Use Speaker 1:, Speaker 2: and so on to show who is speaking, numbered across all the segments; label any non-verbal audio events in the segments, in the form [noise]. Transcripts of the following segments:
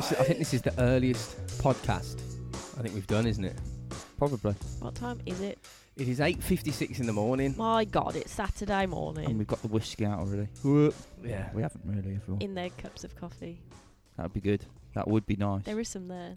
Speaker 1: the earliest podcast I think we've done, isn't it?
Speaker 2: Probably.
Speaker 3: What time is it?
Speaker 1: It is 8.56 in the morning.
Speaker 3: My God, it's Saturday
Speaker 2: And
Speaker 3: morning.
Speaker 2: we've got the whiskey out already.
Speaker 1: Yeah.
Speaker 2: We haven't really, if all.
Speaker 3: In their cups of coffee.
Speaker 2: That'd be good. That would be nice.
Speaker 3: There is some there.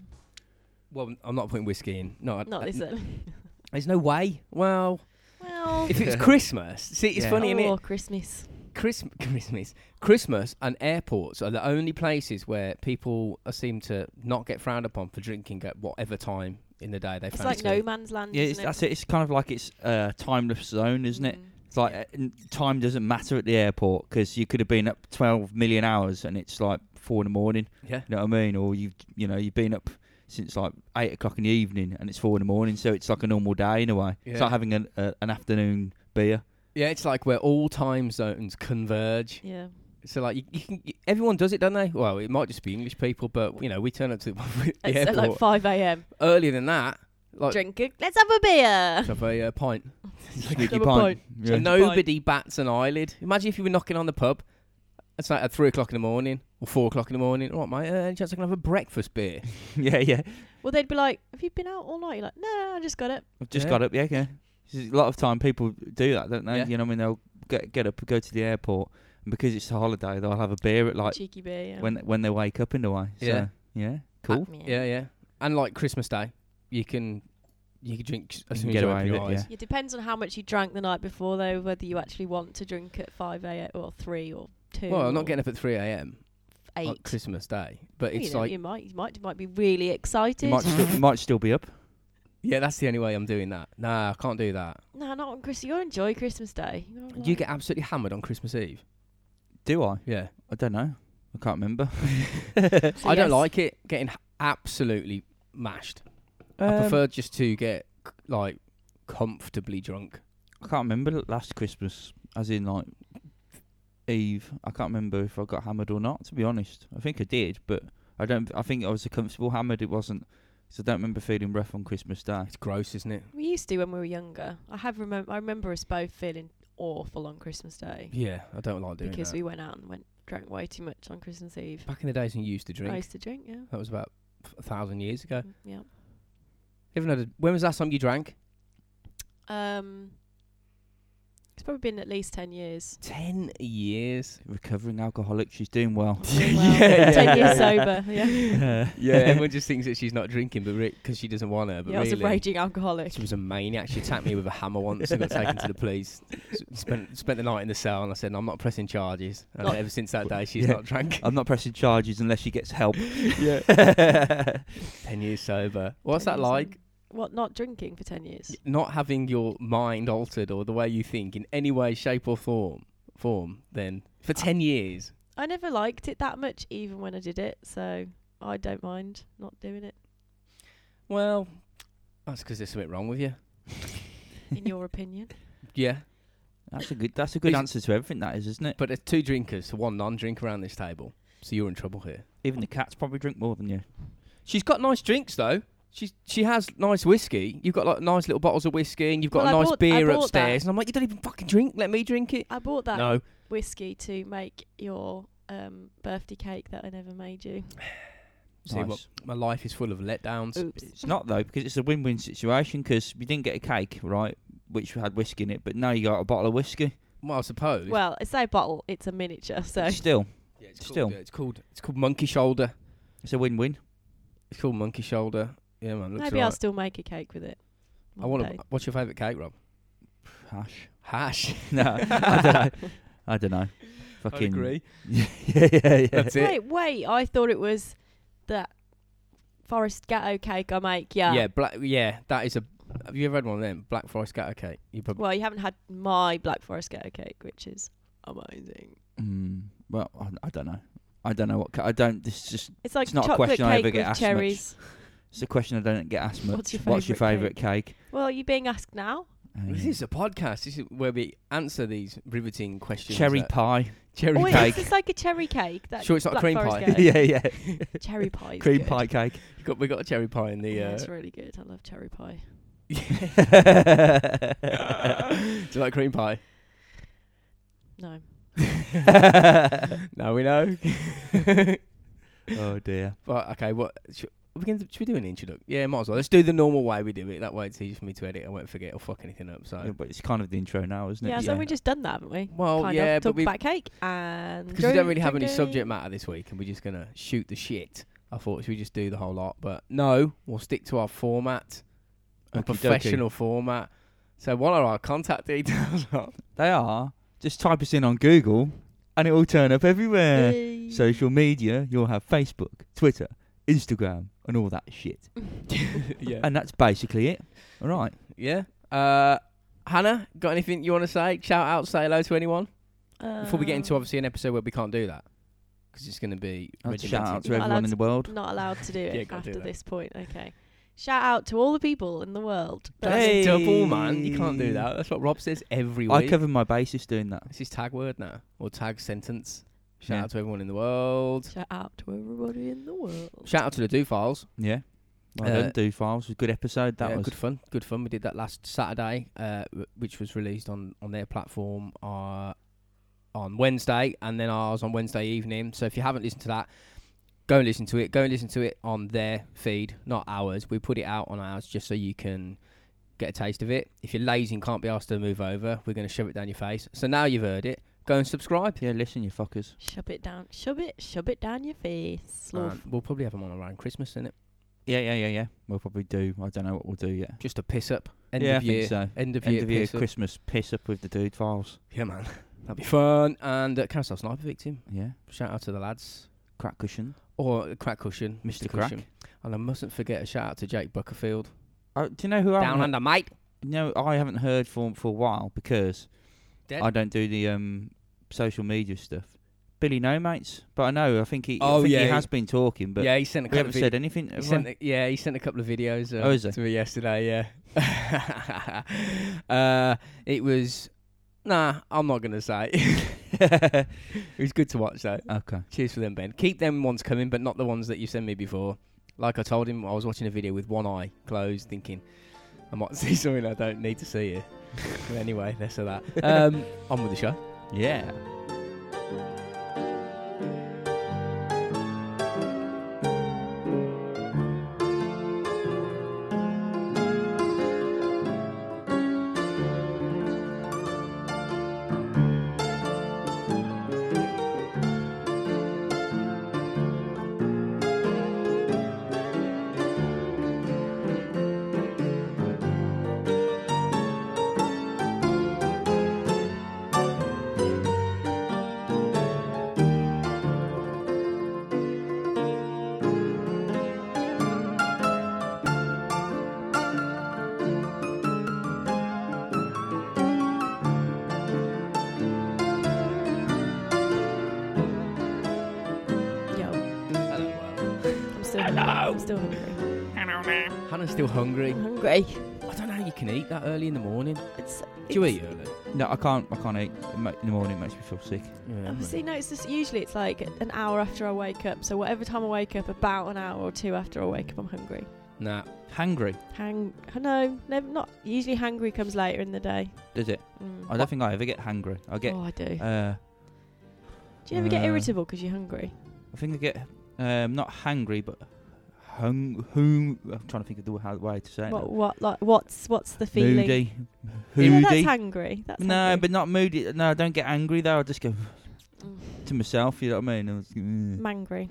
Speaker 1: Well, I'm not putting whiskey in. No, I-
Speaker 3: Not
Speaker 1: I-
Speaker 3: this early. [laughs]
Speaker 1: There's no way. Well,
Speaker 3: well,
Speaker 1: if it's Christmas, see, it's
Speaker 2: Yeah.
Speaker 1: funny, isn't
Speaker 3: oh,
Speaker 1: it?
Speaker 3: Christmas.
Speaker 1: Christmas, Christmas, Christmas, and airports are the only places where people uh, seem to not get frowned upon for drinking at whatever time in the day they
Speaker 3: It's like
Speaker 1: fancy.
Speaker 3: no man's land.
Speaker 2: yeah,
Speaker 3: isn't
Speaker 2: it's, that's it. It's kind of like it's uh, timeless zone, isn't it?
Speaker 3: Mm.
Speaker 2: It's like uh, n- time doesn't matter at the airport because you could have been up 12 million hours and it's like four in the morning.
Speaker 1: yeah.
Speaker 2: You know what I mean? Or you've you know you've been up since like eight o'clock in the evening and it's four in the morning, so it's like a normal day in a way. It's
Speaker 1: Yeah.
Speaker 2: like having an a, an afternoon beer.
Speaker 1: Yeah, it's like where all time zones converge.
Speaker 3: Yeah.
Speaker 1: So like you, you can, you- everyone does it, don't they? Well, it might just be English people, but you know we turn up to [laughs] the
Speaker 3: It's
Speaker 1: airport
Speaker 3: at like 5 a.m.
Speaker 1: earlier than that. Like
Speaker 3: Drink it. Let's have a beer.
Speaker 1: [laughs] have a uh, pint.
Speaker 2: Sneaky
Speaker 3: Have a
Speaker 2: pint. Yeah.
Speaker 1: And nobody bats an eyelid. Imagine if you were knocking on the pub. It's like at three o'clock in the morning or four o'clock in the morning. All right, mate. Uh, any chance I can have a breakfast beer?
Speaker 2: [laughs] yeah, yeah.
Speaker 3: Well, they'd be like, "Have you been out all night?" You're like, "No, no, I just got it."
Speaker 2: I've just
Speaker 1: Yeah.
Speaker 2: got up. Yeah, yeah. This is- A lot of time people do that, don't they?
Speaker 1: Yeah.
Speaker 2: You know, what I mean, they'll get get up, go to the airport, and because it's a holiday, they'll have a beer at like
Speaker 3: Cheeky beer. Yeah.
Speaker 2: when when they wake up in the way. So,
Speaker 1: Yeah.
Speaker 2: yeah, cool.
Speaker 1: Yeah, yeah. And like Christmas Day, you can you can drink s- as
Speaker 2: You
Speaker 1: soon
Speaker 2: can
Speaker 1: as
Speaker 2: get
Speaker 1: you
Speaker 2: away
Speaker 1: open your
Speaker 2: with it,
Speaker 1: eyes.
Speaker 3: It depends on how much you drank the night before, though, whether you actually want to drink at 5 a.m. or 3 or 2.
Speaker 1: Well, I'm
Speaker 3: or
Speaker 1: not getting up at three a.m.
Speaker 3: eight.
Speaker 1: on Christmas Day, but
Speaker 3: Well, you
Speaker 1: it's
Speaker 3: know,
Speaker 1: like
Speaker 3: you might, you might, you might be really excited.
Speaker 2: You might still, you might still be up.
Speaker 1: yeah, that's the only way I'm doing that. Nah, I can't do that.
Speaker 3: no, not on Christmas. You'll enjoy Christmas Day. You're
Speaker 1: Do
Speaker 3: like-
Speaker 1: you get absolutely hammered on Christmas Eve?
Speaker 2: Do I?
Speaker 3: [laughs]
Speaker 1: Yeah,
Speaker 2: I don't know. I can't remember.
Speaker 3: So
Speaker 1: I don't
Speaker 3: yes.
Speaker 1: like it getting h- absolutely mashed.
Speaker 2: Um,
Speaker 3: Um,
Speaker 1: I prefer just to get c- like comfortably drunk.
Speaker 2: I can't remember the last Christmas, as in like Eve. I can't remember if I got hammered or not. To be honest, I think I did, but I don't. I think I was a comfortable hammered. It wasn't. So I don't remember feeling rough on Christmas Day.
Speaker 1: It's gross, isn't it?
Speaker 3: We used to when we were younger. I have remember. I remember us both feeling awful on Christmas Day
Speaker 1: Yeah, I don't like doing
Speaker 3: because
Speaker 1: that.
Speaker 3: we went out and went drank way too much on Christmas Eve.
Speaker 1: Back in the days when you used to drink, Uh.
Speaker 3: I used to drink. Yeah.
Speaker 1: that was about f- a thousand years ago.
Speaker 3: Mm, Yeah.
Speaker 1: You ever had a- when was the last time you drank?
Speaker 3: Um, it's probably been at least ten years.
Speaker 1: [laughs] Ten years.
Speaker 2: Recovering alcoholic, she's doing well.
Speaker 1: [laughs]
Speaker 3: Doing well. Oh, ten years sober. Yeah. [laughs]
Speaker 1: Yeah, everyone just thinks that she's not drinking, but because she doesn't want to. But
Speaker 3: yeah, I was a
Speaker 1: really,
Speaker 3: raging alcoholic.
Speaker 1: she was a maniac. She attacked me with a hammer once and got taken to the police. S- Spent spent the night in the cell, and I said, "I'm not pressing charges." And
Speaker 3: Not-
Speaker 1: ever since that day, she's
Speaker 2: Yeah.
Speaker 1: not drank.
Speaker 2: [laughs]
Speaker 1: [laughs]
Speaker 2: I'm not pressing charges unless she gets help.
Speaker 1: yeah, ten years sober. What's
Speaker 3: Ten
Speaker 1: that
Speaker 3: years in-
Speaker 1: like?
Speaker 3: What? Not drinking for ten years.
Speaker 1: Not having your mind altered or the way you think in any way, shape, or form. Form then for ten years.
Speaker 3: I never liked it that much, even when I did it. So I don't mind not doing it.
Speaker 1: Well, that's because there's something wrong with you. [laughs]
Speaker 3: In your opinion,
Speaker 1: Yeah,
Speaker 2: That's a good. That's a good
Speaker 1: Is-
Speaker 2: answer to everything. That is, isn't it?
Speaker 1: but there's two drinkers to one non-drinker around this table, so you're in trouble here.
Speaker 2: Even the cats probably drink more than you.
Speaker 1: She's got nice drinks though. She's she has nice whiskey. You've got like nice little bottles of whiskey, and you've got
Speaker 3: Well,
Speaker 1: a
Speaker 3: I
Speaker 1: nice
Speaker 3: bought- I
Speaker 1: beer
Speaker 3: bought that.
Speaker 1: upstairs. And I'm like, you don't even fucking drink. Let me drink it.
Speaker 3: I bought that
Speaker 1: No,
Speaker 3: whiskey to make your um, birthday cake that I never made you.
Speaker 1: see what
Speaker 2: Nice.
Speaker 1: my life is full of letdowns.
Speaker 3: Oops.
Speaker 2: It's not though because it's a win-win situation because you didn't get a cake, right? Which had whiskey in it, but now you got a bottle of whiskey.
Speaker 1: Well, I suppose.
Speaker 3: Well, it's no bottle, it's a miniature, so
Speaker 2: Still,
Speaker 1: yeah, it's
Speaker 2: still.
Speaker 1: called, yeah, it's called it's called monkey shoulder.
Speaker 2: it's a win-win.
Speaker 1: It's called monkey shoulder. Yeah, man. Looks
Speaker 3: maybe I'll
Speaker 1: alright.
Speaker 3: still make a cake with it.
Speaker 1: I
Speaker 3: one
Speaker 1: want
Speaker 3: day.
Speaker 1: to. What's your favourite cake, Rob?
Speaker 2: Hash.
Speaker 1: Hash. [laughs]
Speaker 2: No, I don't know. I don't know. Fucking. [laughs] yeah, yeah, yeah.
Speaker 1: That's it.
Speaker 3: Wait, wait, I thought it was that forest gatto cake I make, yeah.
Speaker 1: Yeah, black. Yeah, that is a. Have you ever had one of them? Black forest scatter cake. You probably.
Speaker 3: Well, you haven't had my black forest gatto cake, which is amazing.
Speaker 2: Mm, well, I, I don't know. I don't know what. Ca- I don't. This is just.
Speaker 3: It's like
Speaker 2: It's not a
Speaker 3: chocolate
Speaker 2: question I ever
Speaker 3: cake
Speaker 2: get
Speaker 3: with
Speaker 2: asked much.
Speaker 3: cherries.
Speaker 2: It's a question I don't get asked much.
Speaker 3: What's your
Speaker 2: favourite
Speaker 3: favourite
Speaker 2: cake?
Speaker 3: Well, are you being asked now?
Speaker 2: Um,
Speaker 1: This is a podcast. This is where we answer these riveting questions.
Speaker 2: cherry
Speaker 1: that-
Speaker 2: pie.
Speaker 1: cherry
Speaker 3: Oh,
Speaker 1: cake.
Speaker 3: it's just like a cherry cake. That
Speaker 1: Sure it's not a
Speaker 3: black
Speaker 1: cream
Speaker 3: forest
Speaker 1: pie? [laughs]
Speaker 2: [laughs]
Speaker 3: Gatto.
Speaker 2: yeah,
Speaker 3: [laughs]
Speaker 2: yeah.
Speaker 3: Cherry pie. is
Speaker 2: Cream
Speaker 3: good.
Speaker 2: pie cake.
Speaker 1: We got, we got a cherry pie in the.
Speaker 3: Yeah,
Speaker 1: Uh,
Speaker 3: it's really good. I love cherry pie.
Speaker 1: uh, [laughs] Do you like cream
Speaker 3: [laughs]
Speaker 1: pie?
Speaker 3: No.
Speaker 1: [laughs] now we know.
Speaker 2: oh dear.
Speaker 1: But okay, what should, we can, should we do an introduction? Yeah, might as well. Let's do the normal way we do it. That way it's easy for me to edit. I won't forget or fuck anything up. So
Speaker 2: Yeah, but it's kind of the intro now, isn't it?
Speaker 3: yeah, so we just done that, haven't we?
Speaker 1: well,
Speaker 3: kind
Speaker 1: Oh, yeah,
Speaker 3: of.
Speaker 1: but
Speaker 3: Talk
Speaker 1: we
Speaker 3: about cake and
Speaker 1: because we don't really have any
Speaker 3: drinking.
Speaker 1: [laughs] subject matter this week, and we're just gonna shoot the shit. I thought should we just do the whole lot, but no, we'll stick to our format, our
Speaker 2: Okey-dokey.
Speaker 1: professional format. So what are our contact details? [laughs]
Speaker 2: They are. Just type us in on Google, and it will turn up everywhere.
Speaker 3: Yay. [laughs]
Speaker 2: Social media. You'll have Facebook, Twitter, Instagram, and all that shit.
Speaker 1: yeah,
Speaker 2: And that's basically it. All right.
Speaker 1: yeah. Uh, Hannah, got anything you want to say? Shout out, say hello to anyone [laughs] before we get into
Speaker 3: Um,
Speaker 1: obviously an episode where we can't do that because it's gonna be
Speaker 2: That's a shout out to
Speaker 1: regimented.
Speaker 3: Not
Speaker 2: everyone in
Speaker 3: allowed
Speaker 2: the world.
Speaker 3: [laughs] Not allowed to do
Speaker 1: Yeah,
Speaker 3: it
Speaker 1: gotta do
Speaker 3: after
Speaker 1: that.
Speaker 3: this point. Okay. Shout out to all the people in the world.
Speaker 1: That's
Speaker 2: Hey.
Speaker 1: double, man. You can't do that. That's what Rob says every week.
Speaker 2: I cover my bases doing that.
Speaker 1: It's his tag word now, or tag sentence. Shout
Speaker 2: Yeah.
Speaker 1: out to everyone in the world.
Speaker 3: Shout out to everybody in the world.
Speaker 1: Shout out to the Do Files.
Speaker 2: Yeah. Well
Speaker 1: Uh,
Speaker 2: done, Do Files. A good episode that
Speaker 1: yeah,
Speaker 2: was.
Speaker 1: good fun. Good fun. We did that last Saturday, uh, w- which was released on on their platform uh, on Wednesday, and then ours on Wednesday evening. So if you haven't listened to that, go and listen to it. Go and listen to it on their feed, not ours. We put it out on ours just so you can get a taste of it. If you're lazy and can't be asked to move over, we're going to shove it down your face. So now you've heard it. Go and subscribe.
Speaker 2: Yeah, listen, you fuckers.
Speaker 3: Shove it down. Shove it. Shove it down your face. Sloth.
Speaker 1: Um, we'll probably have them on around Christmas, innit?
Speaker 2: Yeah, yeah, yeah, yeah. We'll probably do. I don't know what we'll do yet.
Speaker 1: Just a piss up. End
Speaker 2: yeah,
Speaker 1: of
Speaker 2: I
Speaker 1: year.
Speaker 2: think so.
Speaker 1: End of
Speaker 2: End
Speaker 1: year
Speaker 2: of year
Speaker 1: piss up.
Speaker 2: Christmas piss up with the dude files.
Speaker 1: Yeah, man. That'd be fun. And uh, Carousel Sniper Victim.
Speaker 2: Yeah.
Speaker 1: Shout out to the lads.
Speaker 2: Crack cushion.
Speaker 1: Or uh, Crack Cushion.
Speaker 2: Mr.
Speaker 1: Cushion. And I mustn't forget a shout out to Jake Buckerfield.
Speaker 2: Uh, do you know who I
Speaker 1: Down
Speaker 2: haven't,
Speaker 1: under, mate.
Speaker 2: no, I haven't heard from for a while because
Speaker 1: Dead.
Speaker 2: I don't do the um, social media stuff. Billy No Mates, but I know I think he. I
Speaker 1: Oh,
Speaker 2: think
Speaker 1: yeah.
Speaker 2: he has been talking, but
Speaker 1: yeah, he sent a
Speaker 2: we
Speaker 1: couple
Speaker 2: haven't
Speaker 1: of
Speaker 2: said
Speaker 1: vid-
Speaker 2: anything.
Speaker 1: he
Speaker 2: have
Speaker 1: sent
Speaker 2: we?
Speaker 1: a- Yeah, he sent a couple of videos uh,
Speaker 2: Oh, is he?
Speaker 1: to me yesterday, yeah. [laughs] uh, it was. Nah, I'm not going to say. [laughs] it was good to watch, though.
Speaker 2: Okay.
Speaker 1: Cheers for them, Ben. Keep them ones coming, but not the ones that you sent me before. Like I told him, I was watching a video with one eye closed, thinking I might [laughs] see something I don't need to see here. but anyway, less of that. Um, on with the show.
Speaker 2: Yeah.
Speaker 3: Yo,
Speaker 1: Hello, world.
Speaker 3: I'm still hungry. I'm still hungry.
Speaker 1: Hannah's still hungry.
Speaker 3: I'm hungry.
Speaker 1: I don't know how you can eat that early in the morning.
Speaker 3: It's,
Speaker 1: Do you
Speaker 3: it's-
Speaker 1: eat early?
Speaker 2: No, I can't. I can't eat It ma- in the morning. It makes me feel sick.
Speaker 1: Yeah,
Speaker 3: Obviously, no. It's just usually it's like an hour after I wake up. So whatever time I wake up, about an hour or two after I wake up, I'm hungry.
Speaker 1: Nah.
Speaker 2: Hangry,
Speaker 3: Hang. No, never. Not usually. Hungry comes later in the day.
Speaker 2: does it?
Speaker 3: Mm.
Speaker 2: I don't think I ever get hangry. I get.
Speaker 3: oh, I do.
Speaker 2: Uh,
Speaker 3: do you ever get
Speaker 2: uh,
Speaker 3: irritable because you're hungry?
Speaker 2: I think I get um, not hangry, but hung. Whom I'm trying to think of the how- way to say it.
Speaker 3: What?
Speaker 2: now.
Speaker 3: What? Like, what's what's the feeling?
Speaker 2: Moody.
Speaker 3: Yeah,
Speaker 2: Hoody.
Speaker 3: that's hungry. That's
Speaker 2: no,
Speaker 3: hungry.
Speaker 2: but not moody. No, I don't get angry though. I just go
Speaker 3: Mm.
Speaker 2: to myself. You know what I mean? I was, mm,
Speaker 3: mangry.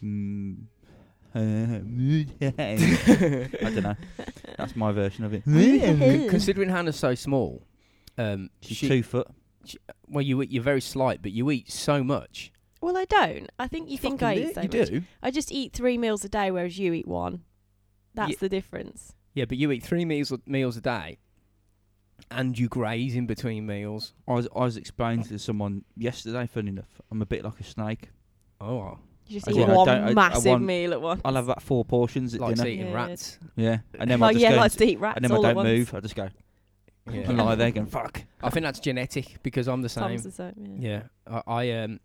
Speaker 2: mm, uh, moody. [laughs] I
Speaker 1: [laughs]
Speaker 2: don't know. That's my version of it.
Speaker 1: C- considering Hannah's so small, um,
Speaker 2: She's
Speaker 1: she-
Speaker 2: two foot.
Speaker 1: well, you eat- you're very slight, but you eat so much.
Speaker 3: Well, I don't. I think you think I
Speaker 1: Fucking
Speaker 3: eat
Speaker 1: do-
Speaker 3: so
Speaker 1: you
Speaker 3: much.
Speaker 1: do.
Speaker 3: I just eat three meals a day, whereas you eat one. That's
Speaker 1: Ye-
Speaker 3: the difference.
Speaker 1: Yeah, but you eat three meals meals a day, and you graze in between meals.
Speaker 2: I was, I was explaining to someone yesterday. Funny enough, I'm a bit like a snake.
Speaker 1: Oh, wow.
Speaker 3: You just
Speaker 2: I
Speaker 3: eat
Speaker 2: don't- I
Speaker 3: one
Speaker 2: don't- I- I
Speaker 3: massive
Speaker 2: want-
Speaker 3: meal at once.
Speaker 2: I'll
Speaker 3: [laughs]
Speaker 2: have about four portions at
Speaker 1: like
Speaker 2: dinner.
Speaker 1: eating
Speaker 3: Yeah.
Speaker 1: rats.
Speaker 2: Yeah, and then
Speaker 3: oh
Speaker 2: I just
Speaker 3: yeah,
Speaker 2: go
Speaker 3: like
Speaker 2: and,
Speaker 3: to eat rats
Speaker 2: and then I
Speaker 3: all at
Speaker 2: don't
Speaker 3: once.
Speaker 2: move. I just go and
Speaker 1: Yeah.
Speaker 2: lie there going fuck.
Speaker 1: I think that's genetic because I'm the same.
Speaker 3: Tom's the same. Yeah.
Speaker 1: Yeah, I, I um,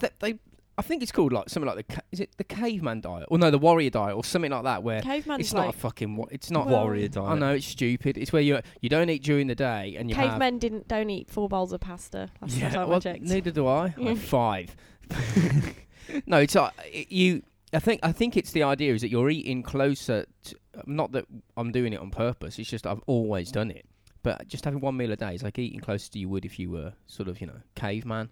Speaker 1: th- they. I think it's called like something like the ca- is it the caveman diet or no the warrior diet or something like that where
Speaker 3: Caveman's
Speaker 1: it's not
Speaker 3: like
Speaker 1: a fucking wa- it's not
Speaker 3: Well-
Speaker 2: Warrior diet.
Speaker 1: I know it's stupid. It's where you you don't eat during the day and you have
Speaker 3: cavemen didn't don't eat four bowls of pasta. Last
Speaker 1: yeah,
Speaker 3: time I
Speaker 1: well,
Speaker 3: [laughs] checked.
Speaker 1: neither do I. I had
Speaker 3: Yeah.
Speaker 1: five. [laughs] no, it's uh, it- you. I think I think it's the idea is that you're eating closer. To, not that I'm doing it on purpose. It's just I've always done it. But just having one meal a day is like eating closer to you would if you were sort of you know caveman.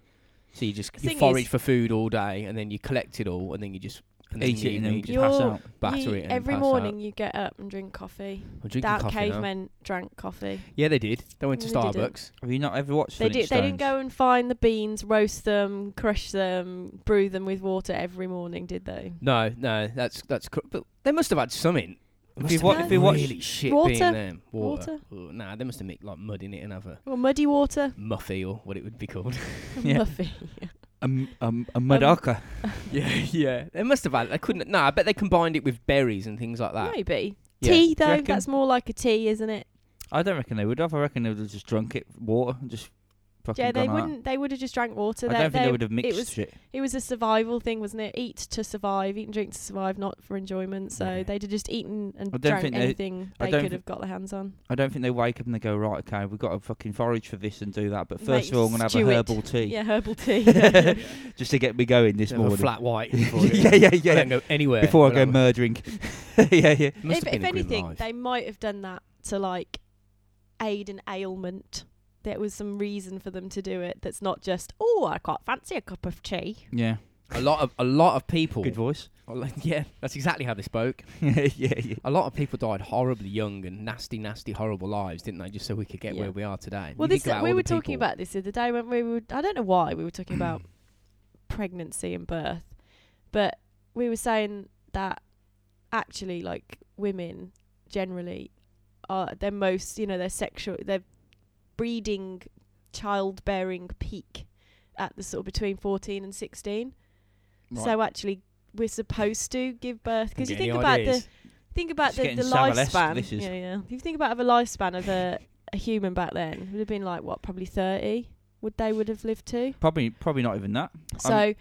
Speaker 1: So you just
Speaker 3: The
Speaker 1: you
Speaker 3: thing
Speaker 1: forage
Speaker 3: is-
Speaker 1: for food all day, and then you collect it all, and then you just and then
Speaker 2: Eat
Speaker 1: you
Speaker 2: it and then
Speaker 1: just
Speaker 2: just pass
Speaker 3: You're-
Speaker 2: out.
Speaker 1: batter
Speaker 3: You-
Speaker 1: it. And
Speaker 3: every
Speaker 1: pass
Speaker 3: morning
Speaker 1: out.
Speaker 3: you get up and drink coffee.
Speaker 1: I'm drinking
Speaker 3: That
Speaker 1: coffee now.
Speaker 3: cavemen drank coffee.
Speaker 1: Yeah, they did. They went to
Speaker 3: They didn't.
Speaker 1: Starbucks.
Speaker 2: Have you not ever watched
Speaker 3: They
Speaker 2: Phoenix
Speaker 3: did. They didn't
Speaker 2: Stones?
Speaker 3: go and find the beans, roast them, crush them, brew them with water every morning, did they?
Speaker 1: No, no, that's that's. Cr- but they must have had something. It must
Speaker 2: you
Speaker 1: have
Speaker 2: wa-
Speaker 1: been
Speaker 3: if you
Speaker 2: watch-
Speaker 1: really shit being
Speaker 3: Water?
Speaker 1: them. Water. Ugh, nah, they must have mixed like mud in it and have a
Speaker 3: Well, muddy water,
Speaker 1: muffy or what it would be called.
Speaker 2: Yeah.
Speaker 3: [laughs] muffy.
Speaker 2: Um, um, a Madaka.
Speaker 1: [laughs] yeah, yeah. They must have had. They couldn't. No, I bet they combined it with berries and things like [laughs] that.
Speaker 3: [laughs] Maybe
Speaker 2: Yeah. Do
Speaker 3: tea
Speaker 2: you
Speaker 3: though.
Speaker 2: reckon?
Speaker 3: That's more like a tea, isn't it?
Speaker 2: I don't reckon they would have. I reckon they would have just drunk it, water, and just fucking
Speaker 3: yeah, they
Speaker 2: gone out.
Speaker 3: wouldn't. They would have just drank water.
Speaker 2: I don't think they
Speaker 3: they
Speaker 2: would have mixed
Speaker 3: was-
Speaker 2: shit.
Speaker 3: It was a survival thing, wasn't it? Eat to survive, eat and drink to survive, not for enjoyment. So
Speaker 2: Yeah.
Speaker 3: they'd have just eaten and
Speaker 2: I don't
Speaker 3: drank
Speaker 2: think they-
Speaker 3: anything
Speaker 2: I
Speaker 3: they,
Speaker 2: don't
Speaker 3: could
Speaker 2: thi-
Speaker 3: have got their hands on.
Speaker 2: I don't think they wake up and they go right. Okay, we've got to fucking forage for this and do that. But
Speaker 3: Make
Speaker 2: first of all, I'm gonna have
Speaker 3: stew
Speaker 2: a
Speaker 3: it.
Speaker 2: herbal tea. [laughs]
Speaker 3: Yeah, [laughs] herbal tea. yeah.
Speaker 2: just to get me going this
Speaker 1: They have a
Speaker 2: morning.
Speaker 1: flat white. [laughs] before it-
Speaker 2: yeah, yeah,
Speaker 1: I
Speaker 2: yeah.
Speaker 1: don't go anywhere.
Speaker 2: Before I
Speaker 1: when
Speaker 2: go
Speaker 1: I'm-
Speaker 2: murdering. [laughs] yeah, yeah.
Speaker 1: must have
Speaker 3: if
Speaker 1: been
Speaker 3: if
Speaker 1: a grim
Speaker 3: anything,
Speaker 1: life.
Speaker 3: they might have done that to like aid an ailment. There was some reason for them to do it. That's not just oh, I quite fancy a cup of tea.
Speaker 2: Yeah.
Speaker 1: a lot of a lot of people. [laughs]
Speaker 2: Good voice. [laughs]
Speaker 1: yeah, that's exactly how they spoke.
Speaker 2: yeah, yeah.
Speaker 1: A lot of people died horribly young and nasty, nasty, horrible lives, didn't they? Just so we could get
Speaker 3: Yeah.
Speaker 1: where we are today.
Speaker 3: Well,
Speaker 1: You think
Speaker 3: this
Speaker 1: about
Speaker 3: we
Speaker 1: all
Speaker 3: were
Speaker 1: the
Speaker 3: talking
Speaker 1: people-
Speaker 3: about this the other day when we were. I don't know why we were talking about pregnancy and birth, but we were saying that actually, like women generally are their most, you know, their sexual, their breeding, childbearing peak at the sort of between fourteen and sixteen. So actually, we're supposed to give birth because you
Speaker 1: Get any
Speaker 3: think about the
Speaker 1: ideas?
Speaker 3: think about
Speaker 2: It's
Speaker 3: the,
Speaker 2: getting
Speaker 3: the
Speaker 2: Savile-esque,
Speaker 3: lifespan.
Speaker 2: this is.
Speaker 3: Yeah, yeah. If you think about the lifespan of uh, a, a human back then, it would have been like what, probably thirty? Would they would have lived to?
Speaker 2: Probably, probably not even that.
Speaker 3: So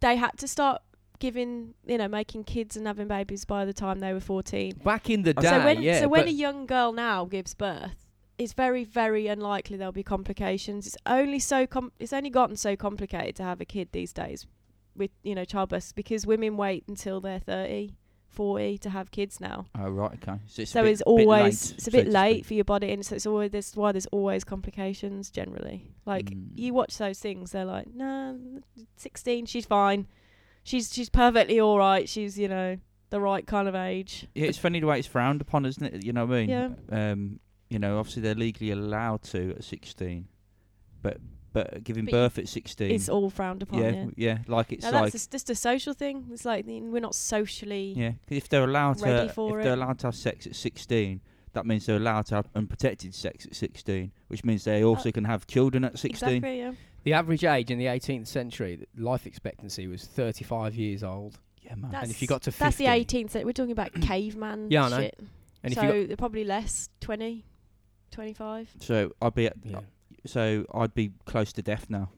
Speaker 3: they had to start giving, you know, making kids and having babies by the time they were fourteen.
Speaker 1: back in the day.
Speaker 2: So
Speaker 3: so when
Speaker 1: yeah,
Speaker 3: so when
Speaker 1: but-
Speaker 3: a young girl now gives birth. It's very, very unlikely there'll be complications. It's only so com- it's only gotten so complicated to have a kid these days with you know childbirths because women wait until they're 30, 40 to have kids now.
Speaker 2: Oh right, okay. So it's, a
Speaker 3: So
Speaker 2: bit-
Speaker 3: it's
Speaker 2: bit
Speaker 3: always
Speaker 2: late,
Speaker 3: it's a
Speaker 2: so
Speaker 3: bit
Speaker 2: to
Speaker 3: late
Speaker 2: speak.
Speaker 3: for your body, and so it's always this why there's always complications generally. Like
Speaker 2: Mm.
Speaker 3: you watch those things, they're like, nah, sixteen, she's fine, she's she's perfectly all right, she's you know the right kind of age.
Speaker 2: Yeah, it's funny the way it's frowned upon, isn't it? You know what I mean?
Speaker 3: Yeah.
Speaker 2: Um, you know, obviously they're legally allowed to at sixteen, but but giving
Speaker 3: But you-
Speaker 2: birth at sixteen,
Speaker 3: It's all frowned upon.
Speaker 2: yeah,
Speaker 3: Yeah,
Speaker 2: w- yeah, like it's
Speaker 3: now
Speaker 2: like
Speaker 3: that's just- just a social thing. It's like we're not socially.
Speaker 2: yeah, 'cause if they're allowed to
Speaker 3: ready
Speaker 2: if
Speaker 3: for
Speaker 2: they're
Speaker 3: it.
Speaker 2: allowed to have sex at sixteen, that means they're allowed to have unprotected sex at sixteen, which means they also can have children at sixteen.
Speaker 3: Uh, Exactly. Yeah.
Speaker 1: The average age in the 18th century, th- life expectancy was 35 years old.
Speaker 2: Yeah, man.
Speaker 3: That's,
Speaker 1: if you got to
Speaker 3: that's the
Speaker 1: 50.
Speaker 3: 18th. We're
Speaker 2: [clears throat]
Speaker 3: talking about caveman
Speaker 1: Yeah, I know.
Speaker 3: shit.
Speaker 1: And
Speaker 3: so
Speaker 1: if you
Speaker 3: they're probably less 20, 25.
Speaker 2: so I'd be at,
Speaker 1: got, yeah.
Speaker 2: so I'd be close to death now.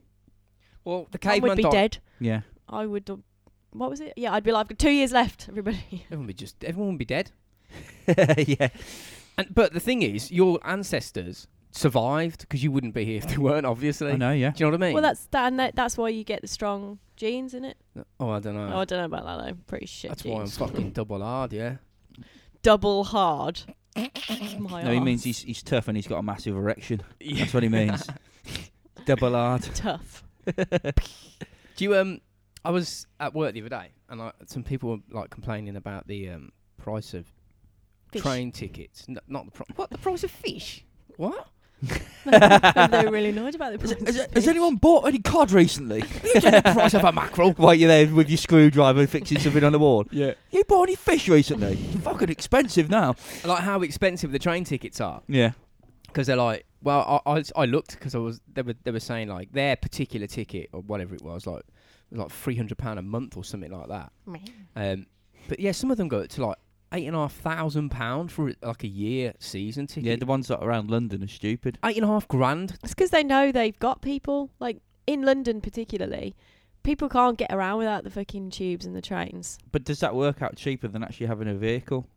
Speaker 1: well, the
Speaker 3: Mum
Speaker 1: caveman
Speaker 3: would be
Speaker 1: died-
Speaker 3: dead.
Speaker 2: Yeah,
Speaker 3: I would. do- What was it? Yeah, I'd be like, I've got two years left,
Speaker 1: [laughs]
Speaker 3: everybody.
Speaker 1: Everyone would be just everyone would be dead.
Speaker 2: [laughs] yeah.
Speaker 1: And but the thing is, your ancestors survived because you wouldn't be here if they weren't. Obviously,
Speaker 2: I know. Yeah.
Speaker 1: do you know what I mean?
Speaker 3: well, that's that, and that, that's why you get the strong genes in it.
Speaker 1: oh, I don't
Speaker 3: oh, I
Speaker 1: know.
Speaker 3: don't know about that. though. pretty shit.
Speaker 1: That's why I'm
Speaker 3: genes.
Speaker 1: fucking double hard. Yeah.
Speaker 3: double hard. [laughs] My
Speaker 2: No, he
Speaker 3: arse.
Speaker 2: means he's he's tough and he's got a massive [laughs] erection. [laughs] That's what he [laughs] means. Double
Speaker 3: [laughs]
Speaker 2: hard.
Speaker 3: tough.
Speaker 2: [laughs]
Speaker 1: Do you um? I was at work the other day, and I, some people were like complaining about the um price of
Speaker 3: Fish.
Speaker 1: train tickets. N- not the pro- what the price of fish. What?
Speaker 3: [laughs]
Speaker 1: [laughs]
Speaker 3: They're really annoyed about the
Speaker 2: Has,
Speaker 3: price.
Speaker 2: has-
Speaker 3: of
Speaker 2: has
Speaker 3: fish.
Speaker 2: anyone bought any cod
Speaker 3: [laughs]
Speaker 2: recently?
Speaker 1: You don't know
Speaker 2: [laughs]
Speaker 1: the price of a mackerel.
Speaker 2: While you're there with your screwdriver fixing something on the [laughs] wall.
Speaker 1: Yeah.
Speaker 2: You bought any fish recently? Fucking expensive now.
Speaker 1: Like how expensive the train tickets are.
Speaker 2: Yeah.
Speaker 1: because they're like, well, I I, I looked because I was they were they were saying like their particular ticket or whatever it was like was like three hundred pound a month or something like that. Um, but yeah, some of them go up to like eight and a half thousand pound for like a year season ticket.
Speaker 2: Yeah, the ones that are around London are stupid.
Speaker 1: eight and a half grand.
Speaker 3: [laughs] It's because they know they've got people. Like in London, particularly, people can't get around without the fucking tubes and the trains.
Speaker 2: But does that work out cheaper than actually having a vehicle?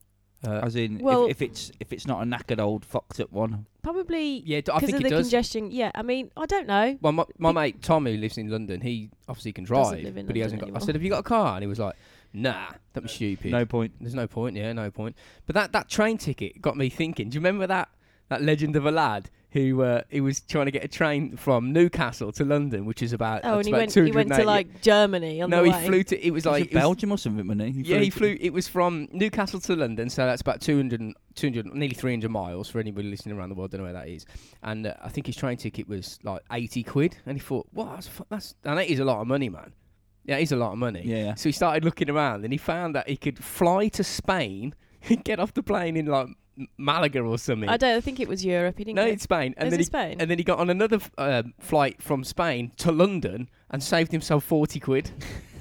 Speaker 1: Uh,
Speaker 2: As in,
Speaker 3: Well-
Speaker 2: if, if it's if it's not a knackered old fucked up one,
Speaker 3: Probably
Speaker 1: yeah, d- I
Speaker 3: because
Speaker 1: think
Speaker 3: of
Speaker 1: it
Speaker 3: the
Speaker 1: does.
Speaker 3: congestion. Yeah, I mean, I don't know.
Speaker 1: Well, my, my
Speaker 3: He-
Speaker 1: mate Tom, who lives in London, he obviously can drive,
Speaker 3: Doesn't
Speaker 1: but
Speaker 3: live in
Speaker 1: he
Speaker 3: London
Speaker 1: hasn't got. I
Speaker 3: anymore.
Speaker 1: said, "Have you got a car?" And he was like, "Nah, that was stupid.
Speaker 2: Uh, no point.
Speaker 1: There's no point. Yeah, no point." But that that train ticket got me thinking. Do you remember that that legend of a lad who uh, he was trying to get a train from Newcastle to London, which is about
Speaker 3: Oh, and
Speaker 1: it's
Speaker 3: he
Speaker 1: about
Speaker 3: went. He went to
Speaker 1: 280
Speaker 3: like Germany on
Speaker 1: no, he
Speaker 3: the way.
Speaker 1: flew to. It was
Speaker 2: He's
Speaker 1: like
Speaker 2: in
Speaker 1: it was-
Speaker 2: Belgium or something, wasn't he?
Speaker 1: yeah, he
Speaker 2: to-
Speaker 1: flew. It was from Newcastle to London, so that's about 200, and- 200 nearly 300 miles for anybody listening around the world. Don't know where that is. And uh, I think his train ticket was like 80 quid. And he thought, what? That's, fu- that's, and that is a lot of money, man. Yeah, it is a lot of money.
Speaker 2: [laughs] Yeah,
Speaker 1: So he started looking around and he found that he could fly to Spain, [laughs] get off the plane in like M- Malaga or something.
Speaker 3: I don't. I think it was Europe. He didn't.
Speaker 1: no,
Speaker 3: go-
Speaker 1: in Spain. And
Speaker 3: was
Speaker 1: then,
Speaker 3: it
Speaker 1: he,
Speaker 3: Spain.
Speaker 1: and then he got on another f- um flight from Spain to London and saved himself 40 quid.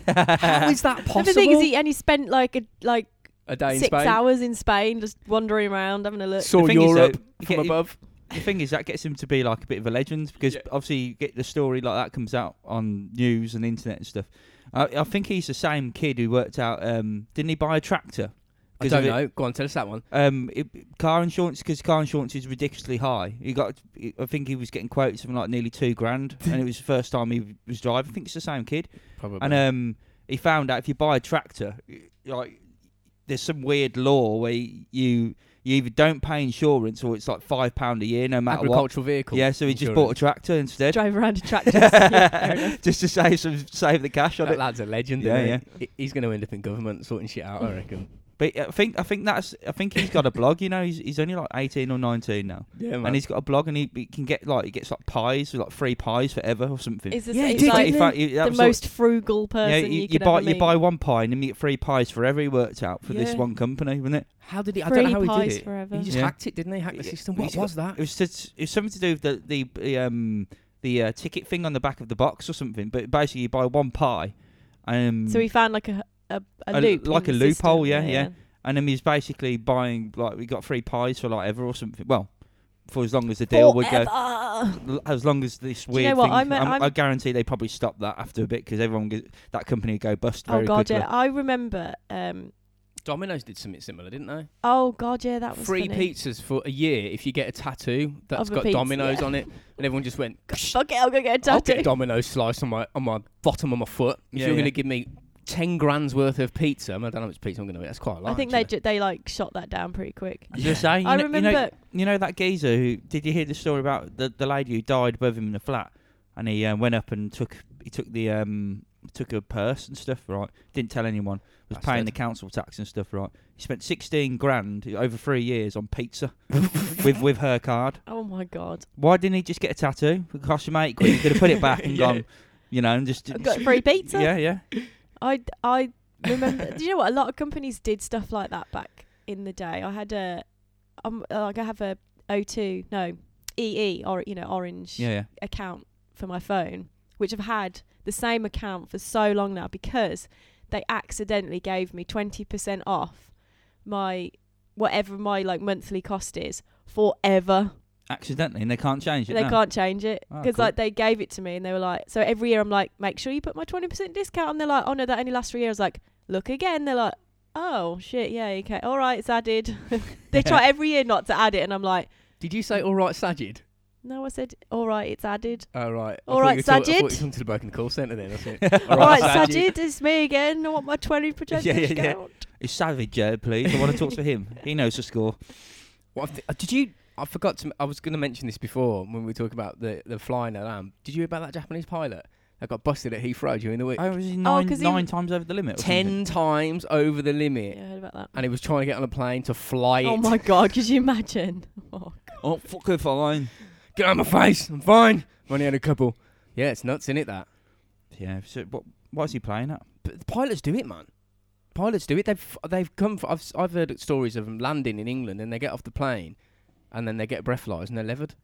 Speaker 1: How is that
Speaker 3: And
Speaker 1: possible?
Speaker 3: the thing is, he and he spent like a, like
Speaker 1: a day in
Speaker 3: six
Speaker 1: Spain.
Speaker 3: hours in Spain, just wandering around having a look.
Speaker 1: saw
Speaker 2: The thing is, though,
Speaker 1: Europe
Speaker 2: you
Speaker 1: from
Speaker 2: get-
Speaker 1: above.
Speaker 2: the thing is that gets him to be like a bit of a legend because
Speaker 1: Yeah.
Speaker 2: obviously you get the story like that comes out on news and internet and stuff. I, I think he's the same kid who worked out. Um, didn't he buy a tractor?
Speaker 1: I
Speaker 2: 'Cause
Speaker 1: don't
Speaker 2: of it-
Speaker 1: know. Go on, tell us that one.
Speaker 2: Um, it, car insurance because car insurance is ridiculously high. He got, I think he was getting quotes something like nearly
Speaker 1: [laughs]
Speaker 2: two grand, and it was the first time he was driving. I think it's the same kid,
Speaker 1: Probably.
Speaker 2: and um, he found out if you buy a tractor, y- like there's some weird law where you you either don't pay insurance or it's like five pound a year no matter what.
Speaker 1: Agricultural vehicle.
Speaker 2: Yeah, so he just bought a tractor instead, [laughs]
Speaker 3: Drive around a
Speaker 1: [laughs]
Speaker 3: tractor. Yeah, [laughs] fair enough.
Speaker 2: just to save some save the cash on
Speaker 1: That
Speaker 2: it.
Speaker 1: lad's a legend.
Speaker 2: Yeah,
Speaker 1: isn't he? He- He's going to end up in government sorting shit out, I reckon.
Speaker 2: But I think I think that's I think he's got a blog. You know, he's he's only like eighteen or nineteen now.
Speaker 1: yeah,
Speaker 2: and he's got a blog and he, he can get like he gets like pies like free pies forever or something.
Speaker 3: It's, the,
Speaker 1: Yeah,
Speaker 3: it's
Speaker 1: did,
Speaker 3: like
Speaker 1: didn't
Speaker 2: in fact, he- that
Speaker 3: the
Speaker 2: was all-
Speaker 3: most frugal
Speaker 2: you know,
Speaker 3: person you,
Speaker 2: you, you
Speaker 3: could
Speaker 2: buy
Speaker 3: ever
Speaker 2: you
Speaker 3: meet.
Speaker 2: buy one pie and then you get free pies forever. He worked out for this
Speaker 1: Yeah.
Speaker 2: one company, wasn't it?
Speaker 1: How did he? I
Speaker 3: Free
Speaker 1: don't know how he
Speaker 3: pies
Speaker 1: did it.
Speaker 3: forever.
Speaker 1: He just
Speaker 2: Yeah.
Speaker 1: hacked it, didn't he? Hacked the
Speaker 2: Yeah,
Speaker 1: system.
Speaker 2: he's
Speaker 1: What
Speaker 2: got-
Speaker 1: was that?
Speaker 2: It was just, it was something to do with the the, the um the uh, ticket thing on the back of the box or something. But basically, you buy one pie, um,
Speaker 3: So he found like a a, a
Speaker 2: A-
Speaker 3: loop,
Speaker 2: like
Speaker 3: in
Speaker 2: a
Speaker 3: the
Speaker 2: loophole,
Speaker 3: system,
Speaker 2: yeah, yeah. and then he's basically buying like we got free pies for like ever or something. Well, for as long as the deal would go.
Speaker 3: Forever.
Speaker 2: l- as long as this
Speaker 3: you
Speaker 2: weird
Speaker 3: know what?
Speaker 2: thing,
Speaker 3: I'm a-
Speaker 2: I'm-
Speaker 3: I'm-
Speaker 2: i guarantee they probably stop that after a bit because everyone g that company would go bust
Speaker 3: Oh
Speaker 2: very
Speaker 3: god,
Speaker 2: quickly.
Speaker 3: yeah. I remember. Um.
Speaker 1: Domino's did something similar, didn't they?
Speaker 3: Oh god, yeah. That was
Speaker 1: Free
Speaker 3: funny.
Speaker 1: pizzas for a year if you get a tattoo that's
Speaker 3: Of a
Speaker 1: got
Speaker 3: pizza,
Speaker 1: Domino's
Speaker 3: yeah.
Speaker 1: on it, and everyone just went. "Psh,
Speaker 3: Fuck it, I'll go get a
Speaker 1: I'll get
Speaker 3: tattoo.
Speaker 1: a Domino's slice on my on my bottom of my foot. If
Speaker 2: Yeah,
Speaker 1: you're
Speaker 2: yeah.
Speaker 1: going to give me ten grand's worth of pizza, I mean, I don't know how much pizza I'm going to eat. That's quite a lot.
Speaker 3: I think
Speaker 1: actually.
Speaker 3: they ju- they like shot that down pretty quick.
Speaker 2: I was gonna say, you
Speaker 3: I
Speaker 2: know,
Speaker 3: remember.
Speaker 2: You know, you know that geezer who did you hear the story about the, the lady who died above him in the flat, and he uh, went up and took he took the um took her purse and stuff right. Didn't tell anyone. Was
Speaker 1: Bastard.
Speaker 2: paying the council tax and stuff right. He spent sixteen grand over three years on pizza
Speaker 1: [laughs]
Speaker 2: with with her card.
Speaker 3: oh my god,
Speaker 2: Why didn't he just get a tattoo? It cost him eight quid. He could have put it back and
Speaker 1: Yeah.
Speaker 2: gone. You know, and just
Speaker 3: I've got free pizza.
Speaker 2: yeah, yeah.
Speaker 3: I I [laughs] remember. do you know what? A lot of companies did stuff like that back in the day. I had a, um, like I have a O2 no EE or you know Orange
Speaker 2: Yeah, yeah.
Speaker 3: account for my phone, which I've had the same account for so long now because they accidentally gave me 20% off my whatever my like monthly cost is forever.
Speaker 2: Accidentally, and they can't change it.
Speaker 3: They
Speaker 2: no.
Speaker 3: can't change it
Speaker 2: Ah,
Speaker 3: because
Speaker 2: cool.
Speaker 3: like they gave it to me and they were like, so every year I'm like, make sure you put my 20% discount. And they're like, oh no, that only lasts for a year. I was like, look again. They're like, oh shit, yeah, okay, all right, it's added. [laughs] they try every year not to add it, and I'm like,
Speaker 1: Did you say all right, Sajid?
Speaker 3: no, I said, all right, it's added.
Speaker 1: Oh, right.
Speaker 3: All right,
Speaker 1: I thought you were talk- I
Speaker 3: Sajid.
Speaker 1: thought you come to the broken call centre then. That's it.
Speaker 2: [laughs]
Speaker 3: [laughs] All right,
Speaker 1: Sajid.
Speaker 3: Sajid, it's me again. I want my 20%
Speaker 2: Yeah, yeah, yeah.
Speaker 3: discount.
Speaker 2: It's Savage, yeah, please. I want to talk to him. He knows the score.
Speaker 1: What I've th- uh, did you? I forgot to. m- I was going to mention this before when we were talking about the the flying alarm. Did you hear about that Japanese pilot that got busted at Heathrow during the week?
Speaker 2: I was
Speaker 3: Oh,
Speaker 2: nine
Speaker 3: 'cause he-
Speaker 2: nine times over the limit. or
Speaker 1: Ten
Speaker 2: something.
Speaker 1: times over the limit,
Speaker 3: Yeah, I heard about that.
Speaker 1: and he was trying to get on a plane to fly
Speaker 3: Oh
Speaker 1: it.
Speaker 3: my god, could you
Speaker 1: [laughs]
Speaker 3: imagine? Oh,
Speaker 2: Oh, fuck if I.
Speaker 1: Get out of my face! I'm fine. I've only had a couple. Yeah, it's nuts, in it? That.
Speaker 2: Yeah. So what? What is he playing at?
Speaker 1: But the pilots do it, man. Pilots do it. They've they've come. For, I've s- I've heard stories of them landing in England and they get off the plane, and then they get breathalyzed and they're levered.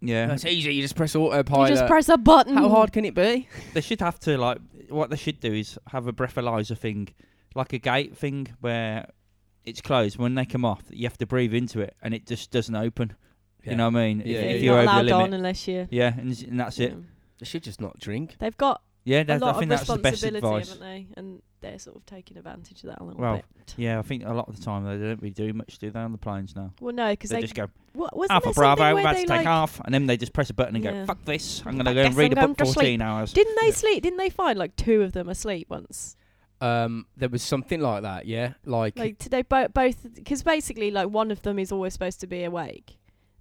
Speaker 2: Yeah.
Speaker 1: That's easy. You just press autopilot.
Speaker 3: you just press mm. a button.
Speaker 1: How hard can it be?
Speaker 2: they should have to like. What they should do is have a breathalyzer thing, like a gate thing where it's closed. When they come off, you have to breathe into it, and it just doesn't open.
Speaker 1: Yeah.
Speaker 2: You know what I mean? If-
Speaker 1: Yeah,
Speaker 2: if
Speaker 1: yeah,
Speaker 2: you're
Speaker 3: You're not
Speaker 2: over
Speaker 3: allowed
Speaker 2: the
Speaker 3: on
Speaker 2: limit.
Speaker 3: unless you.
Speaker 2: Yeah, and, and that's it.
Speaker 3: Mm.
Speaker 1: They should just not drink.
Speaker 3: They've got
Speaker 2: Yeah, that's,
Speaker 3: a lot
Speaker 2: I think
Speaker 3: of
Speaker 2: that's the best
Speaker 3: responsibility,
Speaker 2: advice.
Speaker 3: haven't they? And they're sort of taking advantage of that a little
Speaker 2: Well,
Speaker 3: bit.
Speaker 2: Yeah, I think a lot of the time they don't really do much, do they, on the planes now?
Speaker 3: Well, no, because
Speaker 2: They,
Speaker 3: they,
Speaker 2: just go
Speaker 3: what wasn't
Speaker 2: half a
Speaker 3: there something
Speaker 2: Bravo,
Speaker 3: where
Speaker 2: we're about
Speaker 3: they
Speaker 2: to
Speaker 3: like,
Speaker 2: take half, and then they just press a button and
Speaker 3: Yeah.
Speaker 2: go fuck this. I'm gonna
Speaker 3: I
Speaker 2: go and
Speaker 3: guess
Speaker 2: read
Speaker 3: I'm
Speaker 2: a
Speaker 3: going
Speaker 2: book
Speaker 3: to
Speaker 2: for
Speaker 3: sleep.
Speaker 2: 14 hours.
Speaker 3: Didn't they sleep? Didn't they find like two of them asleep once?
Speaker 1: Um, there was something like that, yeah. Like,
Speaker 3: Like t- they bo- both because basically like one of them is always supposed to be awake,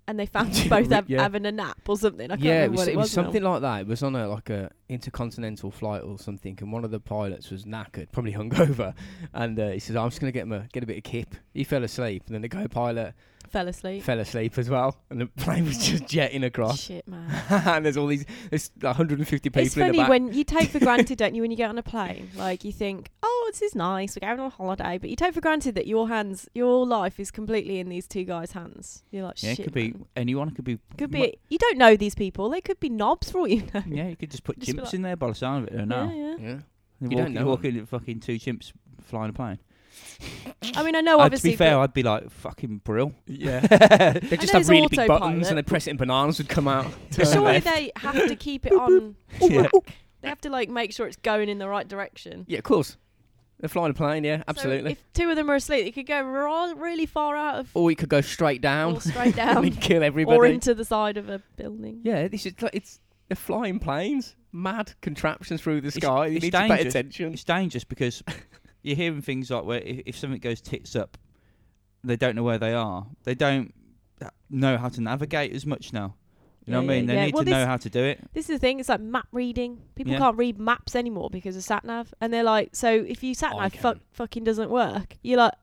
Speaker 3: and
Speaker 2: [laughs]
Speaker 3: they found
Speaker 1: Yeah,
Speaker 3: both
Speaker 1: re-
Speaker 3: hav-
Speaker 1: yeah.
Speaker 3: having a nap or something. I can't
Speaker 1: yeah, it
Speaker 3: remember
Speaker 1: was,
Speaker 3: what
Speaker 1: it was
Speaker 3: now.
Speaker 1: something like that. It was on a like a intercontinental flight or something, and one of the pilots was knackered, probably [laughs] hungover, and uh, he says, "I'm just gonna get him a, get a bit of kip." He fell asleep, and then the co-pilot
Speaker 3: Fell asleep.
Speaker 1: fell asleep as well, and the [laughs] plane was just jetting
Speaker 3: [laughs]
Speaker 1: across.
Speaker 3: Shit, man.
Speaker 1: [laughs] and there's all these, there's 150 people
Speaker 3: It's
Speaker 1: in the
Speaker 3: funny
Speaker 1: back.
Speaker 3: when you take
Speaker 2: [laughs]
Speaker 3: for granted, don't you, when you get on a plane? Like you think, oh, this is nice, we're going on holiday, but you take for granted that your hands, your life is completely in these two guys' hands. You're like,
Speaker 2: Yeah,
Speaker 3: shit,
Speaker 2: it could be
Speaker 3: man.
Speaker 2: anyone. It could be.
Speaker 3: could be. You don't know these people. They could be knobs for all you know.
Speaker 2: Yeah, you could just put
Speaker 3: Just be
Speaker 2: chimps
Speaker 3: like-
Speaker 2: in there by the sound of it. Or no,
Speaker 3: Yeah, yeah.
Speaker 1: [laughs] yeah. You
Speaker 2: you walk,
Speaker 1: don't
Speaker 2: you
Speaker 1: know
Speaker 2: walk
Speaker 1: 'em.
Speaker 2: in at fucking two chimps flying a plane.
Speaker 3: I mean, I know
Speaker 2: Uh,
Speaker 3: obviously.
Speaker 2: to be fair, I'd be like fucking
Speaker 3: [laughs]
Speaker 2: brill. [laughs]
Speaker 1: Yeah. [laughs] They
Speaker 2: They're
Speaker 3: I
Speaker 1: just
Speaker 3: know
Speaker 1: have
Speaker 3: there's
Speaker 1: really big
Speaker 3: autopilot.
Speaker 1: buttons and they press it and bananas would come out.
Speaker 3: but
Speaker 1: Turn
Speaker 3: surely
Speaker 1: left.
Speaker 3: they have to keep it on.
Speaker 1: [laughs]
Speaker 2: Yeah.
Speaker 3: track. They have to like make sure it's going in the right direction.
Speaker 1: Yeah, of course. They're flying a plane, yeah, absolutely.
Speaker 3: So if two of them are asleep, it could go ro- really far out of
Speaker 1: or you could go straight down
Speaker 3: or straight
Speaker 1: [laughs]
Speaker 3: down
Speaker 1: and kill everybody.
Speaker 3: or into the side of a building.
Speaker 1: yeah, this is like it's they're flying planes, mad contraptions through the
Speaker 2: It's-
Speaker 1: sky. you
Speaker 2: it's
Speaker 1: need to pay
Speaker 2: dangerous.
Speaker 1: attention.
Speaker 2: It's dangerous
Speaker 3: [laughs]
Speaker 2: because you're hearing things like where if, if something goes tits up, they don't know where they are. They don't know how to navigate as much now. You know
Speaker 3: Yeah,
Speaker 2: what I mean?
Speaker 3: yeah,
Speaker 2: they
Speaker 3: yeah.
Speaker 2: need
Speaker 3: Well,
Speaker 2: to know
Speaker 3: this-
Speaker 2: how to do it.
Speaker 3: This is the thing. It's like map reading. People
Speaker 2: Yeah.
Speaker 3: can't read maps anymore because of sat nav, and they're like, so if you sat
Speaker 2: Oh,
Speaker 1: I
Speaker 3: nav fuck
Speaker 1: can.
Speaker 3: fucking doesn't work, you're like,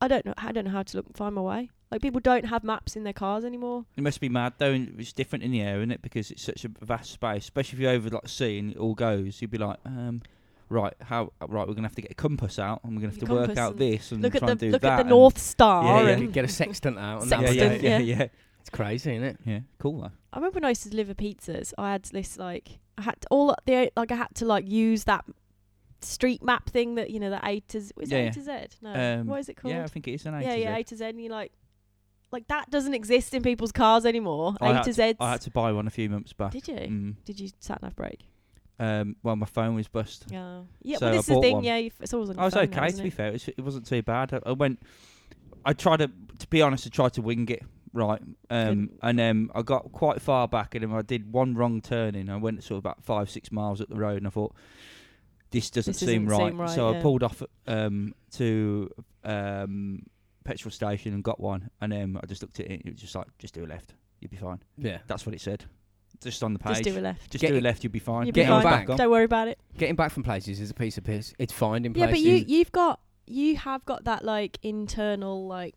Speaker 3: I don't know. I don't know how to look find my way. Like people don't have maps in their cars anymore.
Speaker 2: It must be mad though. And it's different in the air, isn't it? Because it's such a vast space, especially if you're over like sea and it all goes. You'd be like, um, right, how? Right, we're gonna have to get a compass out, and we're gonna have
Speaker 3: Your
Speaker 2: to work
Speaker 3: compass
Speaker 2: out
Speaker 3: and
Speaker 2: this and
Speaker 3: look
Speaker 2: Mm, try
Speaker 3: at
Speaker 2: and
Speaker 3: the
Speaker 2: do
Speaker 3: look
Speaker 2: that.
Speaker 3: at the
Speaker 2: and-
Speaker 3: North Star.
Speaker 2: Yeah, yeah.
Speaker 1: You
Speaker 3: and-
Speaker 1: could get a sextant out. And that
Speaker 2: [laughs] Yeah,
Speaker 1: would
Speaker 2: yeah,
Speaker 1: do it.
Speaker 3: Sextant,
Speaker 2: yeah, yeah,
Speaker 1: It's crazy, isn't it?
Speaker 2: yeah. Cool though.
Speaker 3: I remember when I used to deliver pizzas. I had this like I had to, all the like I had to like use that street map thing that you know the A to Z. Was
Speaker 2: Yeah,
Speaker 3: it
Speaker 2: yeah.
Speaker 3: A to Z? No.
Speaker 2: Um,
Speaker 3: what is it called?
Speaker 2: Yeah, I think it is an A.
Speaker 3: yeah,
Speaker 2: to
Speaker 3: yeah,
Speaker 2: Z.
Speaker 3: A to Z. And you're like, like that doesn't exist in people's cars anymore.
Speaker 2: I
Speaker 3: A
Speaker 2: had
Speaker 3: to
Speaker 2: to-
Speaker 3: Z.
Speaker 2: I had to buy one a few months back.
Speaker 3: Did you?
Speaker 2: Mm.
Speaker 3: Did you sat nav break?
Speaker 2: Um, well, my phone was bust.
Speaker 3: Yeah. Yeah.
Speaker 2: So
Speaker 3: well,
Speaker 2: I
Speaker 3: this is the
Speaker 2: bought
Speaker 3: thing.
Speaker 2: one.
Speaker 3: Yeah, you f- it's always on.
Speaker 1: Oh,
Speaker 3: your
Speaker 2: I was
Speaker 3: phone now,
Speaker 2: okay, to
Speaker 3: isn't
Speaker 2: be
Speaker 3: it?
Speaker 2: fair. It, was, it wasn't too bad. I, I went. I tried to, to be honest, I tried to wing it right, um,
Speaker 3: Couldn't.
Speaker 2: and um, I got quite far back, and then I did one wrong turn in. I went sort of about five, six miles up the road, and I thought this doesn't,
Speaker 3: This
Speaker 2: seem,
Speaker 3: doesn't
Speaker 2: right.
Speaker 3: seem right,
Speaker 2: So
Speaker 3: yeah.
Speaker 2: I pulled off um, to um, petrol station and got one, and um, I just looked at it. It was just like, just do a left, you'll be fine.
Speaker 1: Yeah.
Speaker 2: That's what it said, just on the page.
Speaker 3: Just do a left.
Speaker 2: Just
Speaker 1: Get
Speaker 2: do a
Speaker 1: it-
Speaker 2: left, you'll be fine.
Speaker 3: You'll
Speaker 1: be
Speaker 2: And I was
Speaker 1: fine.
Speaker 2: on.
Speaker 3: Don't worry about it.
Speaker 1: Getting back from places is a piece of piss. It's finding
Speaker 3: Yeah, but
Speaker 1: places.
Speaker 3: you you've got you have got that like internal like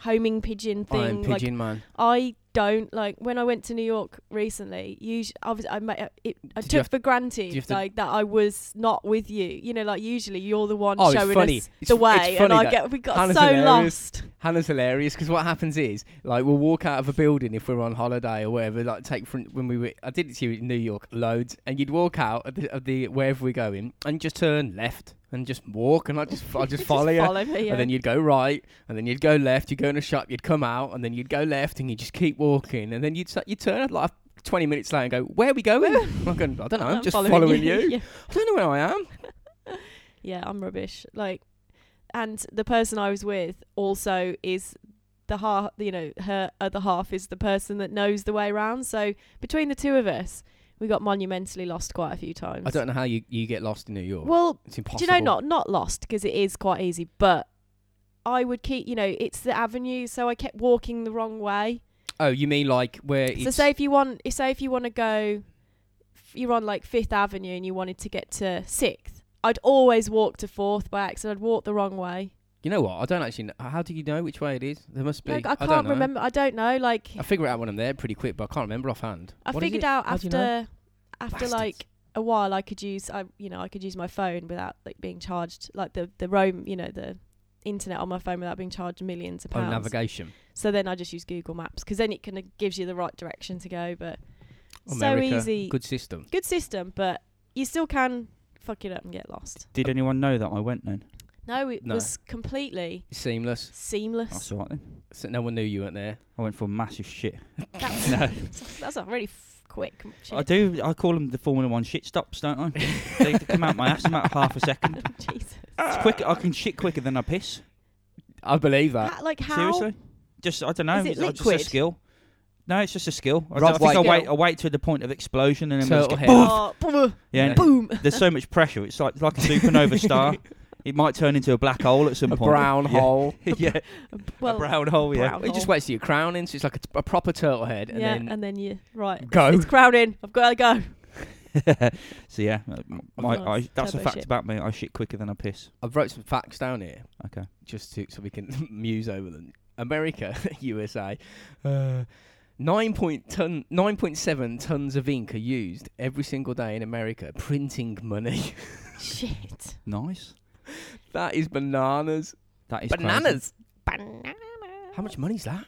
Speaker 3: homing pigeon thing.
Speaker 1: Iron
Speaker 3: like
Speaker 1: pigeon man.
Speaker 3: I don't like when I went to New York recently. Usually, I was I ma- it, I
Speaker 1: Did you
Speaker 3: took
Speaker 1: have-
Speaker 3: for
Speaker 1: do you
Speaker 3: granted
Speaker 1: have to-
Speaker 3: like that I was not with you. You know, like usually you're the one
Speaker 1: Oh, it's
Speaker 3: showing
Speaker 1: funny.
Speaker 3: us
Speaker 1: It's
Speaker 3: the
Speaker 1: f- it's
Speaker 3: way, and
Speaker 1: funny
Speaker 3: I
Speaker 1: that
Speaker 3: get we got
Speaker 1: Hannah's
Speaker 3: so
Speaker 1: hilarious.
Speaker 3: lost.
Speaker 1: Hannah's hilarious because what happens is, like, we'll walk out of a building if we're on holiday or wherever. Like, take from when we were, I did it to you in New York loads, and you'd walk out of the, of the wherever we're going and just turn left and just walk, and I just, I [laughs]
Speaker 3: [laughs]
Speaker 1: just follow you.
Speaker 3: me, yeah.
Speaker 1: And then you'd go right, and then you'd go left. You'd go in a shop, you'd come out, and then you'd go left, and you just keep walking, and then you'd s- you turn like twenty minutes later and go, "Where are we
Speaker 3: [laughs]
Speaker 1: going?" I'm going, [laughs] "I don't know,
Speaker 3: I'm
Speaker 1: I'm just following you.
Speaker 3: [laughs] yeah.
Speaker 1: I don't know where I am."
Speaker 3: yeah, I'm rubbish. Like, and the person I was with also is the half. You know, her other half is the person that knows the way round. So between the two of us, we got monumentally lost quite a few times.
Speaker 1: I don't know how you, you get lost in New York.
Speaker 3: Well,
Speaker 1: it's impossible.
Speaker 3: Do you know not not lost because it is quite easy, but I would keep you know it's the avenue, so I kept walking the wrong way.
Speaker 1: Oh, you mean like where?
Speaker 3: so
Speaker 1: it's,
Speaker 3: say if you want, if say if you want to go, if you're on like Fifth Avenue and you wanted to get to Sixth. I'd always walk to Fourth by accident. I'd walk the wrong way.
Speaker 1: you know what? I don't actually. know. How do you know which way it is? There must be.
Speaker 3: Like, I
Speaker 1: don't
Speaker 3: can't
Speaker 1: know.
Speaker 3: remember. I don't know. Like
Speaker 1: I figure it out when I'm there pretty quick, but I can't remember offhand.
Speaker 3: I
Speaker 1: What is
Speaker 3: figured
Speaker 1: it?
Speaker 3: out
Speaker 1: How
Speaker 3: after
Speaker 1: do you know?
Speaker 3: after
Speaker 1: Bastards.
Speaker 3: like a while I could use I you know I could use my phone without like being charged like the the roam you know the internet on my phone without being charged millions of
Speaker 1: Oh,
Speaker 3: pounds.
Speaker 1: navigation.
Speaker 3: So then I just use Google Maps because then it kind of gives you the right direction to go. But
Speaker 1: America,
Speaker 3: so easy, good.
Speaker 1: Good system.
Speaker 3: system, but you still can fuck it up and get lost.
Speaker 2: Did anyone know that I went then?
Speaker 3: No, it
Speaker 1: No.
Speaker 3: was completely
Speaker 1: Seamless.
Speaker 3: seamless.
Speaker 2: That's all right then.
Speaker 1: So no one knew you weren't there. [laughs]
Speaker 2: I went for a massive shit.
Speaker 3: [laughs] That's,
Speaker 2: No.
Speaker 3: that's a really f- quick. m-
Speaker 2: I
Speaker 3: shit.
Speaker 2: do. I call them the Formula One shit stops, don't I? they come out
Speaker 1: [laughs]
Speaker 2: my ass in about half a second.
Speaker 3: [laughs] Jesus.
Speaker 2: It's quick. I can shit quicker than I piss.
Speaker 1: I believe that.
Speaker 3: Ha- like how?
Speaker 2: Seriously? Just I don't know.
Speaker 3: Is it
Speaker 2: it's just a
Speaker 3: liquid?
Speaker 2: skill. No, it's just a skill. I,
Speaker 1: Rob
Speaker 2: I think I
Speaker 1: White.
Speaker 2: wait. I wait till the point of explosion and then I just
Speaker 1: Turtle
Speaker 2: go,
Speaker 1: head.
Speaker 2: "Boof!"
Speaker 3: Oh, boom.
Speaker 2: Yeah, and
Speaker 3: boom.
Speaker 1: [laughs]
Speaker 2: there's so much pressure. It's like it's like a supernova star. It might turn into a black hole at some
Speaker 1: A
Speaker 2: point.
Speaker 1: brown
Speaker 2: Yeah.
Speaker 1: hole.
Speaker 2: [laughs] yeah,
Speaker 3: Well,
Speaker 2: a brown hole. Yeah.
Speaker 3: brown
Speaker 1: Well, you just
Speaker 3: hole.
Speaker 1: wait till you're crowning, so it's like a, t- a proper turtle head, and
Speaker 3: yeah,
Speaker 1: then
Speaker 3: and then you right.
Speaker 1: go.
Speaker 3: It's crowding. I've got to go.
Speaker 2: [laughs] so yeah, uh, my,
Speaker 3: Nice.
Speaker 2: I, that's a
Speaker 3: Turbo
Speaker 2: fact
Speaker 3: shit.
Speaker 2: about me. I shit quicker than I piss.
Speaker 1: I've wrote some facts down here.
Speaker 2: Okay.
Speaker 1: Just to, so we can [laughs] muse over them. America, [laughs] USA, uh, nine point ton, nine point seven tons of ink are used every single day in America printing money. [laughs]
Speaker 3: Shit.
Speaker 2: Nice.
Speaker 1: that is bananas.
Speaker 2: That is crazy.
Speaker 1: bananas.
Speaker 3: Banana.
Speaker 1: How much money's that?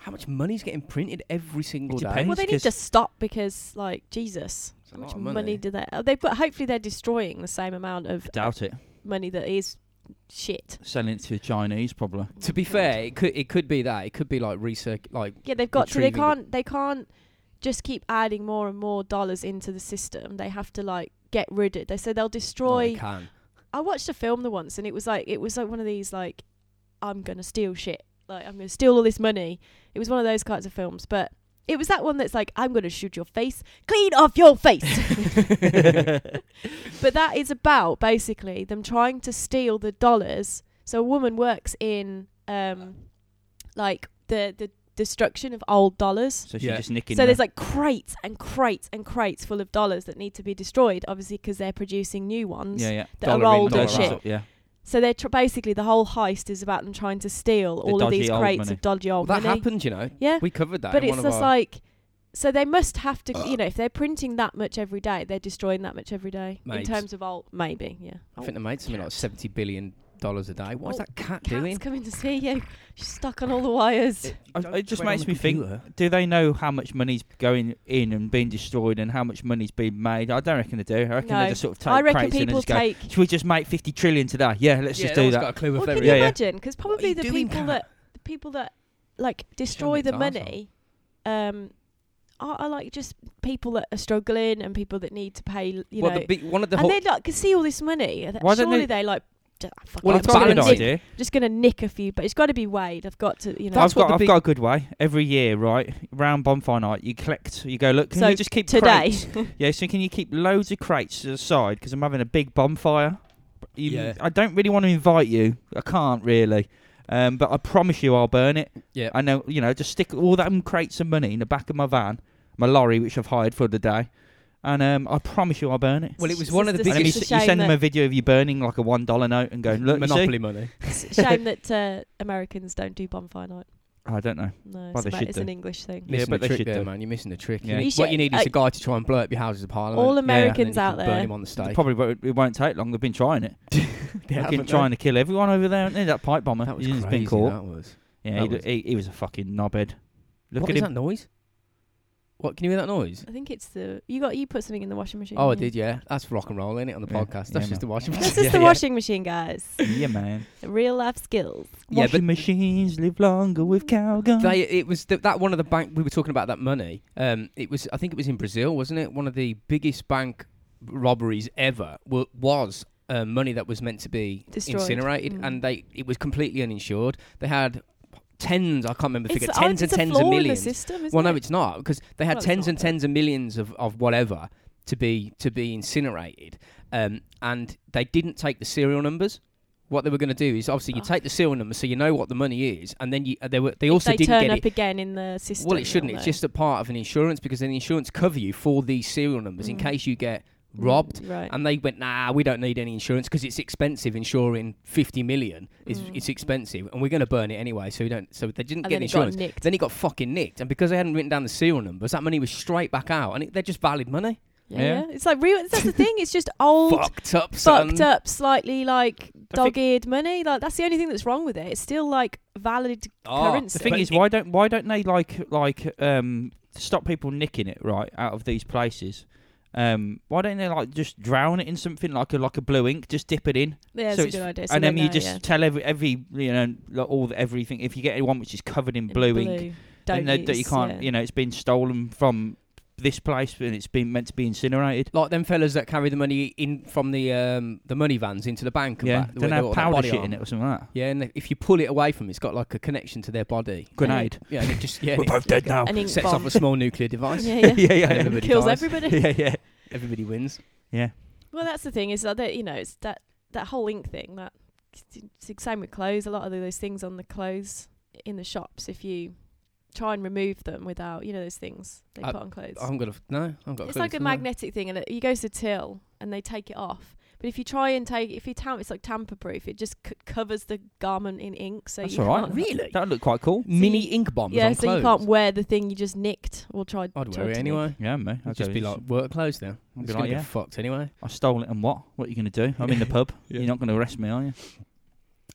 Speaker 1: How much money's getting printed every single day?
Speaker 2: depends.
Speaker 3: Well, they need
Speaker 2: 'Cause-
Speaker 3: to stop because, like, Jesus,
Speaker 1: It's a
Speaker 3: how much
Speaker 1: lot of
Speaker 3: money. do they? oh, They but hopefully they're destroying the same amount of
Speaker 2: Doubt it.
Speaker 3: money that is shit.
Speaker 2: Selling it to Chinese probably.
Speaker 1: To be fair, it could it could be that it could be like recirc like
Speaker 3: yeah, they've got to. They
Speaker 1: retrieving it.
Speaker 3: can't. They can't just keep adding more and more dollars into the system. They have to like get rid of. They say they'll
Speaker 1: no, they
Speaker 3: destroy.
Speaker 1: can.
Speaker 3: I watched a film the once, and it was like it was like one of these like I'm gonna steal shit. Like I'm gonna steal all this money. It was one of those kinds of films, but it was that one that's like I'm gonna shoot your face clean off your face.
Speaker 1: [laughs]
Speaker 3: But that is about basically them trying to steal the dollars. So a woman works in um like the the destruction of old dollars.
Speaker 2: so she's
Speaker 1: Yeah.
Speaker 2: just nicking.
Speaker 3: So
Speaker 2: the-
Speaker 3: there's like crates and crates and crates full of dollars that need to be destroyed, obviously because they're producing new ones.
Speaker 2: yeah, yeah.
Speaker 3: that are
Speaker 1: Dollar in,
Speaker 3: old
Speaker 1: dollar
Speaker 3: and
Speaker 2: Dollar
Speaker 1: out.
Speaker 3: shit.
Speaker 2: up, Yeah.
Speaker 3: So they're tr- basically the whole heist is about them trying to steal all of
Speaker 2: dodgy
Speaker 3: these
Speaker 2: old
Speaker 3: crates
Speaker 2: money.
Speaker 3: of dodgy
Speaker 1: Well,
Speaker 3: old
Speaker 1: that
Speaker 3: money.
Speaker 1: happened, you know.
Speaker 3: Yeah,
Speaker 1: We covered that.
Speaker 3: but
Speaker 1: in
Speaker 3: it's
Speaker 1: one of
Speaker 3: just
Speaker 1: our-
Speaker 3: like, so they must have to, you know, if they're printing that much every day, they're destroying that much every day
Speaker 1: Mate.
Speaker 3: in terms of old. Maybe, yeah.
Speaker 1: I think they made something like seventy billion dollars a day. What is
Speaker 3: Oh,
Speaker 1: that cat
Speaker 3: Cat's
Speaker 1: doing?
Speaker 3: coming to see you. She's stuck on all the wires.
Speaker 2: I- it just makes me think- Do they know how much money's going in and being destroyed and how much money's being made? I don't reckon they do. I reckon
Speaker 3: No.
Speaker 2: they just sort of take
Speaker 3: I reckon
Speaker 2: crates in and
Speaker 3: people
Speaker 2: just go,
Speaker 3: take.
Speaker 2: should we just make 50 trillion today? Yeah, let's just do
Speaker 1: Got a
Speaker 2: that.
Speaker 1: clue
Speaker 3: Well,
Speaker 1: if
Speaker 3: can
Speaker 1: they
Speaker 3: you
Speaker 2: Yeah, yeah.
Speaker 3: imagine? Because probably
Speaker 1: you
Speaker 3: the
Speaker 1: doing,
Speaker 3: people
Speaker 1: cat?
Speaker 3: that the people that like destroy
Speaker 1: its
Speaker 3: the
Speaker 1: arsehole.
Speaker 3: money, um, are, are like just people that are struggling and people that need to pay. You
Speaker 1: well,
Speaker 3: know,
Speaker 1: the big, one of the
Speaker 3: and
Speaker 1: whole,
Speaker 3: they like can see all this money. and
Speaker 2: Why don't
Speaker 3: Surely
Speaker 2: they-
Speaker 3: they like. "Ju- ah, fuck
Speaker 1: Well,
Speaker 3: it,
Speaker 1: it's
Speaker 2: I've got a
Speaker 1: bad
Speaker 2: good
Speaker 3: gonna nick,
Speaker 2: idea.
Speaker 3: just gonna nick a few, but it's got to be weighed. I've got to, you know.
Speaker 1: That's
Speaker 2: I've, got,
Speaker 1: what
Speaker 2: I've
Speaker 1: the
Speaker 2: got a good way. Every year, right, round bonfire night, you collect, you go, look, can
Speaker 3: So
Speaker 2: you just keep
Speaker 3: [laughs] today,
Speaker 2: crates?
Speaker 3: [laughs]
Speaker 2: Yeah, so can you keep loads of crates to the side because I'm having a big bonfire? You-
Speaker 1: Yeah.
Speaker 2: I don't really want to invite you. I can't really. Um, but I promise you I'll burn it.
Speaker 1: yeah,
Speaker 2: I know, you know, just stick all them crates of money in the back of my van, my lorry, which I've hired for the day. And um, I promise you I'll burn it.
Speaker 1: Well, it was
Speaker 3: It's
Speaker 1: one of the
Speaker 3: just
Speaker 2: and
Speaker 3: this-
Speaker 2: then you,
Speaker 1: biggest
Speaker 2: s-
Speaker 3: it's a
Speaker 2: you
Speaker 3: shame
Speaker 2: send them
Speaker 3: that-
Speaker 2: a video of you burning like a $1 note and going, look, you see?
Speaker 1: monopoly money.
Speaker 3: it's a [laughs]
Speaker 1: [laughs]
Speaker 3: shame that uh, Americans don't do bonfire night.
Speaker 2: I don't know.
Speaker 3: No,
Speaker 2: Well,
Speaker 3: it's,
Speaker 2: they
Speaker 3: about-
Speaker 2: should
Speaker 3: it's
Speaker 2: do.
Speaker 3: an English thing.
Speaker 1: Missing
Speaker 2: but
Speaker 1: the
Speaker 2: they
Speaker 1: trick
Speaker 2: should
Speaker 1: there,
Speaker 2: do.
Speaker 1: man. You're missing the trick. You
Speaker 2: Yeah.
Speaker 1: need-
Speaker 3: You
Speaker 1: what you
Speaker 3: should-
Speaker 1: need is
Speaker 3: like-
Speaker 1: a guy to try and blow up your houses of parliament.
Speaker 3: All
Speaker 1: and then you
Speaker 3: Americans
Speaker 1: can
Speaker 3: out
Speaker 1: burn
Speaker 3: there.
Speaker 1: him on the
Speaker 2: They
Speaker 1: stake.
Speaker 2: probably won't, it won't take long. They've been trying it.
Speaker 1: They
Speaker 2: They've
Speaker 1: haven't,
Speaker 2: been
Speaker 1: though.
Speaker 2: trying to kill everyone over there. haven't they? That pipe bomber.
Speaker 1: That was
Speaker 2: He's
Speaker 1: crazy.
Speaker 2: been caught.
Speaker 1: That was.
Speaker 2: Yeah,
Speaker 1: That
Speaker 2: he,
Speaker 1: was-
Speaker 2: he, he was a fucking knobhead. Look
Speaker 1: what
Speaker 2: at
Speaker 1: is
Speaker 2: him.
Speaker 1: that noise? What can you hear that noise?
Speaker 3: I think it's the you got you put something in the washing machine.
Speaker 1: Oh, I
Speaker 3: didn't you?
Speaker 1: did. Yeah, that's rock and roll, is it? On the
Speaker 2: Yeah.
Speaker 1: podcast, that's
Speaker 2: Yeah,
Speaker 1: just
Speaker 2: man.
Speaker 1: the washing
Speaker 3: That's
Speaker 1: machine.
Speaker 3: just the
Speaker 2: Yeah.
Speaker 3: washing machine, guys.
Speaker 2: yeah, man.
Speaker 3: Real life skills.
Speaker 1: Yeah,
Speaker 2: Washing
Speaker 1: but-
Speaker 2: machines live longer with cowgum.
Speaker 1: They, it was th- that one of the bank we were talking about that money. Um, it was I think it was in Brazil, wasn't it? One of the biggest bank robberies ever wa- was uh, money that was meant to be
Speaker 3: Destroyed.
Speaker 1: incinerated,
Speaker 3: Mm.
Speaker 1: and they it was completely uninsured. They had tens, I can't remember the figure,
Speaker 3: I-
Speaker 1: tens and
Speaker 3: a
Speaker 1: tens
Speaker 3: flaw
Speaker 1: of
Speaker 3: in the
Speaker 1: millions.
Speaker 3: system, isn't
Speaker 1: Well, no,
Speaker 3: it?
Speaker 1: it's not because they had
Speaker 3: Well, it's
Speaker 1: tens
Speaker 3: not,
Speaker 1: and
Speaker 3: but-
Speaker 1: tens of millions of, of whatever to be to be incinerated, um, and they didn't take the serial numbers. What they were going to do is obviously you
Speaker 3: Fuck.
Speaker 1: take the serial number so you know what the money is, and then you uh, they were they also
Speaker 3: they
Speaker 1: didn't
Speaker 3: turn
Speaker 1: get
Speaker 3: up
Speaker 1: it.
Speaker 3: again in the system.
Speaker 1: Well, it shouldn't.
Speaker 3: you'll
Speaker 1: It's
Speaker 3: know.
Speaker 1: just a part of an insurance because then the insurance cover you for these serial numbers in
Speaker 3: Mm.
Speaker 1: case you get
Speaker 3: Mm,
Speaker 1: robbed.
Speaker 3: Right.
Speaker 1: And they went, nah, we don't need any insurance because it's expensive. Insuring fifty million is
Speaker 3: Mm.
Speaker 1: it's expensive, and we're going to burn it anyway. So we don't. So they didn't
Speaker 3: And
Speaker 1: get
Speaker 3: then it
Speaker 1: insurance.
Speaker 3: got nicked.
Speaker 1: Then he got fucking nicked, and because they hadn't written down the serial numbers, that money was straight back out, and it, they're just valid money.
Speaker 3: yeah,
Speaker 2: Yeah.
Speaker 3: yeah. It's like real. That's the thing.
Speaker 1: [laughs]
Speaker 3: It's just old,
Speaker 1: fucked up, son.
Speaker 2: um,
Speaker 3: fucked up, slightly like dog-eared money. Like that's the only thing that's wrong with it. It's still like valid
Speaker 1: Ah,
Speaker 3: currency.
Speaker 2: The thing
Speaker 1: But
Speaker 2: is,
Speaker 1: it-
Speaker 2: why don't why don't they like like um stop people nicking it right out of these places? Um, why don't they like just drown it in something like a like a blue ink, just dip it in,
Speaker 3: yeah, it's
Speaker 2: so
Speaker 3: a
Speaker 2: it's-
Speaker 3: good idea. So
Speaker 2: and then
Speaker 3: they
Speaker 2: you
Speaker 3: know,
Speaker 2: just
Speaker 3: yeah.
Speaker 2: tell every every you know like, all the, everything. If you get one which is covered in
Speaker 3: In
Speaker 2: blue, ink, then
Speaker 3: Don't
Speaker 2: they- that you
Speaker 3: use,
Speaker 2: can't
Speaker 3: yeah.
Speaker 2: you know it's been stolen from this place and it's been meant to be incinerated.
Speaker 1: Like them fellas that carry the money in from the um, the money vans into the bank. And
Speaker 2: yeah,
Speaker 1: back, the
Speaker 2: then
Speaker 1: way
Speaker 2: they
Speaker 1: they've
Speaker 2: have
Speaker 1: got that
Speaker 2: powder
Speaker 1: body
Speaker 2: shit
Speaker 1: on.
Speaker 2: in it or something like that.
Speaker 1: Yeah, and if you pull it away from, it, it's got like a connection to their body.
Speaker 2: Grenade.
Speaker 1: Yeah, and it just
Speaker 2: [laughs]
Speaker 1: yeah,
Speaker 2: We're
Speaker 1: and
Speaker 2: both dead now.
Speaker 3: An
Speaker 1: it
Speaker 3: ink
Speaker 1: sets
Speaker 3: bomb.
Speaker 1: off a small nuclear device.
Speaker 2: [laughs]
Speaker 3: [laughs] yeah, yeah.
Speaker 2: yeah,
Speaker 1: And
Speaker 2: yeah,
Speaker 1: everybody
Speaker 3: Kills
Speaker 1: dies.
Speaker 2: [laughs]
Speaker 3: everybody.
Speaker 2: yeah, yeah,
Speaker 1: Everybody wins.
Speaker 2: yeah.
Speaker 3: Well, that's the thing is that they- you know it's that that whole ink thing that it's the same with clothes. A lot of those things on the clothes in the shops, if you try and remove them without you know those things they
Speaker 1: I-
Speaker 3: put on clothes,
Speaker 1: I haven't got a f- no. I've got.
Speaker 3: it's
Speaker 1: clue
Speaker 3: like a
Speaker 1: to know.
Speaker 3: magnetic thing, and it, you go to till and they take it off. But if you try and take, if you tam, it's like tamper proof. It just c- covers the garment in ink, so
Speaker 2: That's
Speaker 3: you
Speaker 2: all right.
Speaker 3: [laughs] can't.
Speaker 1: Really?
Speaker 2: That looked quite cool.
Speaker 1: Mini
Speaker 3: you-
Speaker 1: ink bombs.
Speaker 3: Yeah,
Speaker 1: on
Speaker 3: so
Speaker 1: clothes.
Speaker 3: you can't wear the thing you just nicked or tried.
Speaker 1: I'd
Speaker 3: tried
Speaker 1: wear it
Speaker 3: to nick.
Speaker 1: anyway.
Speaker 2: Yeah, mate.
Speaker 1: I'd just be like work clothes now.
Speaker 2: I'd
Speaker 1: It's
Speaker 2: be
Speaker 1: gonna
Speaker 2: like,
Speaker 1: get
Speaker 2: yeah.
Speaker 1: fucked anyway.
Speaker 2: I stole it and what? What are you going to do? I'm in the [laughs] pub.
Speaker 1: Yeah.
Speaker 2: You're not going to arrest me, are you?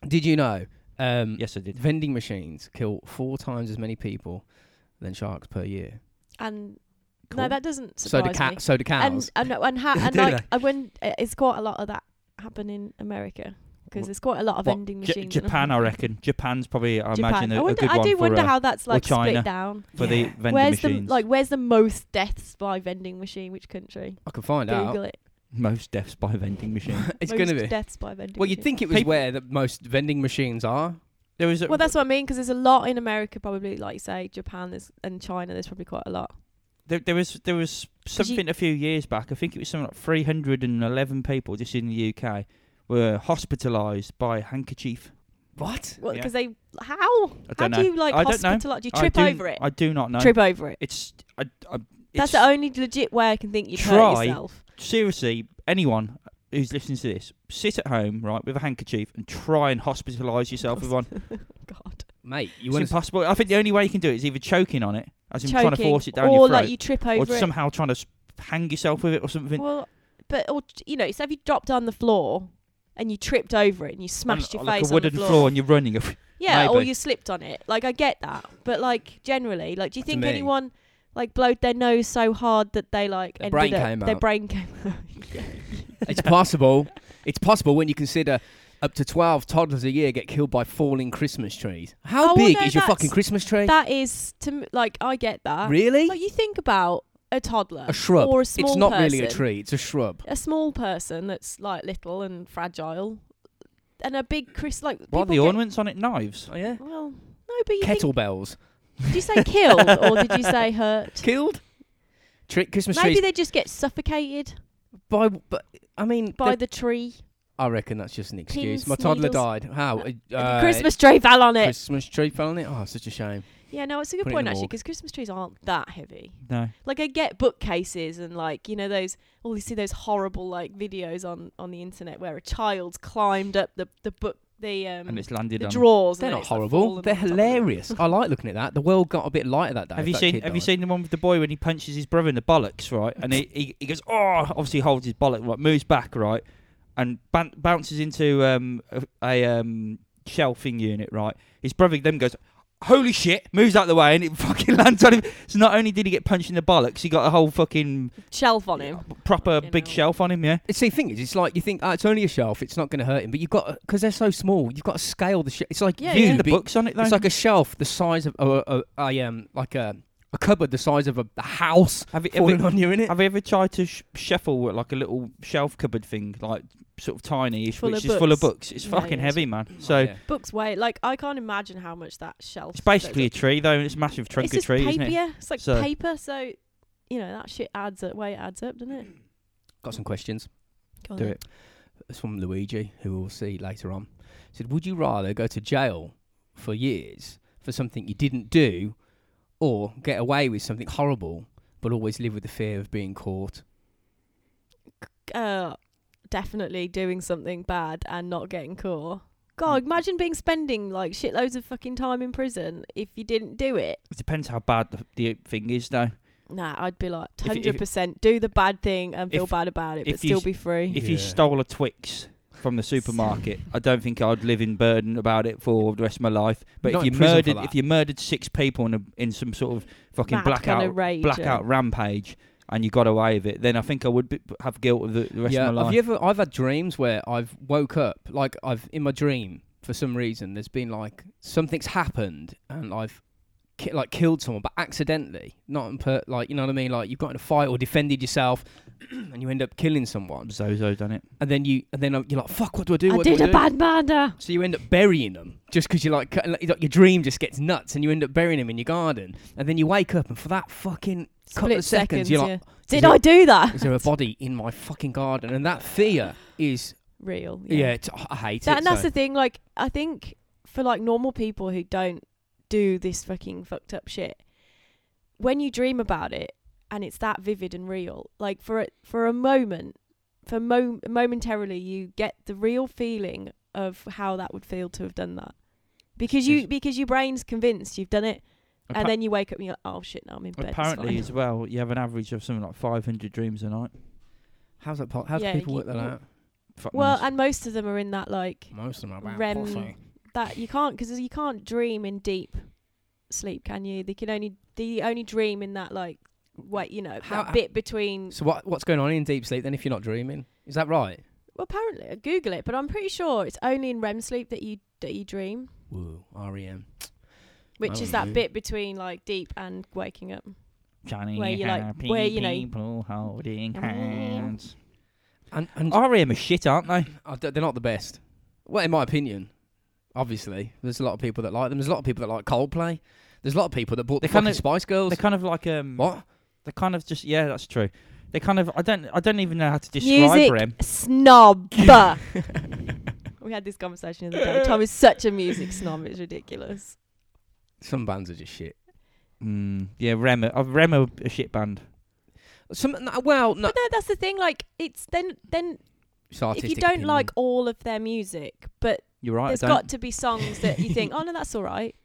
Speaker 1: Did you know? Um,
Speaker 2: Yes, I did.
Speaker 1: Vending machines kill four times as many people than sharks per year.
Speaker 3: And
Speaker 2: Cool.
Speaker 3: no, that doesn't
Speaker 1: So
Speaker 3: surprise
Speaker 1: do
Speaker 3: me.
Speaker 1: cat. So do cows.
Speaker 3: And and
Speaker 2: [laughs]
Speaker 3: and, ha- and
Speaker 2: Do
Speaker 3: like uh, when uh, it's quite a lot of that happen in America because there's quite a lot of
Speaker 2: What,
Speaker 3: vending
Speaker 2: J-
Speaker 3: machines. in
Speaker 2: Japan, I
Speaker 3: America.
Speaker 2: reckon. Japan's probably, I
Speaker 3: Japan.
Speaker 2: imagine, a,
Speaker 3: I, wonder,
Speaker 2: a good
Speaker 3: I
Speaker 2: one
Speaker 3: do
Speaker 2: for,
Speaker 3: wonder
Speaker 2: uh,
Speaker 3: how that's
Speaker 2: or
Speaker 3: like
Speaker 2: China.
Speaker 3: split down.
Speaker 2: for the
Speaker 1: Yeah.
Speaker 2: vending
Speaker 3: where's
Speaker 2: machines.
Speaker 3: the like? Where's the most deaths by vending machine? Which country?
Speaker 1: I could find out.
Speaker 3: Google it.
Speaker 2: most deaths by vending machine.
Speaker 1: [laughs] It's
Speaker 3: most
Speaker 1: going to be.
Speaker 3: deaths by vending.
Speaker 1: Well, you'd
Speaker 3: machine.
Speaker 1: think it was
Speaker 2: People-
Speaker 1: where the most vending machines are.
Speaker 2: there was a,
Speaker 3: Well, that's what I mean because there's a lot in America, probably like you say Japan there's, and China. There's probably quite a lot.
Speaker 2: there, there was there was
Speaker 3: you-
Speaker 2: something a few years back. I think it was something like 311 people just in the UK were hospitalised by a handkerchief.
Speaker 1: What?
Speaker 3: Well,
Speaker 2: Yeah.
Speaker 3: because they
Speaker 2: I
Speaker 3: how how
Speaker 2: don't know.
Speaker 3: do you like
Speaker 2: I don't know.
Speaker 3: hospital? Do you trip
Speaker 2: I do,
Speaker 3: over it?
Speaker 2: I do not know.
Speaker 3: Trip over it.
Speaker 2: It's I, I, it's
Speaker 3: That's the only legit way I can think you'd hurt
Speaker 2: Try
Speaker 3: yourself.
Speaker 2: seriously anyone who's listening to this, sit at home right with a handkerchief and try and hospitalise yourself with one.
Speaker 3: [laughs] God.
Speaker 1: Mate, you
Speaker 2: It's
Speaker 1: want to
Speaker 2: impossible. I think the only way you can do it is either choking on it, as in trying to
Speaker 3: Choking,
Speaker 2: force it down
Speaker 3: or
Speaker 2: your throat,
Speaker 3: like you trip
Speaker 2: or
Speaker 3: over it.
Speaker 2: somehow trying to s- hang yourself with it or something.
Speaker 3: Well, but or you know, so if you dropped on the floor and you tripped over it and you smashed
Speaker 2: on,
Speaker 3: your
Speaker 2: like
Speaker 3: face
Speaker 2: a wooden
Speaker 3: on the floor,
Speaker 2: and you're running. [laughs] over-
Speaker 3: yeah, or
Speaker 2: maybe.
Speaker 3: you slipped on it. Like I get that, but like generally, like do you
Speaker 1: To
Speaker 3: think
Speaker 1: me-
Speaker 3: anyone like blowed their nose so hard that they like
Speaker 1: Their
Speaker 3: ended
Speaker 1: brain
Speaker 3: up-
Speaker 1: came
Speaker 3: Their
Speaker 1: out.
Speaker 3: brain came [laughs] out.
Speaker 1: It's possible. It's possible when you consider up to 12 toddlers a year get killed by falling Christmas trees. How
Speaker 3: Oh, well,
Speaker 1: big
Speaker 3: no,
Speaker 1: is your
Speaker 3: that's-
Speaker 1: fucking Christmas tree?
Speaker 3: that is to m- like I get that.
Speaker 1: really?
Speaker 3: Like you think about a toddler,
Speaker 1: a shrub.
Speaker 3: or a small
Speaker 1: it's not really a
Speaker 3: person.
Speaker 1: tree, it's a shrub.
Speaker 3: a small person that's like little and fragile, and a big Chris like
Speaker 2: What are
Speaker 3: people
Speaker 2: the
Speaker 3: get-
Speaker 2: ornaments on it? Knives.
Speaker 1: Oh, yeah?
Speaker 3: Well, no, but you think
Speaker 1: Kettlebells.
Speaker 3: Did you
Speaker 1: [laughs]
Speaker 3: say killed or did you say hurt?
Speaker 1: Killed? Tree, Christmas
Speaker 3: Maybe
Speaker 1: trees
Speaker 3: they just get suffocated
Speaker 1: by, but I mean,
Speaker 3: by
Speaker 1: the-
Speaker 3: the tree.
Speaker 1: I reckon that's just an excuse.
Speaker 3: Pins,
Speaker 1: My toddler
Speaker 3: needles.
Speaker 1: died. How? Uh,
Speaker 3: the Christmas tree fell on it.
Speaker 1: Christmas tree fell on it. Oh, such a shame.
Speaker 3: yeah, no, it's a good
Speaker 1: put it in
Speaker 3: point
Speaker 1: the
Speaker 3: actually
Speaker 1: morgue.
Speaker 3: because Christmas trees aren't that heavy.
Speaker 2: No.
Speaker 3: Like I get bookcases and like you know those. All you see those horrible like videos on on the internet where a child's climbed up the the book the um
Speaker 2: And it's landed
Speaker 3: the
Speaker 2: on.
Speaker 3: drawers. and
Speaker 1: They're
Speaker 3: then
Speaker 1: not
Speaker 3: it's, like,
Speaker 1: horrible.
Speaker 3: fallen
Speaker 1: They're
Speaker 3: on top of it.
Speaker 1: hilarious. I like looking at that. The world got a bit lighter that day.
Speaker 2: Have
Speaker 1: if
Speaker 2: you
Speaker 1: that
Speaker 2: seen
Speaker 1: kid
Speaker 2: Have you
Speaker 1: died.
Speaker 2: seen the one with the boy when he punches his brother in the bollocks, right?
Speaker 1: [laughs]
Speaker 2: And he, he, he goes, oh, obviously holds his bollock, right, moves back, right, and ban- bounces into um, a, a um, shelving unit, right. His brother then goes, holy shit, moves out the way, and it [laughs] fucking lands on him. So not only did he get punched in the bollocks, he got a whole fucking
Speaker 3: Shelf on him.
Speaker 2: proper
Speaker 3: Fucking
Speaker 2: big
Speaker 3: hell.
Speaker 2: shelf on him, yeah.
Speaker 1: It's the thing is, it's like you think oh, it's only a shelf; it's not going to hurt him. But you've got because they're so small, you've got to scale the. Sh- it's like
Speaker 3: Yeah,
Speaker 1: you
Speaker 3: yeah.
Speaker 2: The
Speaker 1: be-
Speaker 2: books on it though.
Speaker 1: It's like a shelf the size of a, a, a, um like a, a cupboard the size of a, a house
Speaker 2: have you, have you-
Speaker 1: falling on you in it.
Speaker 2: Have you ever tried to sh- shuffle with, like a little shelf cupboard thing, like sort of tiny,
Speaker 3: Full
Speaker 2: which
Speaker 3: of
Speaker 2: is full of
Speaker 3: books.
Speaker 2: books? It's
Speaker 3: Yeah,
Speaker 2: fucking
Speaker 3: yeah.
Speaker 2: heavy, man. So
Speaker 1: Yeah.
Speaker 3: Books weigh like I can't imagine how much that shelf.
Speaker 2: it's basically
Speaker 3: goes
Speaker 2: a tree, though, and it's a massive trunk
Speaker 3: it's
Speaker 2: of
Speaker 3: just
Speaker 2: tree,
Speaker 3: paper,
Speaker 2: isn't it?
Speaker 3: yeah. It's like
Speaker 2: So-
Speaker 3: paper, so you know that shit adds up. Way it adds up, doesn't it?
Speaker 1: got some questions.
Speaker 3: Go on
Speaker 2: Do
Speaker 3: then.
Speaker 2: it.
Speaker 1: It's from Luigi, who we'll see later on. He said, "Would you rather go to jail for years for something you didn't do, or get away with something horrible but always live with the fear of being caught?"
Speaker 3: Uh, definitely doing something bad and not getting caught.
Speaker 1: Mm.
Speaker 3: God, imagine being spending like shitloads of fucking time in prison if you didn't do it.
Speaker 2: It depends how bad the, the thing is, though.
Speaker 3: Nah, I'd be like
Speaker 2: If- if-
Speaker 3: hundred percent do the bad thing and feel
Speaker 2: if-
Speaker 3: bad about it, but
Speaker 2: if you
Speaker 3: still
Speaker 2: s-
Speaker 3: be free.
Speaker 2: If you
Speaker 1: Yeah.
Speaker 2: stole a Twix from the supermarket, I don't think I'd live in burden about it for the rest of my life. But
Speaker 1: Not
Speaker 2: if
Speaker 1: in
Speaker 2: you
Speaker 1: prison for
Speaker 2: murdered,
Speaker 1: that.
Speaker 2: if you murdered six people in a, in some sort of fucking
Speaker 3: Mad
Speaker 2: blackout
Speaker 3: kinda rage
Speaker 2: blackout
Speaker 3: and-
Speaker 2: rampage, and you got away with it, then I think I would be, have guilt of the, the rest
Speaker 1: yeah,
Speaker 2: of my
Speaker 1: have
Speaker 2: life.
Speaker 1: you ever? I've had dreams where I've woke up, like I've in my dream for some reason. There's been like something's happened, and I've ki- like killed someone, but accidentally, not on per- like you know what I mean. Like you've got in a fight or defended yourself, [clears throat] and you end up killing someone,
Speaker 2: Zozo done it.
Speaker 1: and then you and then uh, you're like, fuck, what do I do?
Speaker 3: I
Speaker 1: What do
Speaker 3: did
Speaker 1: I
Speaker 3: a
Speaker 1: do?
Speaker 3: bad murder.
Speaker 1: So you end up burying them just because you like, cut- like like, your dream just gets nuts, and you end up burying them in your garden, and then you wake up, and for that fucking couple
Speaker 3: Split
Speaker 1: of seconds,
Speaker 3: seconds.
Speaker 1: you're
Speaker 3: yeah.
Speaker 1: like,
Speaker 3: Did
Speaker 1: it-
Speaker 3: I do that?
Speaker 1: is there
Speaker 3: [laughs]
Speaker 1: a body in my fucking garden? And that fear is
Speaker 3: Real.
Speaker 1: yeah, it's, I hate
Speaker 3: That,
Speaker 1: it.
Speaker 3: and that's
Speaker 1: so.
Speaker 3: the thing. Like, I think for like normal people who don't do this fucking fucked up shit, when you dream about it and it's that vivid and real, like for a, for a moment, for mo- momentarily, you get the real feeling of how that would feel to have done that, because you
Speaker 1: Is-
Speaker 3: because your brain's convinced you've done it,
Speaker 2: Appa-
Speaker 3: and then you wake up and you're like, oh shit, now I'm in bed. it's
Speaker 2: apparently
Speaker 3: fine."
Speaker 2: as well, you have an average of something like 500 dreams a night.
Speaker 1: how's that? po- How do
Speaker 3: Yeah,
Speaker 1: people
Speaker 3: you-
Speaker 1: work that
Speaker 3: you-
Speaker 1: out?
Speaker 2: Fuck
Speaker 3: well,
Speaker 2: knows.
Speaker 3: and most of them are in that like
Speaker 1: Most of them are about
Speaker 3: REM
Speaker 1: four.
Speaker 3: that you can't because you can't dream in deep sleep, can you? They can only they only dream in that like what you know
Speaker 1: How-
Speaker 3: that bit between.
Speaker 1: So what what's going on in deep sleep then if you're not dreaming? Is that right?
Speaker 3: Well, apparently, I Google it, but I'm pretty sure it's only in REM sleep that you that you dream,
Speaker 1: Woo,
Speaker 3: E
Speaker 1: REM.
Speaker 3: which
Speaker 1: Oh,
Speaker 3: is that
Speaker 1: yeah.
Speaker 3: bit between like deep and waking up.
Speaker 2: Johnny
Speaker 3: where you like-
Speaker 2: happy
Speaker 3: where you know-
Speaker 2: people holding hands.
Speaker 1: And and
Speaker 2: REM is E shit, aren't they?
Speaker 1: I d- they're not the best. Well, in my opinion, obviously, there's a lot of people that like them. There's a lot of people that like Coldplay. There's a lot of people that bought
Speaker 2: They
Speaker 1: the fucking
Speaker 2: kinda-
Speaker 1: Spice Girls.
Speaker 2: They're kind of like um.
Speaker 1: what?
Speaker 2: They're kind of just yeah, that's true. They kind of I don't I don't even know how to describe E
Speaker 3: Music
Speaker 2: REM.
Speaker 1: [laughs]
Speaker 3: snob. we had this conversation the other day. Tom is such a music snob; it's ridiculous.
Speaker 1: Some bands are just shit.
Speaker 2: Mm, yeah, REM. are- Uh, REM are a shit band.
Speaker 1: Some no, well, no.
Speaker 3: But no, that's the thing. Like, it's then then
Speaker 1: It's artistic
Speaker 3: if you don't
Speaker 1: opinion.
Speaker 3: like all of their music, but
Speaker 2: You're right.
Speaker 3: There's
Speaker 2: I don't.
Speaker 3: got to be songs that
Speaker 2: [laughs]
Speaker 3: you think, oh no, that's all right.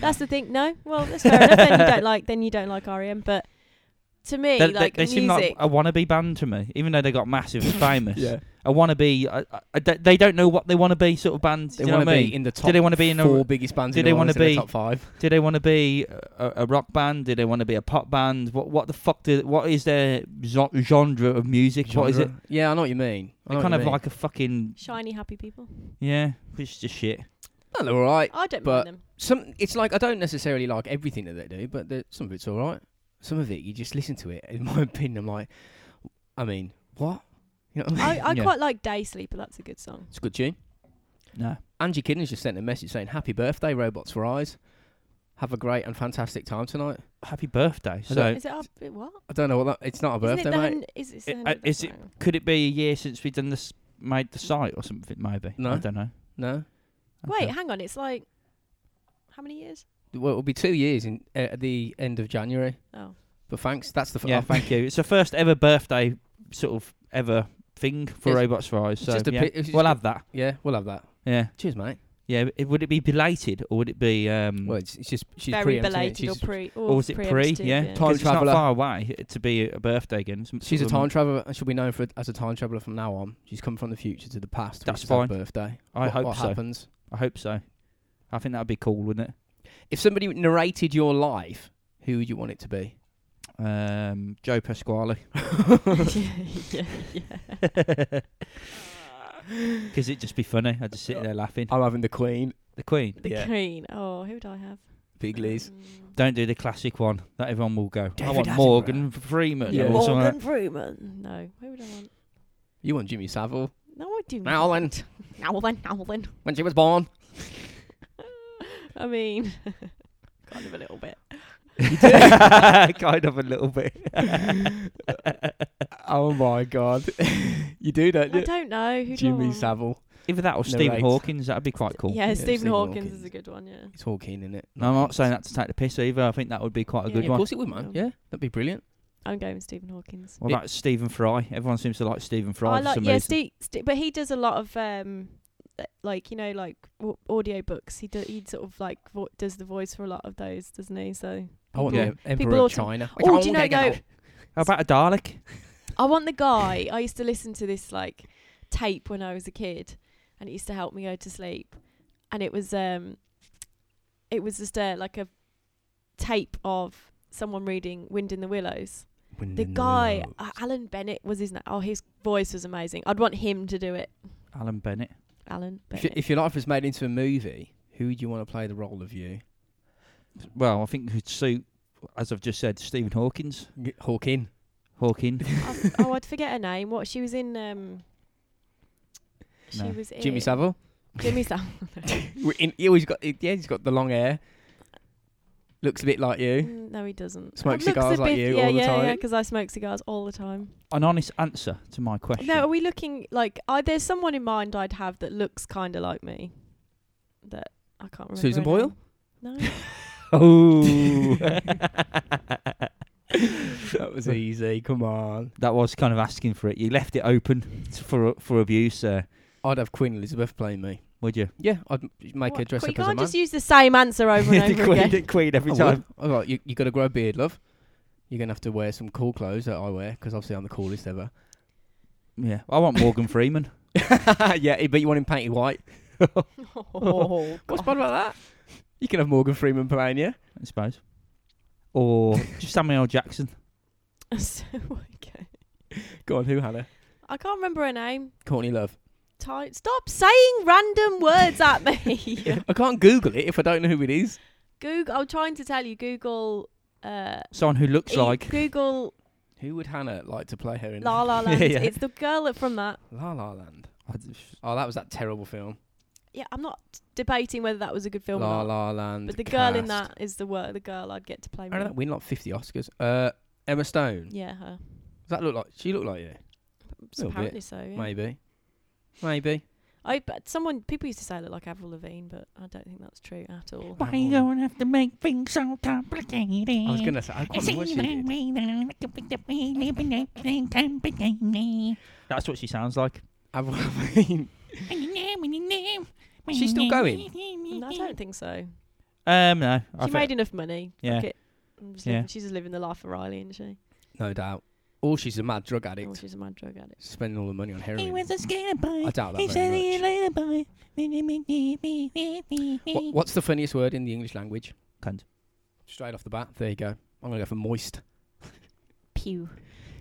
Speaker 3: That's the thing. No, well, that's fair enough. Then you
Speaker 2: [laughs]
Speaker 3: don't like, then you don't like REM. But to me,
Speaker 2: they, they-
Speaker 3: like
Speaker 2: they seem like
Speaker 3: music,
Speaker 2: a wannabe band to me, even though they
Speaker 1: [laughs]
Speaker 2: got massive and famous.
Speaker 1: yeah,
Speaker 2: A wannabe. I, I- I, don't- they don't know what they want to be sort of band.
Speaker 1: they
Speaker 2: do you know
Speaker 1: want
Speaker 2: what
Speaker 1: to
Speaker 2: I
Speaker 1: be
Speaker 2: mean?
Speaker 1: in the
Speaker 2: do
Speaker 1: top.
Speaker 2: they want to be in a
Speaker 1: four biggest bands?
Speaker 2: do
Speaker 1: in
Speaker 2: they
Speaker 1: want
Speaker 2: wanna
Speaker 1: to
Speaker 2: be-
Speaker 1: top five?
Speaker 2: Do they want to be a, a rock band? Do they want to be a pop band? What what the fuck? Do, what is their zo- genre of music? What is it?
Speaker 1: Genre. Yeah, I know what you mean. I
Speaker 2: They're
Speaker 1: know what
Speaker 2: kind
Speaker 1: you
Speaker 2: of
Speaker 1: mean.
Speaker 2: like a fucking
Speaker 3: shiny, happy people.
Speaker 2: yeah, which is just shit.
Speaker 1: No, they're all right.
Speaker 3: I don't
Speaker 1: But-
Speaker 3: mind them.
Speaker 1: some it's like I don't necessarily like everything that they do, but the, some of it's all right. Some of it you just listen to it. In [laughs] my opinion, I'm like, I mean, what? You know, what I mean?
Speaker 3: I, I
Speaker 2: Yeah.
Speaker 3: quite like Day Sleeper. That's a good song.
Speaker 1: it's a good tune.
Speaker 2: No,
Speaker 1: Angie Kidden's just sent a message saying, "Happy birthday, robots for eyes. Have a great and fantastic time tonight."
Speaker 2: happy birthday.
Speaker 1: I
Speaker 2: So
Speaker 1: don't-
Speaker 3: Is it up? it- What?
Speaker 1: I don't know what that. It's not a
Speaker 3: Isn't
Speaker 1: birthday,
Speaker 3: it the
Speaker 1: mate.
Speaker 3: hun- is, it,
Speaker 2: Uh, It- uh, is it- could it be a year since we done this, made the site or something? Maybe
Speaker 1: No.
Speaker 2: I don't know.
Speaker 1: No,
Speaker 3: Wait,
Speaker 2: Okay.
Speaker 3: hang on. It's like how many years?
Speaker 1: well, it'll be two years in uh, at the end of January.
Speaker 3: Oh,
Speaker 1: But thanks. That's the f- oh,
Speaker 2: yeah,
Speaker 1: our-
Speaker 2: thank you. It's the first ever birthday sort of ever thing for
Speaker 1: It's-
Speaker 2: robots for eyes. So
Speaker 1: just a
Speaker 2: yeah,
Speaker 1: pi- it's just
Speaker 2: we'll
Speaker 1: a-
Speaker 2: have that.
Speaker 1: yeah, we'll have that.
Speaker 2: Yeah,
Speaker 1: Cheers, mate.
Speaker 2: yeah. It, would it be belated or would it be um?
Speaker 1: Well, it's, it's just she's
Speaker 3: very
Speaker 1: preempting it.
Speaker 3: belated or
Speaker 1: She's,
Speaker 3: pre oh, or,
Speaker 2: or was it pre?
Speaker 3: preemptive,
Speaker 2: Yeah,
Speaker 1: Time
Speaker 2: 'Cause it's not
Speaker 1: traveller.
Speaker 2: far away to be a birthday again. Some-
Speaker 1: she's a
Speaker 2: sort of-
Speaker 1: time traveler, and she'll be known for as a time traveler from now on. She's come from the future to the past. which
Speaker 2: That's
Speaker 1: is her
Speaker 2: fine.
Speaker 1: Birthday.
Speaker 2: I
Speaker 1: what,
Speaker 2: hope
Speaker 1: what
Speaker 2: so.
Speaker 1: happens.
Speaker 2: I hope so. I think that'd be cool, wouldn't it?
Speaker 1: If somebody narrated your life, who would you want it to be?
Speaker 2: Um,
Speaker 1: [laughs]
Speaker 2: Joe Pasquale,
Speaker 3: [laughs]
Speaker 2: [laughs]
Speaker 3: yeah, yeah, yeah.
Speaker 2: because it'd just be funny. I'd just
Speaker 1: Uh,
Speaker 2: sit there laughing.
Speaker 1: I'm having the Queen.
Speaker 2: The Queen.
Speaker 3: The Queen. Oh, who would I have?
Speaker 1: Big Liz.
Speaker 3: Mm.
Speaker 2: Don't do the classic one that everyone will go. I
Speaker 1: David
Speaker 2: want
Speaker 1: Attenborough.
Speaker 2: Morgan Freeman.
Speaker 1: Yeah.
Speaker 2: or something like
Speaker 3: Morgan Freeman. No, who would I want?
Speaker 1: You want Jimmy Savile
Speaker 3: No, I do
Speaker 1: Now
Speaker 3: not.
Speaker 1: then.
Speaker 3: Now then, now then.
Speaker 1: when she was born?
Speaker 3: [laughs] I mean, [laughs] kind of a little bit.
Speaker 2: [laughs] that. kind of a little bit.
Speaker 1: oh my God! [laughs] you do, don't
Speaker 3: I don't know who do I
Speaker 1: Jimmy
Speaker 3: want?
Speaker 1: Savile.
Speaker 2: [laughs] Either that or Stephen
Speaker 1: Narrate.
Speaker 2: Hawkins. That'd be quite cool.
Speaker 3: Yeah,
Speaker 1: Yeah,
Speaker 3: Stephen
Speaker 1: Stephen
Speaker 3: Hawkins,
Speaker 1: Hawkins.
Speaker 3: is a good one. Yeah.
Speaker 1: It's all keen in it.
Speaker 2: No, I'm not saying that to take the piss either. I think that would be quite a
Speaker 3: Yeah,
Speaker 2: good
Speaker 1: Yeah, of
Speaker 2: one.
Speaker 1: course it would, man.
Speaker 3: Um,
Speaker 1: Yeah, that'd be brilliant.
Speaker 3: I'm going with Stephen Hawkins.
Speaker 2: Well,
Speaker 1: It-
Speaker 2: that's Stephen Fry. Everyone seems to like Stephen Fry
Speaker 3: I
Speaker 2: for
Speaker 3: like
Speaker 2: some
Speaker 3: yeah,
Speaker 2: reason.
Speaker 3: Ste- Ste- but he does a lot of um, th- like you know, like w- audio books. He do- he sort of like vo- does the voice for a lot of those, doesn't he? So
Speaker 1: I want
Speaker 2: Yeah.
Speaker 1: the Emperor
Speaker 3: People
Speaker 1: of
Speaker 3: ought to-
Speaker 1: China.
Speaker 3: Oh, do you know, no,
Speaker 2: How about a Dalek?
Speaker 3: I want the guy. I used to listen to this like tape when I was a kid, and it used to help me go to sleep. And it was um, it was just a like a tape of someone reading "Wind in the Willows." The guy uh, Alan Bennett was his name. Oh, his voice was amazing. I'd want him to do it.
Speaker 2: Alan Bennett.
Speaker 3: Alan
Speaker 1: If, y-
Speaker 3: Bennett.
Speaker 1: if your life was made into a movie, who would you want to play the role of you?
Speaker 2: well, I think could suit, as I've just said, Stephen Hawkins.
Speaker 1: Hawking.
Speaker 2: Hawking.
Speaker 3: I've- [laughs] oh, I'd forget her name. What she was in? Um, she
Speaker 2: No.
Speaker 3: was in
Speaker 1: Jimmy Savile. [laughs]
Speaker 3: Jimmy Savile.
Speaker 1: In, he always got yeah, he's got the long hair. Looks a bit like you.
Speaker 3: Mm, no, he doesn't.
Speaker 1: Smoke
Speaker 3: It looks a
Speaker 1: cigars like
Speaker 3: bit-
Speaker 1: you
Speaker 3: yeah,
Speaker 1: all the
Speaker 3: yeah, Yeah,
Speaker 1: time.
Speaker 3: because I smoke cigars all the time.
Speaker 2: An honest answer to my question.
Speaker 3: No, are we looking like? I there's someone in mind I'd have that looks kind of like me. That I can't remember.
Speaker 1: Susan
Speaker 3: her
Speaker 1: Boyle? [laughs]
Speaker 3: name.
Speaker 2: [laughs] [laughs] Oh.
Speaker 1: That was easy. Come on.
Speaker 2: that was kind of asking for it. You left it open t- for for abuse there,
Speaker 1: I'd have Queen Elizabeth playing me.
Speaker 2: would you?
Speaker 1: Yeah, I'd m-
Speaker 3: No.
Speaker 1: make her
Speaker 3: What?
Speaker 1: dress
Speaker 3: you
Speaker 1: up as a
Speaker 3: can't
Speaker 1: man.
Speaker 3: just use the same
Speaker 2: [laughs]
Speaker 3: answer
Speaker 1: [laughs]
Speaker 3: over and over
Speaker 2: queen,
Speaker 3: again.
Speaker 2: the queen every
Speaker 1: I would.
Speaker 2: time.
Speaker 1: I was like, you, you got to grow a beard, love. You're gonna have to wear some cool clothes that I wear because obviously I'm the coolest ever.
Speaker 2: Yeah, I want Morgan Freeman.
Speaker 1: [laughs] yeah, but you want him painted white.
Speaker 3: [laughs] Oh,
Speaker 1: What's [laughs] bad
Speaker 3: God.
Speaker 1: about that? You can have Morgan Freeman playing you.
Speaker 2: I suppose. Or just Samuel L. Jackson.
Speaker 3: [laughs] So, okay.
Speaker 1: Go on, who Hannah?
Speaker 3: I can't remember her name.
Speaker 1: Courtney
Speaker 3: [laughs]
Speaker 1: Love.
Speaker 3: Ty- Stop saying random words at
Speaker 1: [laughs]
Speaker 3: [laughs] me.
Speaker 1: I can't Google it if I don't know who it is.
Speaker 3: Google. I'm trying to tell you. Google. Uh,
Speaker 2: Someone who looks
Speaker 3: e-
Speaker 1: [laughs]
Speaker 2: like.
Speaker 3: Google
Speaker 1: Who would Hannah like to play her in? [laughs]
Speaker 3: La La Land.
Speaker 2: Yeah, yeah.
Speaker 3: It's the girl that- from that.
Speaker 1: La La Land.
Speaker 2: I just-
Speaker 1: Oh, that was that terrible film.
Speaker 3: Yeah, I'm not debating whether that was a good film
Speaker 1: La
Speaker 3: or not.
Speaker 1: La Land.
Speaker 3: But the girl in
Speaker 1: cast.
Speaker 3: that is the wor- the girl I'd get to play.
Speaker 1: How did
Speaker 3: me.
Speaker 1: that win like 50 Oscars? Uh, Emma Stone.
Speaker 3: Yeah, her.
Speaker 1: Does that look like she look like you? Little bit,
Speaker 3: Apparently so. Yeah.
Speaker 1: Maybe. Maybe.
Speaker 3: I but someone people used to say I look like Avril Lavigne, but I don't think that's true at [laughs] all.
Speaker 1: Why you gonna
Speaker 4: have to make things so complicated?
Speaker 1: I was gonna say. I can't remember what she did.
Speaker 2: That's what she sounds like.
Speaker 1: Avril Lavigne. She's still
Speaker 3: [laughs]
Speaker 1: going?
Speaker 3: Mm, I don't think so.
Speaker 2: Um, no. I
Speaker 3: She
Speaker 2: think-
Speaker 3: made enough money.
Speaker 2: Yeah.
Speaker 3: Fuck it. I'm just
Speaker 2: Yeah.
Speaker 3: living- She's just living the life of Riley, isn't she?
Speaker 1: No doubt. Or she's a mad drug
Speaker 3: Oh,
Speaker 1: addict,
Speaker 3: she's a mad drug addict.
Speaker 1: spending all the money on
Speaker 4: He
Speaker 1: heroin.
Speaker 4: was a skater boy.
Speaker 1: I doubt
Speaker 4: He
Speaker 1: that
Speaker 4: said
Speaker 1: very
Speaker 4: he
Speaker 1: much.
Speaker 4: later boy. What,
Speaker 1: What, what's the funniest word in the English language?
Speaker 2: Cunt.
Speaker 1: Straight off the bat, there you go. I'm gonna go for moist.
Speaker 3: Pew.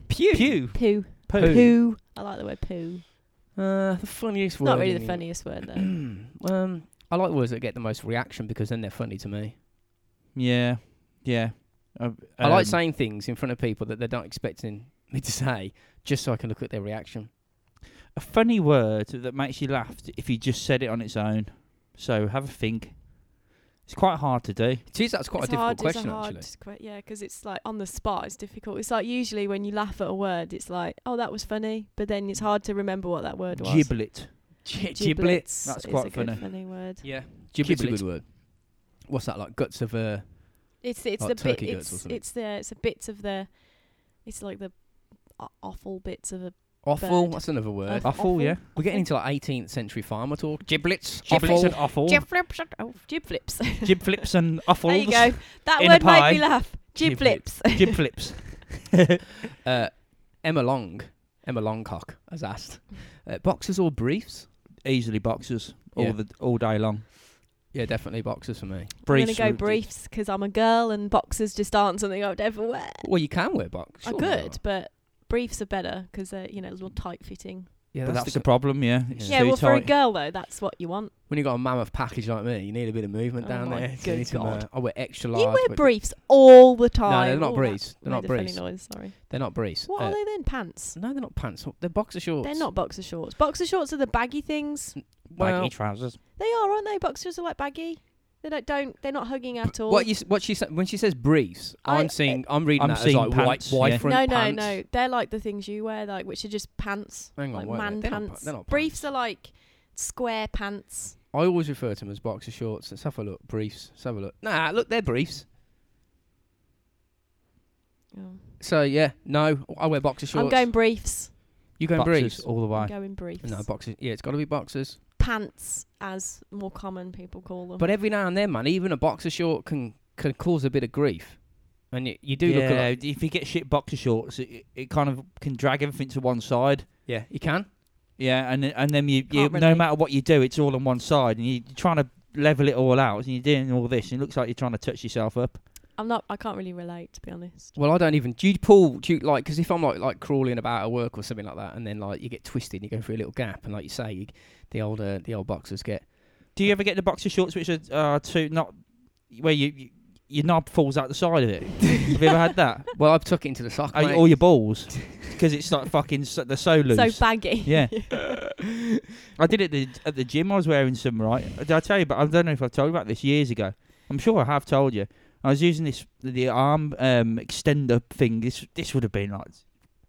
Speaker 1: Pew.
Speaker 2: Pew.
Speaker 3: Poo.
Speaker 2: Poo.
Speaker 3: Poo. I like the word poo.
Speaker 1: Uh, the funniest word.
Speaker 3: Not really
Speaker 1: in
Speaker 3: the
Speaker 1: Eng-
Speaker 3: funniest word
Speaker 1: [clears throat]
Speaker 3: though.
Speaker 1: um, I like words that get the most reaction because then they're funny to me.
Speaker 2: Yeah. Yeah. Uh,
Speaker 1: I like
Speaker 2: um,
Speaker 1: saying things in front of people that they're not expecting me to say, just so I can look at their reaction.
Speaker 2: a funny word that makes you laugh if you just said it on its own. So have a think. It's quite hard to do.
Speaker 1: Jeez, that's [coughs] quite
Speaker 3: it's
Speaker 1: a difficult
Speaker 3: hard,
Speaker 1: question,
Speaker 3: it's a hard
Speaker 1: actually.
Speaker 3: que- yeah, because it's like on the spot, it's difficult. It's like usually when you laugh at a word, it's like, oh, that was funny, but then it's hard to remember what that word was.
Speaker 2: Giblet.
Speaker 1: Giblets.
Speaker 2: That's
Speaker 3: is
Speaker 2: quite
Speaker 3: a good
Speaker 2: funny.
Speaker 3: funny word.
Speaker 1: Yeah, giblets a
Speaker 2: Giblet.
Speaker 1: good word. What's that like? Guts of uh, a.
Speaker 3: It's it's
Speaker 1: Like
Speaker 3: the bit
Speaker 1: turkey guts or
Speaker 3: it's
Speaker 1: something.
Speaker 3: it's the it's a bits of the it's like the a- awful bits of a
Speaker 1: Offal.
Speaker 3: Bird.
Speaker 1: That's another word.
Speaker 3: Awful.
Speaker 2: Offal, yeah.
Speaker 1: We're getting into like 18th century farmer talk. Giblets.
Speaker 2: Giblets
Speaker 1: Offal.
Speaker 2: and offal.
Speaker 4: Jib flips and oh,
Speaker 3: jib flips. [laughs]
Speaker 2: Jib flips and offal.
Speaker 3: there you go. That
Speaker 2: in a
Speaker 3: word made
Speaker 2: pie.
Speaker 3: me laugh. Jib
Speaker 2: Jib lips.
Speaker 3: flips.
Speaker 2: Jib
Speaker 3: [laughs]
Speaker 2: flips.
Speaker 1: Uh, Emma Long. Emma Longcock has
Speaker 3: [laughs]
Speaker 1: asked. Uh, boxers or briefs?
Speaker 2: Easily boxers all
Speaker 1: Yeah.
Speaker 2: the all day long.
Speaker 1: Yeah, definitely boxers for me.
Speaker 3: I'm
Speaker 2: Briefs.
Speaker 3: gonna go
Speaker 2: would-
Speaker 3: briefs because I'm a girl and boxers just aren't something I'd ever wear.
Speaker 1: Well, you can wear boxers.
Speaker 3: Are good, but briefs are better because they're you know a little tight fitting.
Speaker 1: Yeah,
Speaker 2: But
Speaker 1: that's,
Speaker 2: that's, the
Speaker 1: good-
Speaker 2: problem, yeah. It's
Speaker 3: Yeah,
Speaker 2: too
Speaker 3: well for a
Speaker 2: tight.
Speaker 3: girl though, that's what you want.
Speaker 1: When you got a mammoth package like me, you need a bit of movement
Speaker 3: Oh
Speaker 1: down
Speaker 3: my
Speaker 1: there. So you
Speaker 3: good
Speaker 1: need some, uh,
Speaker 3: God.
Speaker 1: I wear extra large.
Speaker 3: You wear
Speaker 1: but-
Speaker 3: briefs all the
Speaker 1: No,
Speaker 3: time.
Speaker 1: they're not
Speaker 3: Oh,
Speaker 1: briefs.
Speaker 3: that
Speaker 1: They're not
Speaker 3: made a funny
Speaker 1: briefs.
Speaker 3: noise, sorry.
Speaker 1: They're not briefs.
Speaker 3: What
Speaker 1: Uh,
Speaker 3: are they then? Pants?
Speaker 1: No, they're not pants. They're boxer shorts.
Speaker 3: They're not boxer shorts. Boxer shorts are the baggy things.
Speaker 2: Baggy
Speaker 1: Well,
Speaker 2: trousers.
Speaker 3: They are, aren't they? Boxers are like baggy. They don't. don't they're not hugging at all.
Speaker 1: what you s- what she sa- when she says briefs, I,
Speaker 3: I- eh,
Speaker 1: am seeing I'm reading
Speaker 2: I'm
Speaker 1: that as
Speaker 2: seeing
Speaker 1: like
Speaker 2: pants,
Speaker 1: white, white
Speaker 2: yeah.
Speaker 1: front
Speaker 3: no,
Speaker 1: pants.
Speaker 3: no, no. They're like the things you wear, like which are just pants,
Speaker 1: Hang on,
Speaker 3: like
Speaker 1: wait a
Speaker 3: man
Speaker 1: minute. They're not pa-
Speaker 3: pants.
Speaker 1: they're not
Speaker 3: Briefs
Speaker 1: pants.
Speaker 3: are like square pants.
Speaker 1: I always refer to them as boxer shorts. Let's have a look. Briefs. Let's have a look. Nah, look, they're briefs. So yeah, no, I wear boxer shorts.
Speaker 3: I'm going briefs.
Speaker 1: you going
Speaker 2: Boxers
Speaker 1: briefs?
Speaker 2: all the
Speaker 3: I'm
Speaker 2: way.
Speaker 3: going briefs.
Speaker 1: No, boxers. Yeah, it's got to be boxers.
Speaker 3: pants, as more common people call them.
Speaker 1: But every now and then, man, even a boxer short can can cause a bit of grief, and you, you do look a
Speaker 2: Yeah,
Speaker 1: lot.
Speaker 2: if you get shit boxer shorts, it, it kind of can drag everything to one side.
Speaker 1: Yeah, you can.
Speaker 2: Yeah, and and then you, you
Speaker 3: Can't
Speaker 2: no
Speaker 3: relate.
Speaker 2: matter what you do, it's all on one side, and you- you're trying to level it all out, and you're doing all this, and it looks like you're trying to touch yourself up.
Speaker 3: I'm not. I can't really relate, to
Speaker 1: [laughs]
Speaker 3: be honest.
Speaker 1: Well, I don't even. Do you pull? Do you like? Because if I'm like like crawling about at work or something like that, and then like you get twisted, and you go through a little gap, and like you say, you, the old uh, the old boxers get.
Speaker 2: Do you ever get the boxer shorts, which are uh, too not where you, you your knob falls out the side of it. Have you ever had [laughs] that?
Speaker 1: Well, I've took it into the sock.
Speaker 2: Or
Speaker 1: mate.
Speaker 2: or your balls, because it's like fucking so, they're so loose.
Speaker 3: [laughs] So baggy.
Speaker 2: Yeah. [laughs] I did it the, at the gym. I was wearing some right. Did I tell you? But I don't know if I've told you about this years ago. I'm sure I have told you. I was using this the arm um, extender thing. This this would have been like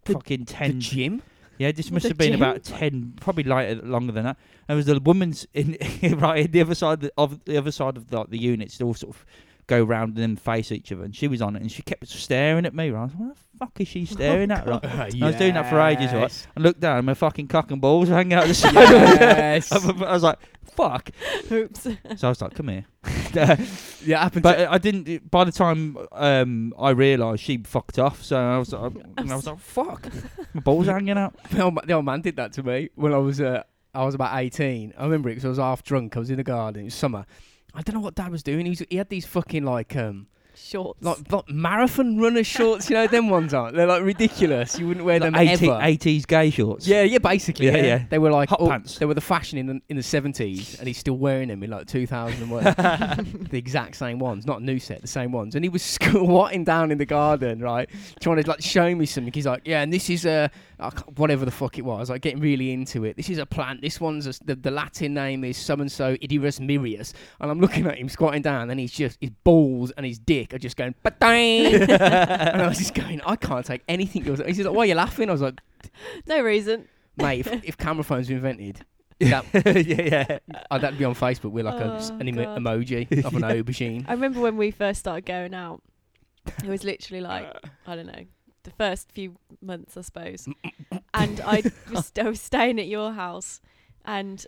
Speaker 1: The-
Speaker 2: fucking
Speaker 1: the
Speaker 2: ten.
Speaker 1: gym.
Speaker 2: yeah, this must
Speaker 3: the
Speaker 2: have been
Speaker 3: gym?
Speaker 2: about ten, probably lighter longer than that. And there was the woman's in [laughs] right the other side of the, of the other side of the, like, the units. They all sort of go round and then face each other. And she was on it, and she kept staring at me. Right, I was like, what the fuck is she staring
Speaker 1: [laughs]
Speaker 2: at? [laughs] Right? I was doing that for ages, right?
Speaker 1: Yes.
Speaker 2: I looked down, and my fucking cock and balls were hanging out the [laughs] side.
Speaker 1: Yes.
Speaker 2: [laughs] I was like, fuck.
Speaker 3: [laughs] Oops.
Speaker 2: So I was like, come
Speaker 3: [laughs]
Speaker 2: here. [laughs]
Speaker 1: yeah, it happened.
Speaker 2: but
Speaker 1: to,
Speaker 2: I didn't, by the time um, I realised she fucked off, so I
Speaker 3: [laughs]
Speaker 2: was like, and I was like fuck. My balls are hanging out.
Speaker 1: the, old, ma- the old man did that to me when I was uh, I was about eighteen. I remember it because I was half drunk. I was in the garden. It was summer. I don't know what Dad was doing. He was, he had these fucking like um
Speaker 3: Shorts.
Speaker 1: like, like marathon runner shorts. You know, them ones aren't. They're like ridiculous. You wouldn't wear them
Speaker 2: Like 80,
Speaker 1: ever.
Speaker 2: 80s gay shorts.
Speaker 1: Yeah, yeah, basically.
Speaker 2: Yeah,
Speaker 1: Yeah,
Speaker 2: yeah.
Speaker 1: They were like
Speaker 2: Hot
Speaker 3: Oh.
Speaker 1: all-
Speaker 3: [laughs]
Speaker 2: pants. [laughs]
Speaker 1: They were the fashion in the in the seventies, and he's still wearing them in like two thousand and one. the exact same ones, not a new set, the same ones. And he was [laughs] squatting down in the garden, right, trying to like show me something. He's like, yeah, and this is a I can't- whatever the fuck it was. Like getting really into it. This is a plant. This one's a, the the Latin name is so and so Idirus mirius. And I'm looking at him squatting down, and he's just his balls and his dick are just going patang.
Speaker 3: [laughs]
Speaker 1: and I was just going, I can't take anything. You're saying." He's like, why are you laughing? I was like
Speaker 3: no reason.
Speaker 1: mate, if, if camera phones were invented,
Speaker 2: yeah,
Speaker 1: that,
Speaker 2: [laughs] yeah.
Speaker 1: uh, that'd be on Facebook. We're like a s
Speaker 3: Oh,
Speaker 1: an emo-
Speaker 3: God.
Speaker 1: emoji of an
Speaker 3: [laughs]
Speaker 1: aubergine.
Speaker 3: I remember when we first started going out, it was literally like, I don't know, the first few months,
Speaker 1: [coughs]
Speaker 3: I suppose.
Speaker 1: [laughs]
Speaker 3: and I was, I was staying at your house, and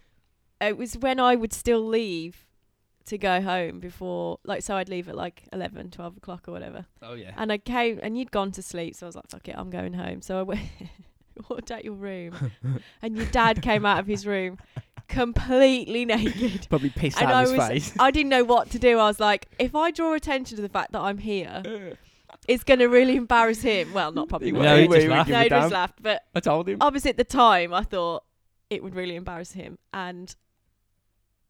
Speaker 3: it was when I would still leave to go home before, like, so I'd leave at like 11, 12 o'clock or whatever.
Speaker 1: Oh yeah.
Speaker 3: And I came, and you'd gone to sleep, so I was like, fuck it, I'm going home. So I went, [laughs] walked out
Speaker 1: [laughs]
Speaker 3: your room, and your dad came out of his room
Speaker 1: [laughs]
Speaker 3: completely naked.
Speaker 1: Probably pissed
Speaker 3: And
Speaker 1: out
Speaker 3: I
Speaker 1: of his
Speaker 3: was,
Speaker 1: face.
Speaker 3: I didn't know what to do. I was like, if I draw attention to the fact that I'm [laughs] here, it's going to really embarrass him. Well, not probably.
Speaker 1: He
Speaker 3: will.
Speaker 2: No, he
Speaker 1: won't-
Speaker 2: just
Speaker 1: won't
Speaker 2: laughed.
Speaker 1: give
Speaker 3: no,
Speaker 1: a
Speaker 3: he just Oh,
Speaker 1: damn.
Speaker 3: laughed. But
Speaker 1: I told
Speaker 3: [laughs]
Speaker 1: him.
Speaker 3: obviously, at the time, I thought it would really embarrass him, and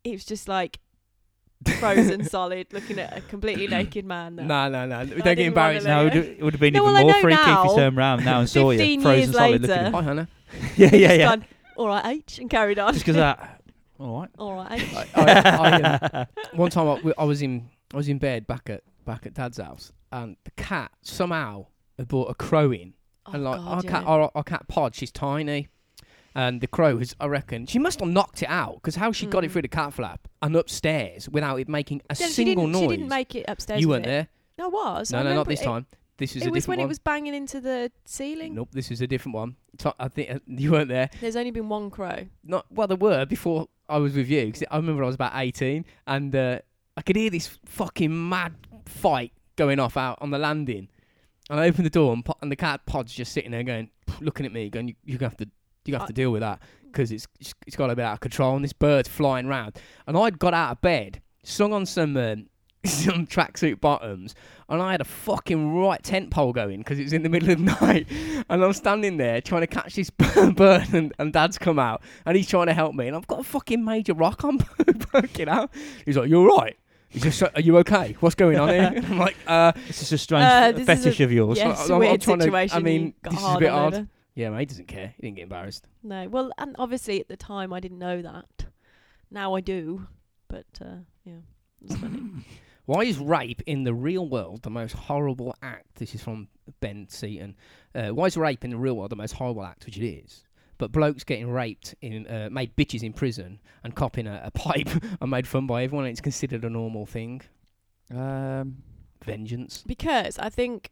Speaker 3: it was just like
Speaker 1: [laughs]
Speaker 3: frozen solid, looking at
Speaker 1: [clears throat]
Speaker 3: a completely naked man. that-
Speaker 1: No, no, no.
Speaker 3: I
Speaker 1: Don't get
Speaker 3: didn't wanna
Speaker 1: embarrassed.
Speaker 2: No, it would, it would have been
Speaker 3: No,
Speaker 2: even
Speaker 3: well, I
Speaker 2: more
Speaker 3: know
Speaker 2: freaky if
Speaker 3: now.
Speaker 2: you turned around now and saw you.
Speaker 3: 15
Speaker 2: Frozen
Speaker 3: years
Speaker 2: solid looking.
Speaker 3: [laughs] later.
Speaker 1: Hi, Hannah.
Speaker 2: [laughs] Yeah, yeah,
Speaker 3: Just
Speaker 2: yeah.
Speaker 3: gone, All right, H, and carried on.
Speaker 2: Just because that. All right.
Speaker 3: [laughs] All right, H.
Speaker 1: I, I, I, um, one time I, w- I was in I was in bed back at back at Dad's house, and the cat somehow had brought a crow in,
Speaker 3: Oh,
Speaker 1: and like
Speaker 3: God,
Speaker 1: our
Speaker 3: yeah.
Speaker 1: cat our, our cat Pod, she's tiny, and the crow has I reckon she must have knocked it out because how she got it
Speaker 3: Mm.
Speaker 1: through the cat flap and upstairs without it making a
Speaker 3: No, she
Speaker 1: single
Speaker 3: didn't-
Speaker 1: noise.
Speaker 3: She didn't make it upstairs.
Speaker 1: you
Speaker 3: with
Speaker 1: weren't
Speaker 3: it.
Speaker 1: there.
Speaker 3: No, I was. I
Speaker 1: no, no, not
Speaker 3: remember
Speaker 1: this
Speaker 3: it-
Speaker 1: time. This is
Speaker 3: It
Speaker 1: a
Speaker 3: was
Speaker 1: different
Speaker 3: when
Speaker 1: one.
Speaker 3: it was banging into the ceiling.
Speaker 1: Nope, this is a different one. So I think uh, you weren't there.
Speaker 3: There's only been one crow.
Speaker 1: Not well, there were before I was with you because I remember I was about eighteen and uh, I could hear this fucking mad fight going off out on the landing. And I opened the door and, po- and the cat Pod's just sitting there going, looking at me, going, "You- "You're gonna have to, you have to deal with that because it's it's- it's got a bit out of control." And this bird's flying round. And I'd got out of bed, sung on some um, [laughs] some tracksuit bottoms, and I had a fucking right tent pole going because it was in the middle of the [laughs] night. And I'm standing there trying to catch this [laughs] bird, and, and Dad's come out and he's trying to help me, and I've got a fucking major rock [laughs] on poking out. He's like, "You're right." He's just, "Are you okay? What's going on here?" [laughs] I'm like, "Uh,
Speaker 2: [laughs] This is a strange
Speaker 3: Uh, this is
Speaker 2: fetish of yours.
Speaker 3: Yeah, it's
Speaker 1: I'm-
Speaker 3: a
Speaker 1: I'm
Speaker 3: weird
Speaker 1: trying to- I
Speaker 3: situation. you
Speaker 1: mean,
Speaker 3: got
Speaker 1: this is a
Speaker 3: hard
Speaker 1: bit
Speaker 3: on
Speaker 1: hard.
Speaker 3: over.
Speaker 1: yeah, mate, he doesn't care. He didn't get embarrassed."
Speaker 3: No, well, and obviously at the time I didn't know that. Now I do, but uh, yeah, it's funny.
Speaker 1: [coughs] Why is rape in the real world the most horrible act? This is from Ben Seaton. Uh, why is rape in the real world the most horrible act, which it is? But blokes getting raped in uh, made bitches in prison and copping a, a pipe [laughs] are made fun by everyone. and It's considered a normal thing.
Speaker 2: Um,
Speaker 1: Vengeance.
Speaker 3: because I think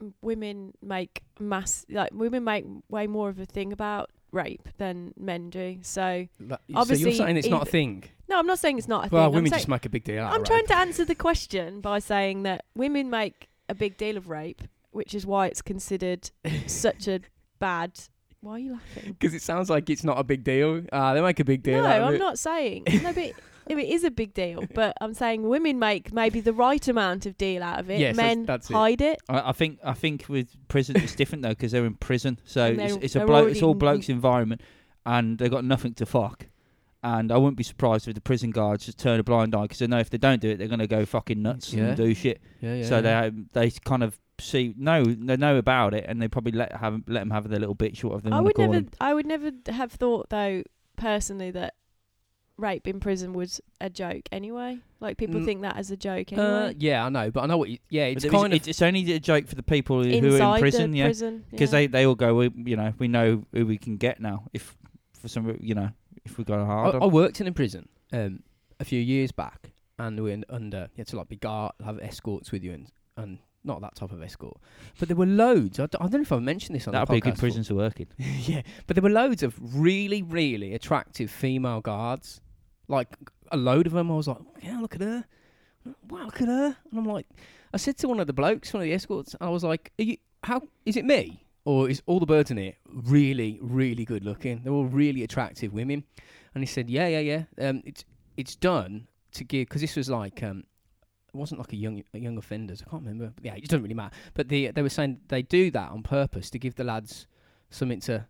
Speaker 3: m- women make mass like women make way more of a thing about rape than men do. So
Speaker 1: Like, so
Speaker 3: Obviously,
Speaker 1: you're saying it's not a
Speaker 3: either-
Speaker 1: thing.
Speaker 3: no, I'm not saying it's not a
Speaker 1: well,
Speaker 3: thing.
Speaker 1: women
Speaker 3: I'm,
Speaker 1: just make a big deal out
Speaker 3: I'm
Speaker 1: of
Speaker 3: trying
Speaker 1: rape.
Speaker 3: to answer the question by saying that women make a big deal of rape, which is why it's considered
Speaker 1: [laughs]
Speaker 3: such a bad. Why are you laughing?
Speaker 1: Because it sounds like it's not a big deal. Uh, they make a big deal
Speaker 3: No,
Speaker 1: out of
Speaker 3: I'm
Speaker 1: it. [laughs]
Speaker 3: not saying. No, but no, it is a big deal. But I'm saying women make maybe the right amount of deal out of it.
Speaker 1: Yes, that's-
Speaker 3: Men
Speaker 1: that's it.
Speaker 3: hide it.
Speaker 2: I, I think I think with prison it's different though because they're in prison, so
Speaker 3: And
Speaker 2: it's,
Speaker 3: they're-
Speaker 2: it's a
Speaker 3: they're
Speaker 2: bloke, it's all
Speaker 3: already-
Speaker 2: blokes' environment, and they got nothing to fuck, And I wouldn't be surprised if the prison guards just turn a blind eye because they know if they don't do it, they're going to go fucking nuts
Speaker 1: Yeah.
Speaker 2: and do shit.
Speaker 1: Yeah, yeah.
Speaker 2: so they they kind of see no they know about it and they probably let have let them have their little bit short of them.
Speaker 3: I would never. I would never have thought though personally that rape in prison was a joke anyway. Like people
Speaker 1: Mm.
Speaker 3: think that as a joke anyway.
Speaker 1: Uh, yeah, I know, but I know what. You, yeah, it's
Speaker 2: It's
Speaker 1: kind of.
Speaker 2: it's, it's only a joke for the people who, who
Speaker 3: Inside
Speaker 2: are in prison,
Speaker 3: the
Speaker 2: yeah,
Speaker 3: prison.
Speaker 2: because
Speaker 3: yeah.
Speaker 2: they they all go. We, you know, we know who we can get now. If for some re- you know if we go
Speaker 1: I,
Speaker 2: hard,
Speaker 1: I worked in a prison um, a few years back, and we were in- under. You had to like be guard, have escorts with you, and and not that type of escort, but there were loads. I don't, I don't know if I've mentioned this on
Speaker 2: that'd
Speaker 1: the
Speaker 2: be a
Speaker 1: podcast.
Speaker 2: good
Speaker 1: before. [laughs]
Speaker 2: prison to work in.
Speaker 1: yeah, but there were loads of really, really attractive female guards. Like a load of them. I was like, yeah, look at her. Wow, look at her. And I'm like, I said to one of the blokes, one of the escorts, I was like, Are you, how is it me? Or is all the birds in here really, really good looking? They're all really attractive women. And he said, yeah, yeah, yeah. Um, it's it's done to give because this was like um, it wasn't like a young a young offenders. I can't remember. Yeah, it doesn't really matter. But the they were saying they do that on purpose to give the lads something to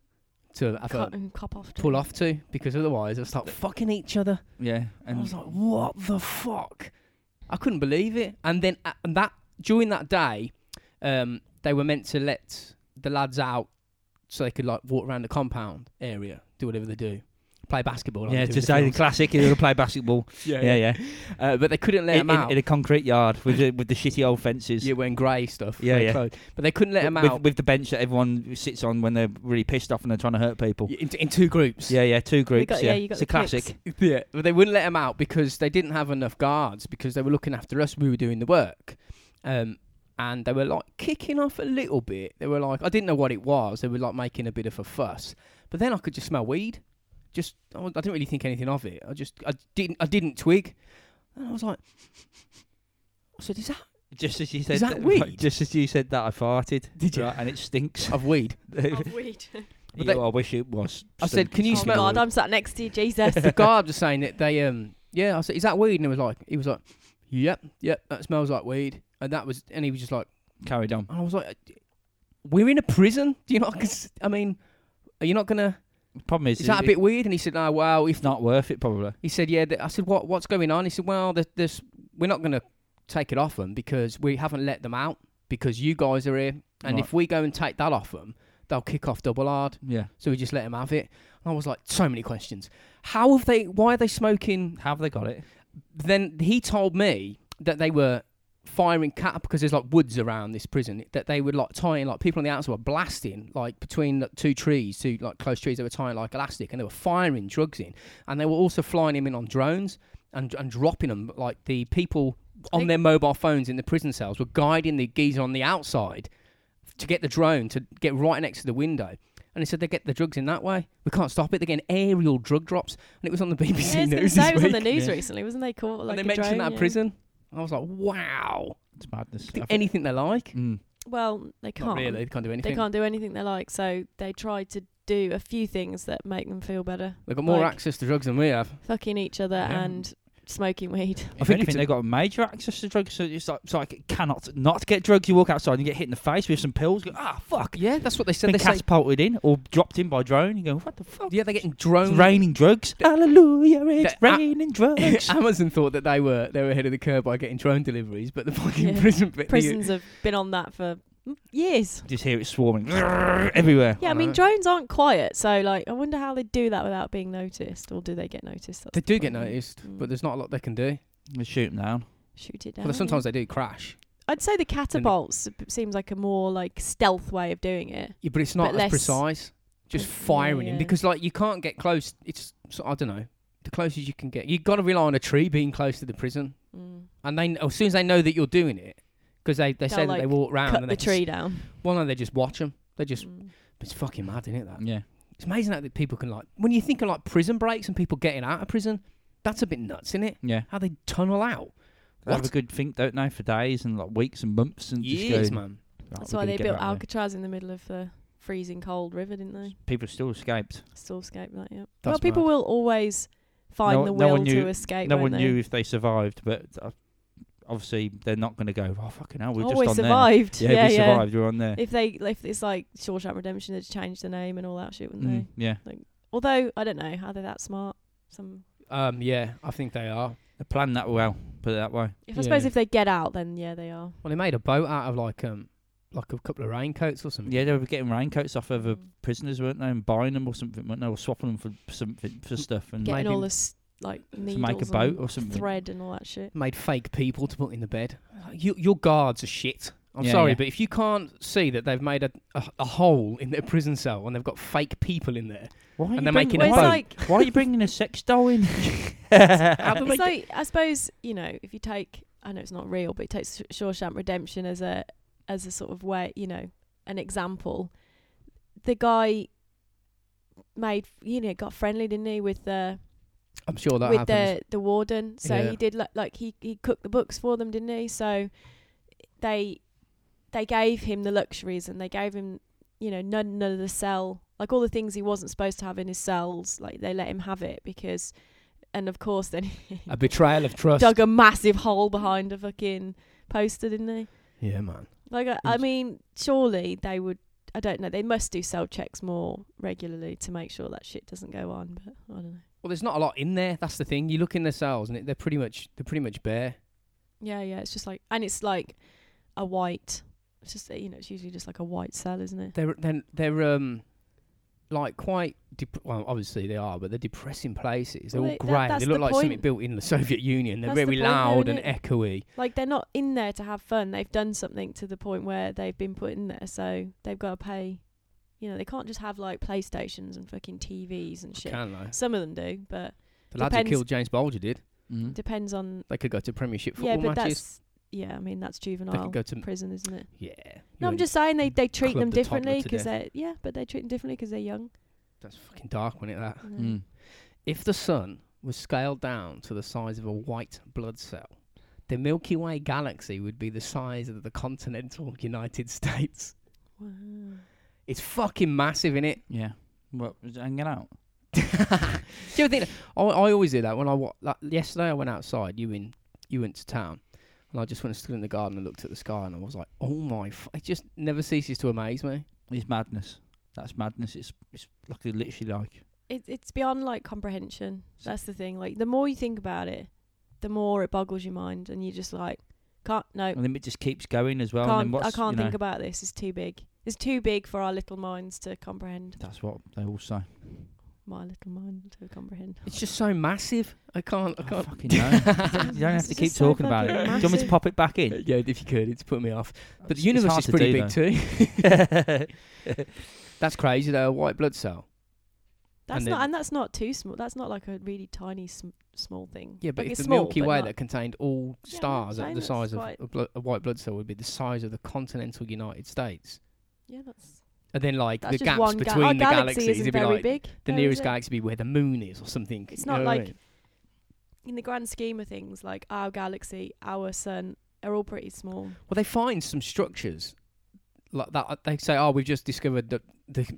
Speaker 1: to have a
Speaker 3: Cut and cop off. to
Speaker 1: pull
Speaker 3: it.
Speaker 1: off to because otherwise they'll start fucking each other.
Speaker 2: Yeah,
Speaker 1: I
Speaker 2: and
Speaker 1: was like, what the fuck? I couldn't believe it. And then a- and that during that day, um, they were meant to let the lads out so they could like walk around the compound area, do whatever they do, play basketball. like
Speaker 2: yeah,
Speaker 1: they do in
Speaker 2: to
Speaker 1: the
Speaker 2: say the
Speaker 1: films.
Speaker 2: classic, you're gonna play basketball.
Speaker 1: [laughs] yeah,
Speaker 2: Yeah, yeah,
Speaker 1: Uh, but they couldn't let
Speaker 2: in,
Speaker 1: him
Speaker 2: in-
Speaker 1: out.
Speaker 2: in a concrete yard with the, with the shitty old fences.
Speaker 1: yeah, wearing grey stuff.
Speaker 2: Yeah,
Speaker 1: grey
Speaker 2: yeah.
Speaker 1: clothes. But they couldn't let him
Speaker 2: with,
Speaker 1: out
Speaker 2: with the bench that everyone sits on when they're really pissed off and they're trying to hurt people.
Speaker 1: in, in two groups.
Speaker 2: Yeah, yeah, two groups.
Speaker 3: got-
Speaker 2: yeah.
Speaker 3: yeah, you got
Speaker 2: it's
Speaker 3: the
Speaker 2: a classic.
Speaker 3: clips.
Speaker 1: Yeah, but they wouldn't let him out because they didn't have enough guards because they were looking after us. We were doing the work, um, and they were like kicking off a little bit. They were like, I didn't know what it was. They were like making a bit of a fuss, but then I could just smell weed. Just I wa- I didn't really think anything of it. I just I didn't I didn't twig, and I was like, I said, is that
Speaker 2: Just as you said
Speaker 1: that weed?
Speaker 2: Just as you said that, I farted.
Speaker 1: Did you?
Speaker 2: Right, and it stinks. [laughs]
Speaker 1: of weed?
Speaker 3: [laughs] Of weed.
Speaker 2: You-
Speaker 1: they-
Speaker 2: I wish it was.
Speaker 1: Oh, I said,
Speaker 2: stinking
Speaker 1: "Can [laughs] you
Speaker 3: oh
Speaker 1: smell-
Speaker 3: God, I'm sat next
Speaker 1: [laughs]
Speaker 3: to you, Jesus.
Speaker 1: the guard was saying that they um yeah I said is that weed and it was like he was like yep yep that smells like weed and that was and he was just like
Speaker 2: Carried on.
Speaker 1: and I was like we're in a prison do you not I mean are you not gonna
Speaker 2: Problem is,
Speaker 1: is that a
Speaker 2: it-
Speaker 1: bit weird and he said no well if
Speaker 2: It's not worth it, probably.
Speaker 1: he said yeah th- I said what what's going on he said well th- this we're not gonna take it off them because we haven't let them out because you guys are here and
Speaker 2: Right.
Speaker 1: if we go and take that off them they'll kick off double hard
Speaker 2: Yeah.
Speaker 1: so we just let them have it and I was like so many questions how have they why are they smoking
Speaker 2: Have they got it?
Speaker 1: then he told me that they were firing cat because there's like woods around this prison that they would like tying like people on the outside were blasting like between like, two trees two like close trees they were tying like elastic and they were firing drugs in and they were also flying him in on drones and and dropping them like the people on
Speaker 3: Like-
Speaker 1: their mobile phones in the prison cells were guiding the geezer on the outside to get the drone to get right next to the window and he said they get the drugs in that way we can't stop it they're getting aerial drug drops and it was on the [laughs] bbc
Speaker 3: yeah, I
Speaker 1: news
Speaker 3: was gonna say
Speaker 1: this
Speaker 3: it was on
Speaker 1: week.
Speaker 3: the news
Speaker 2: Yeah.
Speaker 3: recently, wasn't they? Caught like
Speaker 1: And
Speaker 3: a
Speaker 1: they mentioned
Speaker 3: drone,
Speaker 1: that
Speaker 3: yeah.
Speaker 1: prison. I was like, wow.
Speaker 2: It's madness.
Speaker 1: Do
Speaker 2: I think-
Speaker 1: anything they like?
Speaker 2: Mm.
Speaker 3: Well, they
Speaker 1: Not
Speaker 3: can't.
Speaker 1: really. They can't do anything.
Speaker 3: They
Speaker 1: They
Speaker 3: can't do anything they like, so they try to do a few things that make them feel better.
Speaker 1: have got more
Speaker 3: like-
Speaker 1: access to drugs than we have.
Speaker 3: Fucking each other
Speaker 2: Yeah.
Speaker 3: and smoking
Speaker 1: [laughs]
Speaker 3: weed.
Speaker 2: If
Speaker 1: it's
Speaker 2: anything,
Speaker 1: a-
Speaker 2: they've got major access to drugs. So it's like, it's like it cannot not get drugs. You walk outside and you get hit in the face with some pills. You go, ah, fuck.
Speaker 1: Yeah, that's what they
Speaker 2: Been
Speaker 1: said. They say,
Speaker 2: catapulted in or dropped in by drone. You go, what the fuck?
Speaker 1: yeah, they're getting
Speaker 2: It's
Speaker 1: drones.
Speaker 2: raining drugs. Hallelujah, it's
Speaker 1: the- uh,
Speaker 2: raining
Speaker 1: [laughs]
Speaker 2: drugs. [laughs]
Speaker 1: Amazon thought that they were they were ahead of the curve by getting drone deliveries, but the fucking
Speaker 3: Yeah.
Speaker 1: prison bit. the-
Speaker 3: Prisons have been on that for mm, years.
Speaker 2: Just hear it swarming [laughs] everywhere.
Speaker 3: Yeah,
Speaker 1: I
Speaker 3: I mean
Speaker 1: know.
Speaker 3: drones aren't quiet, so like I wonder how they do that without being noticed, or do they get noticed? That's
Speaker 1: They
Speaker 3: the
Speaker 1: do get
Speaker 3: problem.
Speaker 1: noticed,
Speaker 3: Mm.
Speaker 1: but there's not a lot they can do.
Speaker 2: They shoot them down.
Speaker 3: Shoot it down.
Speaker 1: Well, sometimes
Speaker 3: yeah.
Speaker 1: they do crash,
Speaker 3: I'd say the catapults b- seems like a more like stealth way of doing it.
Speaker 1: yeah, but it's not as
Speaker 3: less-
Speaker 1: precise. Just
Speaker 3: Yeah,
Speaker 1: firing him
Speaker 3: yeah.
Speaker 1: because, like, you can't get close. It's so, I don't know. The closest you can get, you got to rely on a tree being close to the prison,
Speaker 3: Mm.
Speaker 1: and they as soon as they know that you're doing it, because they, they
Speaker 3: They'll,
Speaker 1: say that they
Speaker 3: like,
Speaker 1: walk round
Speaker 3: Cut
Speaker 1: and they
Speaker 3: the
Speaker 1: can s-
Speaker 3: tree down.
Speaker 1: Well, no, they just watch them. They just.
Speaker 3: Mm.
Speaker 1: It's fucking mad, isn't it? That
Speaker 2: Yeah.
Speaker 1: it's amazing that people can like. When you think of like prison breaks and people getting out of prison, that's a bit nuts, isn't it?
Speaker 2: Yeah.
Speaker 1: How they tunnel out.
Speaker 2: They have a
Speaker 1: What?
Speaker 2: good think, don't they, for days and like weeks and months and
Speaker 1: Years,
Speaker 2: just go.
Speaker 1: man.
Speaker 2: "Right,
Speaker 3: That's
Speaker 2: we're
Speaker 3: why
Speaker 2: gonna
Speaker 3: they
Speaker 2: get
Speaker 3: built
Speaker 2: out of
Speaker 3: Alcatraz in the middle of the freezing cold river, didn't
Speaker 2: here."
Speaker 3: they?
Speaker 2: People still escaped.
Speaker 3: Still escape that, yeah. well,
Speaker 1: That's
Speaker 3: people
Speaker 1: mad.
Speaker 3: will always find
Speaker 2: No-
Speaker 3: the
Speaker 2: no
Speaker 3: will
Speaker 2: one knew-
Speaker 3: to escape.
Speaker 2: no one
Speaker 3: won't they?
Speaker 2: knew if they survived, but uh, obviously they're not going to go. Oh fucking hell, we're
Speaker 3: oh,
Speaker 2: just
Speaker 3: we
Speaker 2: on
Speaker 3: survived.
Speaker 2: there. Yeah,
Speaker 3: yeah,
Speaker 2: we
Speaker 3: yeah.
Speaker 2: survived. We're on there.
Speaker 3: If they, if it's like Shawshank Redemption, they'd change the name and all that shit, wouldn't
Speaker 2: Mm,
Speaker 3: they?
Speaker 2: yeah,
Speaker 3: Although I don't know how they're that smart. Some.
Speaker 1: Um, yeah, I think they are.
Speaker 2: They planned that well. Put it that way.
Speaker 3: If I suppose
Speaker 1: Yeah.
Speaker 3: if they get out, then yeah, they are.
Speaker 1: Well, they made a boat out of like um, like a couple of raincoats or something.
Speaker 2: Yeah, they were getting raincoats off other
Speaker 3: Mm.
Speaker 2: prisoners, weren't they, and buying them or something, weren't they, or swapping them for something for stuff and
Speaker 3: Getting all
Speaker 1: Maybe-
Speaker 3: this like
Speaker 2: to
Speaker 3: needles
Speaker 2: make a boat
Speaker 3: and
Speaker 2: or something.
Speaker 3: thread and all that shit.
Speaker 1: Made fake people to put in the bed. You, your guards are shit. I'm
Speaker 2: Yeah,
Speaker 1: sorry,
Speaker 2: yeah.
Speaker 1: but if you can't see that they've made a, a, a hole in their prison cell and they've got fake people in there,
Speaker 2: Why are
Speaker 1: And
Speaker 2: you
Speaker 1: they're
Speaker 2: bring-
Speaker 1: making
Speaker 3: Well,
Speaker 1: a
Speaker 3: it's
Speaker 2: why-
Speaker 1: boat.
Speaker 3: like
Speaker 2: Why are you bringing a sex doll
Speaker 3: [laughs]
Speaker 2: in? [laughs] Mm. How do
Speaker 3: it's
Speaker 2: they get-
Speaker 3: like I suppose you know if you take I know it's not real, but it takes Sh- Shawshank Redemption as a as a sort of way you know an example. The guy made you know got friendly didn't he with the
Speaker 1: I'm sure that
Speaker 3: with
Speaker 1: happens.
Speaker 3: the the warden. So
Speaker 1: Yeah.
Speaker 3: he did li- like he he cooked the books for them, didn't he? So they they gave him the luxuries and they gave him you know none, none of the cell like all the things he wasn't supposed to have in his cells. Like they let him have it because, and of course then he
Speaker 1: A betrayal of trust.
Speaker 3: dug a massive hole behind a fucking poster, didn't they?
Speaker 1: Yeah, man.
Speaker 3: Like I, I mean, surely they would. I don't know. They must do cell checks more regularly to make sure that shit doesn't go on. But I don't know.
Speaker 1: Well, there's not a lot in there. That's the thing. You look in their cells and it, they're pretty much they're pretty much bare.
Speaker 3: Yeah, yeah. It's just like, and it's like a white. It's just you know, it's usually just like a white cell, isn't it?
Speaker 1: They're they're, they're um like quite dep- well obviously they are, but they're depressing places. They're all
Speaker 3: Well, they- that-
Speaker 1: grey.
Speaker 3: that's
Speaker 1: they look
Speaker 3: the
Speaker 1: like something
Speaker 3: point.
Speaker 1: built in the [laughs] Soviet Union. They're
Speaker 3: That's the
Speaker 1: very
Speaker 3: point though,
Speaker 1: loud and
Speaker 3: isn't it?
Speaker 1: echoey.
Speaker 3: Like they're not in there to have fun. They've done something to the point where they've been put in there, so they've got to pay. You know, they can't just have like PlayStations and fucking TVs and shit.
Speaker 1: Can they?
Speaker 3: Some of them do, but
Speaker 1: The lads who
Speaker 3: Depends.
Speaker 1: killed James Bolger did.
Speaker 2: Mhm.
Speaker 3: depends on.
Speaker 1: They could go to Premiership
Speaker 3: Yeah,
Speaker 1: football
Speaker 3: but
Speaker 1: matches.
Speaker 3: that's yeah. I mean, that's
Speaker 1: They
Speaker 3: juvenile
Speaker 1: could go to
Speaker 3: prison, isn't it?
Speaker 1: yeah.
Speaker 3: No,
Speaker 1: you
Speaker 3: I'm
Speaker 1: ain't-
Speaker 3: just saying they they treat
Speaker 1: club
Speaker 3: them
Speaker 1: the toddler
Speaker 3: differently
Speaker 1: to
Speaker 3: because
Speaker 1: death.
Speaker 3: they're yeah, but they treat them differently because they're young.
Speaker 1: that's fucking dark when it that.
Speaker 3: you know.
Speaker 2: Mm.
Speaker 1: If the sun was scaled down to the size of a white blood cell, the Milky Way galaxy would be the size of the continental [laughs] United States.
Speaker 3: Wow.
Speaker 1: It's fucking massive, innit? [laughs]
Speaker 2: Yeah. What was it hanging out?
Speaker 1: Do you ever think? I, I always do that when I wa- like yesterday. I went outside. You in? You went to town, and I just went and stood in the garden and looked at the sky, and I was like, "Oh my!" F-. It just never ceases to amaze me.
Speaker 2: It's madness. That's madness. It's it's like it literally like
Speaker 3: It, it's beyond like comprehension. That's the thing. Like the more you think about it, the more it boggles your mind, and you just like can't no
Speaker 2: and then it just keeps going as well. and then
Speaker 3: can't
Speaker 2: what's,
Speaker 3: I can't
Speaker 2: you
Speaker 3: think
Speaker 2: know,
Speaker 3: about this. It's too big. It's too big for our little minds to comprehend.
Speaker 2: That's what they all
Speaker 3: [laughs]
Speaker 2: say.
Speaker 3: My little mind to comprehend.
Speaker 1: It's just so massive. I can't. I
Speaker 2: I
Speaker 1: can't.
Speaker 2: fucking know. you don't have to
Speaker 3: It's just
Speaker 2: keep
Speaker 3: so
Speaker 2: talking about it.
Speaker 3: fucking
Speaker 2: Do you want me to
Speaker 3: massive.
Speaker 2: pop it [laughs] back in?
Speaker 1: [laughs] yeah, if you could, it's put me off. But the
Speaker 2: It's- it's
Speaker 1: universe
Speaker 2: hard
Speaker 1: is
Speaker 2: to
Speaker 1: pretty
Speaker 2: do,
Speaker 1: big
Speaker 2: though.
Speaker 1: too. [laughs] That's crazy though. A white blood cell.
Speaker 3: That's
Speaker 1: And
Speaker 3: not
Speaker 1: then-
Speaker 3: and that's not too small. That's not like a really tiny sm- small thing.
Speaker 1: Yeah, but
Speaker 3: like
Speaker 1: if
Speaker 3: it's
Speaker 1: the
Speaker 3: small,
Speaker 1: Milky
Speaker 3: but
Speaker 1: Way
Speaker 3: not-
Speaker 1: that contained all
Speaker 3: Yeah, I'm
Speaker 1: stars at
Speaker 3: saying
Speaker 1: the
Speaker 3: that's
Speaker 1: size of
Speaker 3: quite-
Speaker 1: a, blo- a white blood cell would be the size of the continental United States,
Speaker 3: yeah, that's
Speaker 1: and then like
Speaker 3: that's
Speaker 1: the
Speaker 3: just
Speaker 1: gaps
Speaker 3: one ga-
Speaker 1: between
Speaker 3: our
Speaker 1: the
Speaker 3: galaxy
Speaker 1: galaxies
Speaker 3: isn't
Speaker 1: would be
Speaker 3: very
Speaker 1: like
Speaker 3: big.
Speaker 1: the
Speaker 3: though, is
Speaker 1: nearest
Speaker 3: it?
Speaker 1: galaxy be where the moon is or something.
Speaker 3: It's
Speaker 1: you
Speaker 3: not
Speaker 1: know what I
Speaker 3: like-
Speaker 1: mean?
Speaker 3: in the grand scheme of things, like our galaxy, our sun, are all pretty small.
Speaker 1: well, they find some structures like that. uh, They say, "Oh, we've just discovered the the,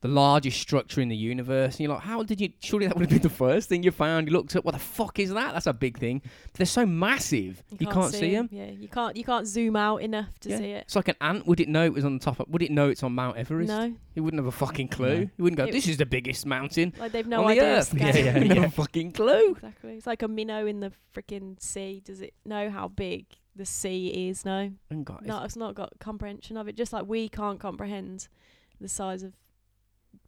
Speaker 1: the largest structure in the universe," and you're like, "How did you? Surely that would have been the first thing you found." You looked up, "What the fuck is that? That's a big thing." But they're so massive, you, can't, see, them.
Speaker 3: Yeah, you can't. You can't zoom out enough to
Speaker 1: Yeah.
Speaker 3: see it.
Speaker 1: It's like an ant. Would it know it was on the top? Of, would it know it's on Mount Everest?
Speaker 3: No,
Speaker 1: He wouldn't have a fucking clue.
Speaker 2: No.
Speaker 1: He wouldn't go.
Speaker 3: It-
Speaker 1: This is the biggest mountain
Speaker 3: like they've no
Speaker 1: on the
Speaker 3: idea. Of
Speaker 1: earth. [laughs]
Speaker 3: scale. [laughs]
Speaker 1: Yeah, yeah, yeah. fucking clue.
Speaker 3: Exactly. It's like a minnow in the freaking sea. Does it know how big the sea is? No,
Speaker 1: And guys,
Speaker 3: no, it's not got comprehension of it. Just like we can't comprehend the size of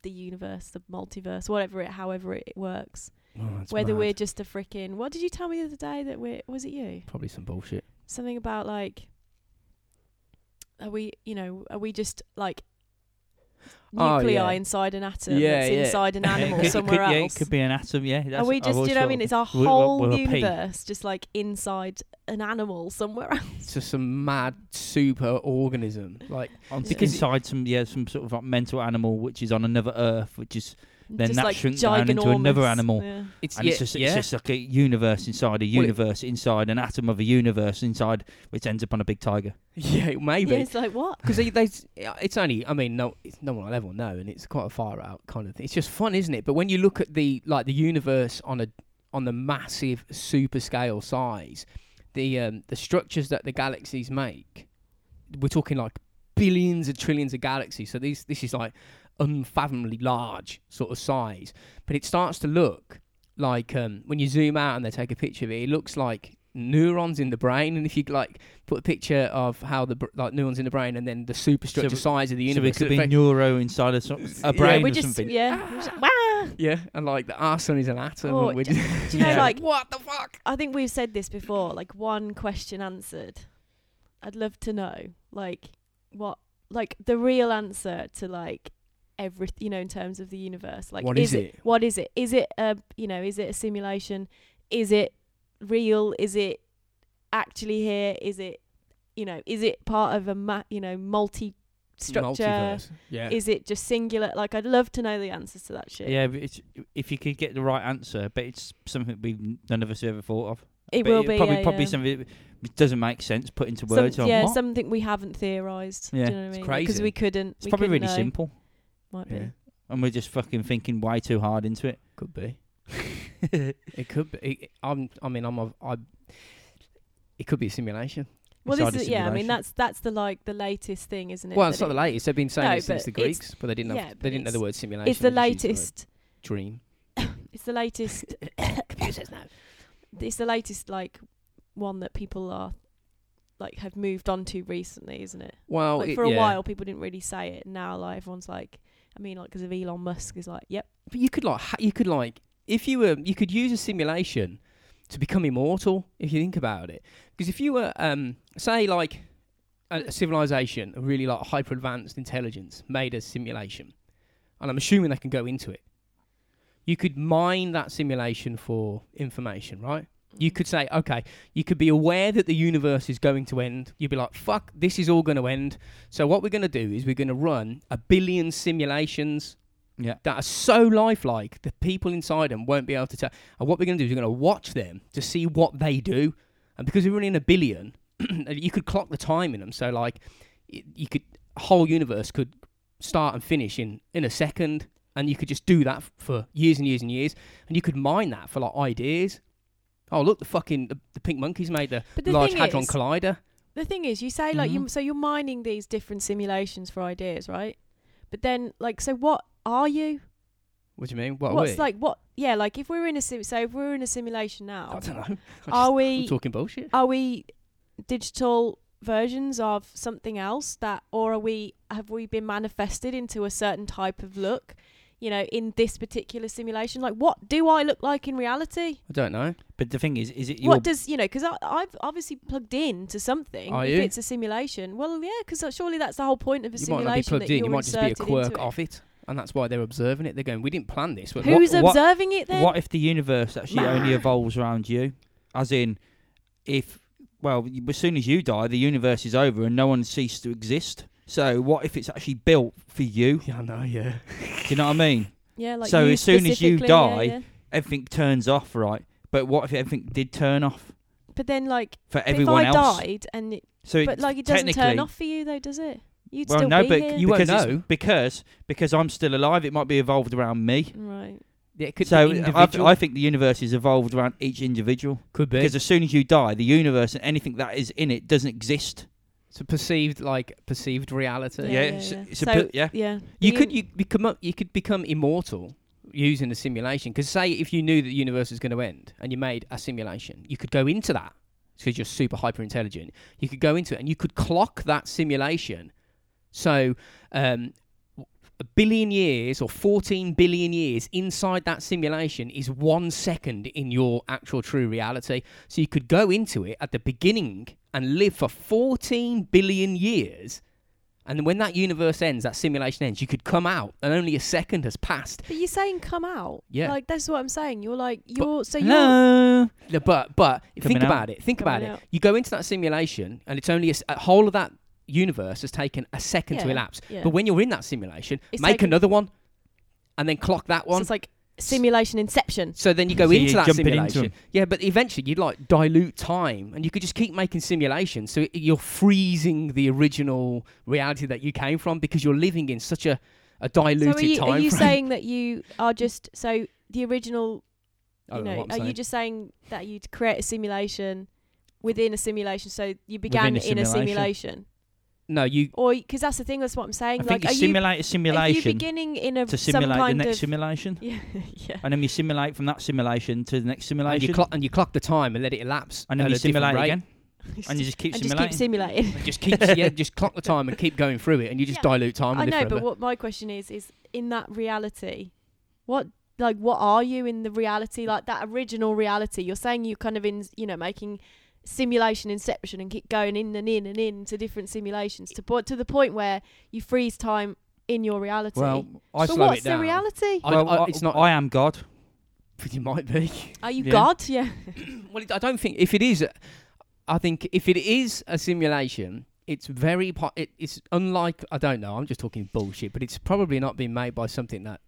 Speaker 3: the universe, the multiverse, whatever it, however it works.
Speaker 1: oh, that's
Speaker 3: Whether
Speaker 1: mad.
Speaker 3: we're just a freaking. What did you tell me the other day that we're? Was it you?
Speaker 1: probably some bullshit.
Speaker 3: something about like are we you know are we just like
Speaker 1: Oh,
Speaker 3: nuclei
Speaker 1: yeah.
Speaker 3: inside an atom
Speaker 1: Yeah,
Speaker 3: that's
Speaker 1: yeah.
Speaker 2: [laughs]
Speaker 3: inside an
Speaker 1: Yeah, it
Speaker 3: animal
Speaker 2: could,
Speaker 3: somewhere
Speaker 2: could, yeah,
Speaker 3: else
Speaker 2: it could be an atom. Yeah.
Speaker 3: are
Speaker 2: that's-
Speaker 3: we
Speaker 2: I've
Speaker 3: just do
Speaker 2: always
Speaker 3: you know what i
Speaker 2: thought
Speaker 3: mean it's our
Speaker 2: we- we're-
Speaker 3: whole
Speaker 2: we're a pea.
Speaker 3: universe just like inside an animal somewhere else [laughs]
Speaker 1: It's just some mad super organism. Like
Speaker 2: on
Speaker 1: Because-
Speaker 2: inside some yeah some sort of like mental animal which is on another Earth, which is Then
Speaker 3: just
Speaker 2: that
Speaker 3: like
Speaker 2: shrunk down into another
Speaker 3: ginormous.
Speaker 2: animal.
Speaker 3: yeah.
Speaker 1: it's
Speaker 2: and
Speaker 1: yeah,
Speaker 2: it's just
Speaker 1: yeah.
Speaker 2: it's just like a universe inside
Speaker 1: Well,
Speaker 2: a
Speaker 1: it-
Speaker 2: universe inside an atom of a universe inside which ends up on a big tiger.
Speaker 1: [laughs] yeah,
Speaker 3: yeah
Speaker 1: maybe
Speaker 3: it's like what
Speaker 1: because they, they it's only I mean no it's, no one will ever know and it's quite a far out kind of thing. It's just fun, isn't it? But when you look at the like the universe on a on the massive super scale size, the um, the structures that the galaxies make, we're talking like billions and trillions of galaxies. So these this is like unfathomably large sort of size. But it starts to look like um, when you zoom out and they take a picture of it, it looks like neurons in the brain. And if you like put a picture of how the br- like neurons in the brain and then the superstructure
Speaker 2: So-
Speaker 1: size of the
Speaker 2: So it
Speaker 1: universe,
Speaker 2: could
Speaker 1: it
Speaker 2: be
Speaker 1: affect-
Speaker 2: neuro inside a, so-
Speaker 1: Yeah,
Speaker 2: a brain
Speaker 3: yeah, we
Speaker 2: or
Speaker 3: just
Speaker 2: something. Ah.
Speaker 3: yeah. we're
Speaker 1: Ah,
Speaker 3: just- Wah!
Speaker 1: yeah, and like the, our sun is an atom.
Speaker 3: Oh,
Speaker 1: and we're
Speaker 3: ju-
Speaker 1: just- [laughs]
Speaker 3: Do you know
Speaker 2: Yeah.
Speaker 3: like
Speaker 1: what the fuck?
Speaker 3: I think we've said this before, like one question answered. I'd love to know, like, what, like the real answer to like every, you know, in terms of the universe. Like,
Speaker 1: What is it?
Speaker 3: What is it? Is it a, you know, is it a simulation? Is it real? Is it actually here? Is it, you know, is it part of a, ma- you know, multi structure?
Speaker 1: Multiverse. Yeah.
Speaker 3: Is it just singular? Like, I'd love to know the answers to that shit.
Speaker 2: Yeah, but it's, if you could get the right answer, but it's something we none of us have ever thought of.
Speaker 3: it
Speaker 2: But
Speaker 3: will
Speaker 2: it
Speaker 3: be
Speaker 2: probably
Speaker 3: yeah,
Speaker 2: probably
Speaker 3: yeah.
Speaker 2: something that it doesn't make sense put into
Speaker 3: Some-
Speaker 2: words. on
Speaker 3: yeah,
Speaker 2: what?
Speaker 3: something we haven't theorized.
Speaker 2: Yeah.
Speaker 3: do you know what
Speaker 1: It's
Speaker 3: I mean? Because
Speaker 1: crazy.
Speaker 3: we couldn't.
Speaker 2: it's
Speaker 3: we
Speaker 2: probably
Speaker 3: couldn't
Speaker 2: really
Speaker 3: know.
Speaker 2: simple,
Speaker 3: Might
Speaker 1: Yeah.
Speaker 3: be.
Speaker 2: and we're just fucking thinking way too hard into it.
Speaker 1: Could be. [laughs] it could be. It, I'm. I mean, I'm. A, I. It could be a simulation.
Speaker 3: Well,
Speaker 2: Inside
Speaker 3: this
Speaker 2: a
Speaker 3: is yeah. I mean,
Speaker 2: simulation.
Speaker 3: that's that's the like the latest thing, isn't it?
Speaker 1: well,
Speaker 3: that
Speaker 1: it's not the
Speaker 3: it-
Speaker 1: latest. They've been saying
Speaker 3: No,
Speaker 1: it since
Speaker 3: but
Speaker 1: the
Speaker 3: it's-
Speaker 1: Greeks, but they didn't.
Speaker 3: yeah,
Speaker 1: have,
Speaker 3: but
Speaker 1: they didn't know the
Speaker 3: it's-
Speaker 1: word simulation.
Speaker 3: It's the
Speaker 1: they just used word
Speaker 3: latest.
Speaker 1: dream.
Speaker 3: It's the latest.
Speaker 1: [coughs] Computers now.
Speaker 3: It's the latest like one that people are like have moved on to recently, isn't it?
Speaker 1: Well,
Speaker 3: like,
Speaker 1: Oh, it-
Speaker 3: for a
Speaker 1: yeah.
Speaker 3: while, people didn't really say it. Now, like everyone's like, I mean, like because of Elon Musk is like, yep,
Speaker 1: But you could like. Ha- you could like. If you were, you could use a simulation to become immortal. If you think about it, because if you were, um, say like a, a civilization, a really like hyper advanced intelligence, made a simulation, and I'm assuming they can go into it. You could mine that simulation for information, right? You could say, okay, you could be aware that the universe is going to end. You'd be like, fuck, this is all going to end. So, what we're going to do is we're going to run a billion simulations
Speaker 2: Yeah.
Speaker 1: that are so lifelike, the people inside them won't be able to tell. And what we're going to do is we're going to watch them to see what they do. And because we're running a billion, [clears throat] you could clock the time in them. So, like, y- you could, a whole universe could start and finish in, in a second. And you could just do that f- for years and years and years. And you could mine that for like ideas. Oh look, the fucking the, the pink monkeys made the,
Speaker 3: But the
Speaker 1: large
Speaker 3: thing
Speaker 1: hadron
Speaker 3: is-
Speaker 1: collider.
Speaker 3: The thing is, you say like
Speaker 1: Mm-hmm.
Speaker 3: you so you're mining these different simulations for ideas, right? But then like so what are you?
Speaker 1: What do you mean? What are
Speaker 3: What's
Speaker 1: we?
Speaker 3: like what yeah, like if we're in a sim so if we're in a simulation
Speaker 1: I
Speaker 3: now,
Speaker 1: don't know. [laughs]
Speaker 3: are
Speaker 1: I'm
Speaker 3: we
Speaker 1: talking bullshit.
Speaker 3: are we digital versions of something else that or are we have we been manifested into a certain type of look, you know, in this particular simulation? Like what do I look like in reality?
Speaker 1: I don't know.
Speaker 2: But the thing is, is it your
Speaker 3: what does you know? Because I've obviously plugged in to something.
Speaker 1: Are
Speaker 3: if
Speaker 1: you?
Speaker 3: it's a simulation, well, yeah, because surely that's the whole point of a
Speaker 1: You might
Speaker 3: simulation.
Speaker 1: not be plugged
Speaker 3: that
Speaker 1: in. You
Speaker 3: you're
Speaker 1: might just be a
Speaker 3: inserted
Speaker 1: quirk
Speaker 3: into it.
Speaker 1: of it, and that's why they're observing it. They're going, "We didn't plan this." But
Speaker 2: Who- [laughs]
Speaker 3: Who's
Speaker 2: what- what-
Speaker 3: observing it then?
Speaker 2: What if the universe actually
Speaker 3: [sighs]
Speaker 2: only
Speaker 3: Man.
Speaker 2: evolves around you? As in, if well, y- as soon as you die, the universe is over and no one ceased to exist. So what if it's actually built for you?
Speaker 1: yeah, I know. [laughs] Yeah.
Speaker 2: Do you know what I mean?
Speaker 3: Yeah, like
Speaker 2: So
Speaker 3: you
Speaker 2: as soon as you
Speaker 3: specifically, yeah,
Speaker 2: die-
Speaker 3: yeah.
Speaker 2: Everything turns off, right? But what if everything did turn off
Speaker 3: But then, like,
Speaker 2: for
Speaker 3: but
Speaker 2: everyone
Speaker 3: if I
Speaker 2: else?
Speaker 3: died and it,
Speaker 2: So it,
Speaker 3: but like it doesn't turn
Speaker 2: technically-
Speaker 3: off for you though, does it? You'd
Speaker 2: Well,
Speaker 3: still
Speaker 2: no,
Speaker 3: be
Speaker 2: but
Speaker 3: here.
Speaker 1: you won't
Speaker 2: because it's-
Speaker 1: know.
Speaker 2: because because I'm still alive. It might be evolved around me.
Speaker 3: right.
Speaker 1: Yeah, it could
Speaker 2: so
Speaker 1: be
Speaker 2: I,
Speaker 1: individual.
Speaker 2: I think the universe is evolved around each individual.
Speaker 1: could be.
Speaker 2: Because as soon as you die, the universe and anything that is in it doesn't exist.
Speaker 1: It's a perceived like perceived reality.
Speaker 2: Yeah,
Speaker 3: yeah,
Speaker 2: it's-
Speaker 3: yeah.
Speaker 2: it's a
Speaker 3: So,
Speaker 2: bit- yeah.
Speaker 1: You
Speaker 3: the
Speaker 1: could
Speaker 3: un-
Speaker 1: you become up- you could become immortal using a simulation. Because say if you knew that the universe was going to end and you made a simulation, you could go into that because you're super hyper intelligent. You could go into it and you could clock that simulation. So um, w- a billion years or 14 billion years inside that simulation is one second in your actual true reality. So you could go into it at the beginning and live for 14 billion years. And then when that universe ends, that simulation ends, you could come out and only a second has passed.
Speaker 3: But you're saying come out.
Speaker 1: Yeah.
Speaker 3: Like that's what I'm saying. You're like you're so you're
Speaker 2: Hello.
Speaker 1: No, But but
Speaker 2: Coming
Speaker 1: think
Speaker 2: out.
Speaker 1: about it. Think about
Speaker 3: Coming
Speaker 1: it.
Speaker 3: out.
Speaker 1: You go into that simulation and it's only a, s- a whole of that universe has taken a second to
Speaker 3: Yeah,
Speaker 1: elapse.
Speaker 3: yeah.
Speaker 1: But when you're in that simulation,
Speaker 3: It's
Speaker 1: make
Speaker 3: taken-
Speaker 1: another one and then clock that
Speaker 3: so
Speaker 1: one.
Speaker 3: it's like simulation inception.
Speaker 1: So then you go
Speaker 2: So
Speaker 1: into
Speaker 2: you're
Speaker 1: that
Speaker 2: jumping into
Speaker 1: simulation.
Speaker 2: 'em.
Speaker 1: yeah, but eventually you'd like dilute time and you could just keep making simulations. So it- you're freezing the original reality that you came from because you're living in such a, a
Speaker 3: So
Speaker 1: diluted
Speaker 3: are you,
Speaker 1: time
Speaker 3: are you
Speaker 1: frame.
Speaker 3: saying that you are just so the original
Speaker 1: [laughs] I
Speaker 3: you
Speaker 1: don't know
Speaker 3: know,
Speaker 1: what I'm
Speaker 3: are you
Speaker 1: saying.
Speaker 3: just saying that you'd create a simulation within a simulation? So you began
Speaker 2: Within a
Speaker 3: in a
Speaker 2: simulation.
Speaker 3: simulation.
Speaker 1: No, you.
Speaker 3: or because that's the thing. That's what I'm saying.
Speaker 2: I
Speaker 3: like,
Speaker 2: think you
Speaker 3: are you
Speaker 2: simulate a
Speaker 3: are you
Speaker 2: simulation
Speaker 3: beginning in a
Speaker 2: to
Speaker 3: some
Speaker 2: simulate the
Speaker 3: kind
Speaker 2: next
Speaker 3: of
Speaker 2: simulation,
Speaker 3: [laughs] yeah, yeah.
Speaker 2: and then you simulate from that simulation to the next
Speaker 1: And
Speaker 2: simulation,
Speaker 1: you, clock, and you clock the time and let it elapse.
Speaker 2: and then
Speaker 1: at
Speaker 2: you
Speaker 1: a different
Speaker 2: simulate
Speaker 1: rate.
Speaker 2: again, and you just keep
Speaker 3: and just
Speaker 2: simulating.
Speaker 3: keep simulating.
Speaker 1: It just keeps, yeah, just clock the time and keep going through it, and you just
Speaker 3: Yeah.
Speaker 1: dilute time.
Speaker 3: I
Speaker 1: and live
Speaker 3: know, but
Speaker 1: forever.
Speaker 3: what my question is is in that reality, what like what are you in the reality like that original reality? You're saying you're kind of in you know making simulation inception and keep going in and in and in to different simulations to po- to the point where you freeze time in your reality.
Speaker 2: well,
Speaker 1: I
Speaker 3: so
Speaker 1: slow
Speaker 3: what's
Speaker 1: it
Speaker 3: the
Speaker 1: down.
Speaker 3: reality?
Speaker 1: I-
Speaker 2: well,
Speaker 1: it's not-
Speaker 2: I am God.
Speaker 1: you might be.
Speaker 3: Are you
Speaker 2: Yeah.
Speaker 3: God? Yeah.
Speaker 1: [laughs] well, it- I don't think if it is, I think if it is a simulation, it's very po- it, it's unlike. I don't know. I'm just talking bullshit, but it's probably not been made by something that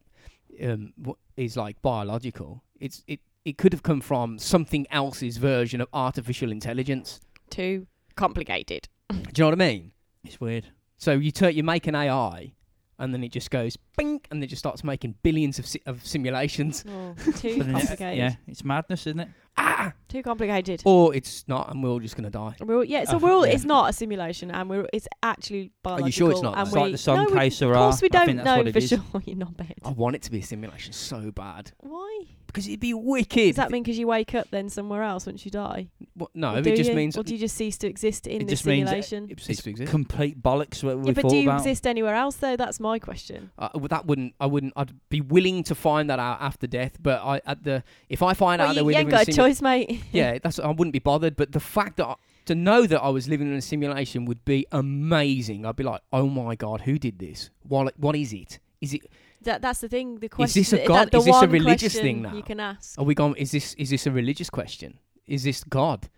Speaker 1: um, wha- is like biological. It's it. It could have come from something else's version of artificial intelligence.
Speaker 3: Too complicated.
Speaker 1: Do you know what I mean?
Speaker 2: It's weird.
Speaker 1: So you tur you make an AI, and then it just goes bing, and it just starts making billions of si- of simulations. [laughs]
Speaker 3: Oh,
Speaker 2: But
Speaker 3: too
Speaker 2: then it-
Speaker 3: complicated.
Speaker 2: yeah, it's madness, isn't it?
Speaker 1: Ah!
Speaker 3: Too complicated.
Speaker 1: Or it's not, and we're all just gonna die.
Speaker 3: And We're all, yeah, so
Speaker 2: Uh,
Speaker 3: we're all.
Speaker 2: yeah.
Speaker 3: It's not a simulation, and we're. It's actually biological.
Speaker 1: you sure it's not,
Speaker 3: And
Speaker 2: It's
Speaker 1: though?
Speaker 3: we,
Speaker 2: like the song
Speaker 3: no, we-
Speaker 2: Case
Speaker 3: Of course, we
Speaker 2: I
Speaker 3: don't
Speaker 2: think that's
Speaker 3: know
Speaker 2: what it
Speaker 3: for
Speaker 2: is.
Speaker 3: sure. [laughs] You're not bad.
Speaker 1: I want it to be a simulation so bad
Speaker 3: Why?
Speaker 1: because it'd be wicked.
Speaker 3: Does that mean because you wake up then somewhere else once you die?
Speaker 1: What, no,
Speaker 3: Or
Speaker 1: it
Speaker 3: do
Speaker 1: just
Speaker 3: you?
Speaker 1: means
Speaker 3: Or do you just cease to exist in
Speaker 2: It
Speaker 3: this
Speaker 2: just means, uh,
Speaker 3: simulation?
Speaker 1: it ceases to exist.
Speaker 2: Complete bollocks. What we
Speaker 3: yeah, but
Speaker 2: thought
Speaker 3: do you
Speaker 2: about.
Speaker 3: exist anywhere else though? That's my question.
Speaker 1: Uh, well, that wouldn't. I wouldn't. I'd be willing to find that out after death. But I at the if I find
Speaker 3: Well,
Speaker 1: out
Speaker 3: you,
Speaker 1: that we're
Speaker 3: you ain't
Speaker 1: living in a
Speaker 3: got a
Speaker 1: simu-
Speaker 3: choice, mate. [laughs]
Speaker 1: yeah, that's. I wouldn't be bothered. But the fact that I, to know that I was living in a simulation would be amazing. I'd be like, oh my god, who did this? What? What is it? Is it?
Speaker 3: that, that's the thing. The
Speaker 1: Is
Speaker 3: question.
Speaker 1: this a
Speaker 3: [laughs] that-
Speaker 1: god-
Speaker 3: the
Speaker 1: is this a
Speaker 3: one
Speaker 1: religious
Speaker 3: question
Speaker 1: thing now? Oh,
Speaker 3: You can ask.
Speaker 1: Are we going? Is this? Is this a religious question? Is this God?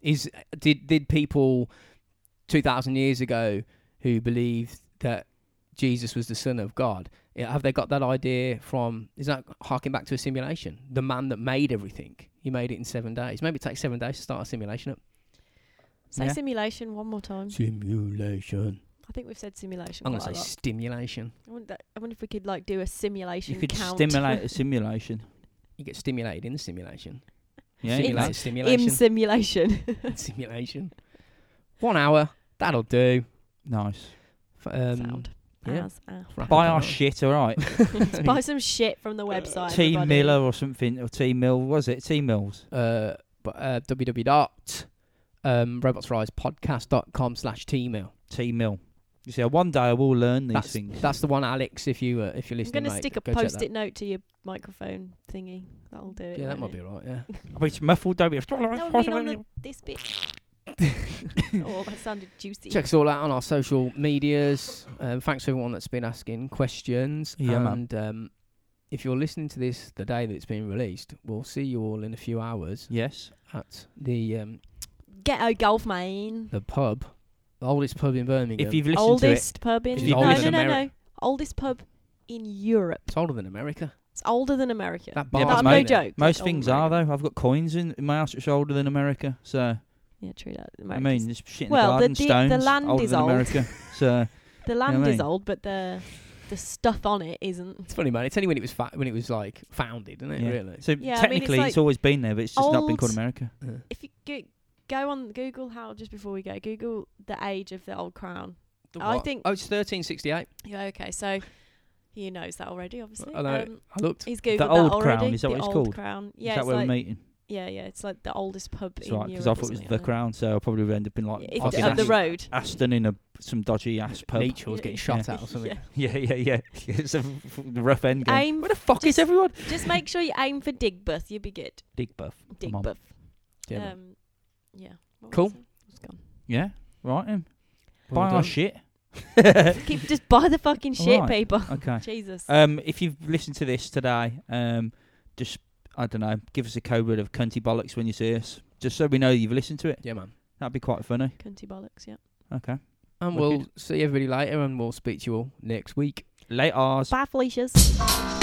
Speaker 1: Is did did people two thousand years ago who believed that Jesus was the Son of God yeah, have they got that idea from? Is that harking back to a simulation? The man that made everything, he made it in seven days. Maybe it takes seven days to start a simulation up.
Speaker 3: Say
Speaker 2: Yeah.
Speaker 3: simulation one more time.
Speaker 1: Simulation.
Speaker 3: I think we've said simulation
Speaker 1: I'm
Speaker 3: quite
Speaker 1: gonna say
Speaker 3: a lot.
Speaker 1: stimulation.
Speaker 3: I wonder, that- I wonder if we could like do a simulation
Speaker 2: You could
Speaker 3: count.
Speaker 2: stimulate a simulation.
Speaker 1: You get stimulated in the simulation.
Speaker 2: Yeah, you
Speaker 1: Simulated
Speaker 2: know.
Speaker 3: It's-
Speaker 1: stimulation.
Speaker 3: [laughs] in
Speaker 1: [laughs]
Speaker 3: simulation. [laughs]
Speaker 1: simulation. One hour. That'll do.
Speaker 2: nice.
Speaker 1: F- um,
Speaker 3: Sound.
Speaker 1: yeah.
Speaker 3: As
Speaker 1: [laughs]
Speaker 3: a-
Speaker 1: wrap
Speaker 2: Buy
Speaker 1: it
Speaker 2: our
Speaker 1: up.
Speaker 2: [laughs] shit, all right.
Speaker 3: Buy some shit from the website.
Speaker 2: T
Speaker 3: everybody.
Speaker 2: Miller or something, or T Mill, was it? T Mills.
Speaker 1: uh, but uh, www dot um, robotsrisepodcast.com slash tmail.
Speaker 2: T Mill. You see, one day I will learn these
Speaker 1: That's
Speaker 2: things.
Speaker 1: that's the one, Alex. If you uh, if you're
Speaker 3: I'm
Speaker 1: listening,
Speaker 3: gonna
Speaker 1: mate,
Speaker 3: stick a
Speaker 1: go check
Speaker 3: post-it note to your microphone thingy. That'll do
Speaker 1: that.
Speaker 3: it.
Speaker 1: Yeah, that
Speaker 3: won't
Speaker 1: might
Speaker 3: it?
Speaker 1: be right. Yeah,
Speaker 3: [laughs]
Speaker 2: I mean, it's muffled, don't be.
Speaker 3: That would mean on the, this bit.
Speaker 1: [laughs]
Speaker 3: oh, that sounded juicy.
Speaker 1: check us all out on our social medias. Um, thanks to everyone that's been asking questions.
Speaker 2: Yeah, man.
Speaker 1: and um, if you're listening to this the day that it's being released, we'll see you all in a few hours
Speaker 2: Yes.
Speaker 1: at the um,
Speaker 3: Ghetto golf, man.
Speaker 1: the pub, the oldest pub in Birmingham.
Speaker 2: If you've listened to it,
Speaker 3: Oldest pub in
Speaker 1: It's
Speaker 3: no,
Speaker 1: older
Speaker 3: no,
Speaker 1: than
Speaker 3: no, no.
Speaker 1: America.
Speaker 3: Oldest pub in Europe.
Speaker 1: it's older than America.
Speaker 3: It's older than America.
Speaker 1: That bar,
Speaker 2: Yeah, but
Speaker 3: That-
Speaker 2: it's
Speaker 3: no
Speaker 2: amazing.
Speaker 3: joke. it's
Speaker 2: most
Speaker 3: older
Speaker 2: things
Speaker 3: than
Speaker 2: are
Speaker 3: America.
Speaker 2: though. I've got coins in, in my house which are older than America, so
Speaker 3: Yeah, true that.
Speaker 2: I
Speaker 3: America's-
Speaker 2: mean, it's shit in
Speaker 3: Well,
Speaker 2: the
Speaker 3: the
Speaker 2: garden.
Speaker 3: de- the
Speaker 2: stones
Speaker 3: land
Speaker 2: older
Speaker 3: is
Speaker 2: than
Speaker 3: old.
Speaker 2: America, so
Speaker 3: the
Speaker 2: what I
Speaker 3: land is
Speaker 2: mean?
Speaker 3: old, but the the stuff on it
Speaker 1: It's
Speaker 3: isn't.
Speaker 1: funny, man. It's only when it was fa- when it was like founded, [laughs] isn't it?
Speaker 2: yeah.
Speaker 1: Really.
Speaker 2: So
Speaker 3: Yeah, I mean, it's
Speaker 2: technically, it's,
Speaker 3: like
Speaker 2: always been there, but it's just not been called
Speaker 3: old-
Speaker 2: America.
Speaker 1: Yeah.
Speaker 3: If you go, go on Google how just before we go, Google the age of the old crown.
Speaker 1: The
Speaker 3: I
Speaker 1: what?
Speaker 3: think-
Speaker 1: oh, it's thirteen sixty eight.
Speaker 3: Yeah, okay. So he knows that already, obviously.
Speaker 1: I know.
Speaker 3: Um,
Speaker 1: I looked.
Speaker 3: he's googled
Speaker 2: The
Speaker 3: that
Speaker 2: Old
Speaker 3: already.
Speaker 2: Crown, is that
Speaker 3: the
Speaker 2: what it's
Speaker 3: old
Speaker 2: called?
Speaker 3: Crown.
Speaker 2: Is
Speaker 3: Yeah,
Speaker 2: that
Speaker 3: it's
Speaker 2: where
Speaker 3: like,
Speaker 2: we're meeting?
Speaker 3: yeah, yeah, it's like the oldest pub
Speaker 2: It's
Speaker 3: in
Speaker 2: right,
Speaker 3: Europe.
Speaker 2: because I thought it was
Speaker 3: isn't
Speaker 2: the
Speaker 3: I
Speaker 2: Crown, so I'll probably end up in like
Speaker 3: don't know. Yeah,
Speaker 1: fucking
Speaker 3: It's up the
Speaker 1: Aston.
Speaker 3: road.
Speaker 2: Aston in a some dodgy ass pub.
Speaker 1: Nietzsche was getting shot at or something.
Speaker 3: [laughs] Yeah.
Speaker 2: [laughs] Yeah, yeah, yeah. [laughs] it's a f- rough end game.
Speaker 3: Aim.
Speaker 2: Where the fuck is
Speaker 3: just-
Speaker 2: everyone?
Speaker 3: Just make sure you aim for Digbeth. You'll be good.
Speaker 2: Dig buff. [laughs] Come on.
Speaker 3: Digbeth.
Speaker 1: Yeah, man.
Speaker 3: um, yeah. What was
Speaker 1: Cool.
Speaker 3: I saying? It's gone.
Speaker 2: Yeah, right. Then.
Speaker 1: Well
Speaker 2: Buy
Speaker 1: done. [laughs]
Speaker 2: our shit.
Speaker 3: Keep just buy the fucking shit,
Speaker 2: Alright.
Speaker 3: people.
Speaker 2: Okay.
Speaker 3: [laughs] Jesus.
Speaker 2: Um, if you've listened to this today, um, just I don't know, give us a code word of cunty bollocks when you see us, just so we know you've listened to it.
Speaker 1: Yeah, man.
Speaker 2: That'd be quite funny.
Speaker 3: Cunty bollocks. Yeah.
Speaker 2: Okay.
Speaker 1: And
Speaker 2: Wicked.
Speaker 1: we'll see everybody later, and we'll speak to you all next week.
Speaker 2: Late ours.
Speaker 3: Bye, Felicia's.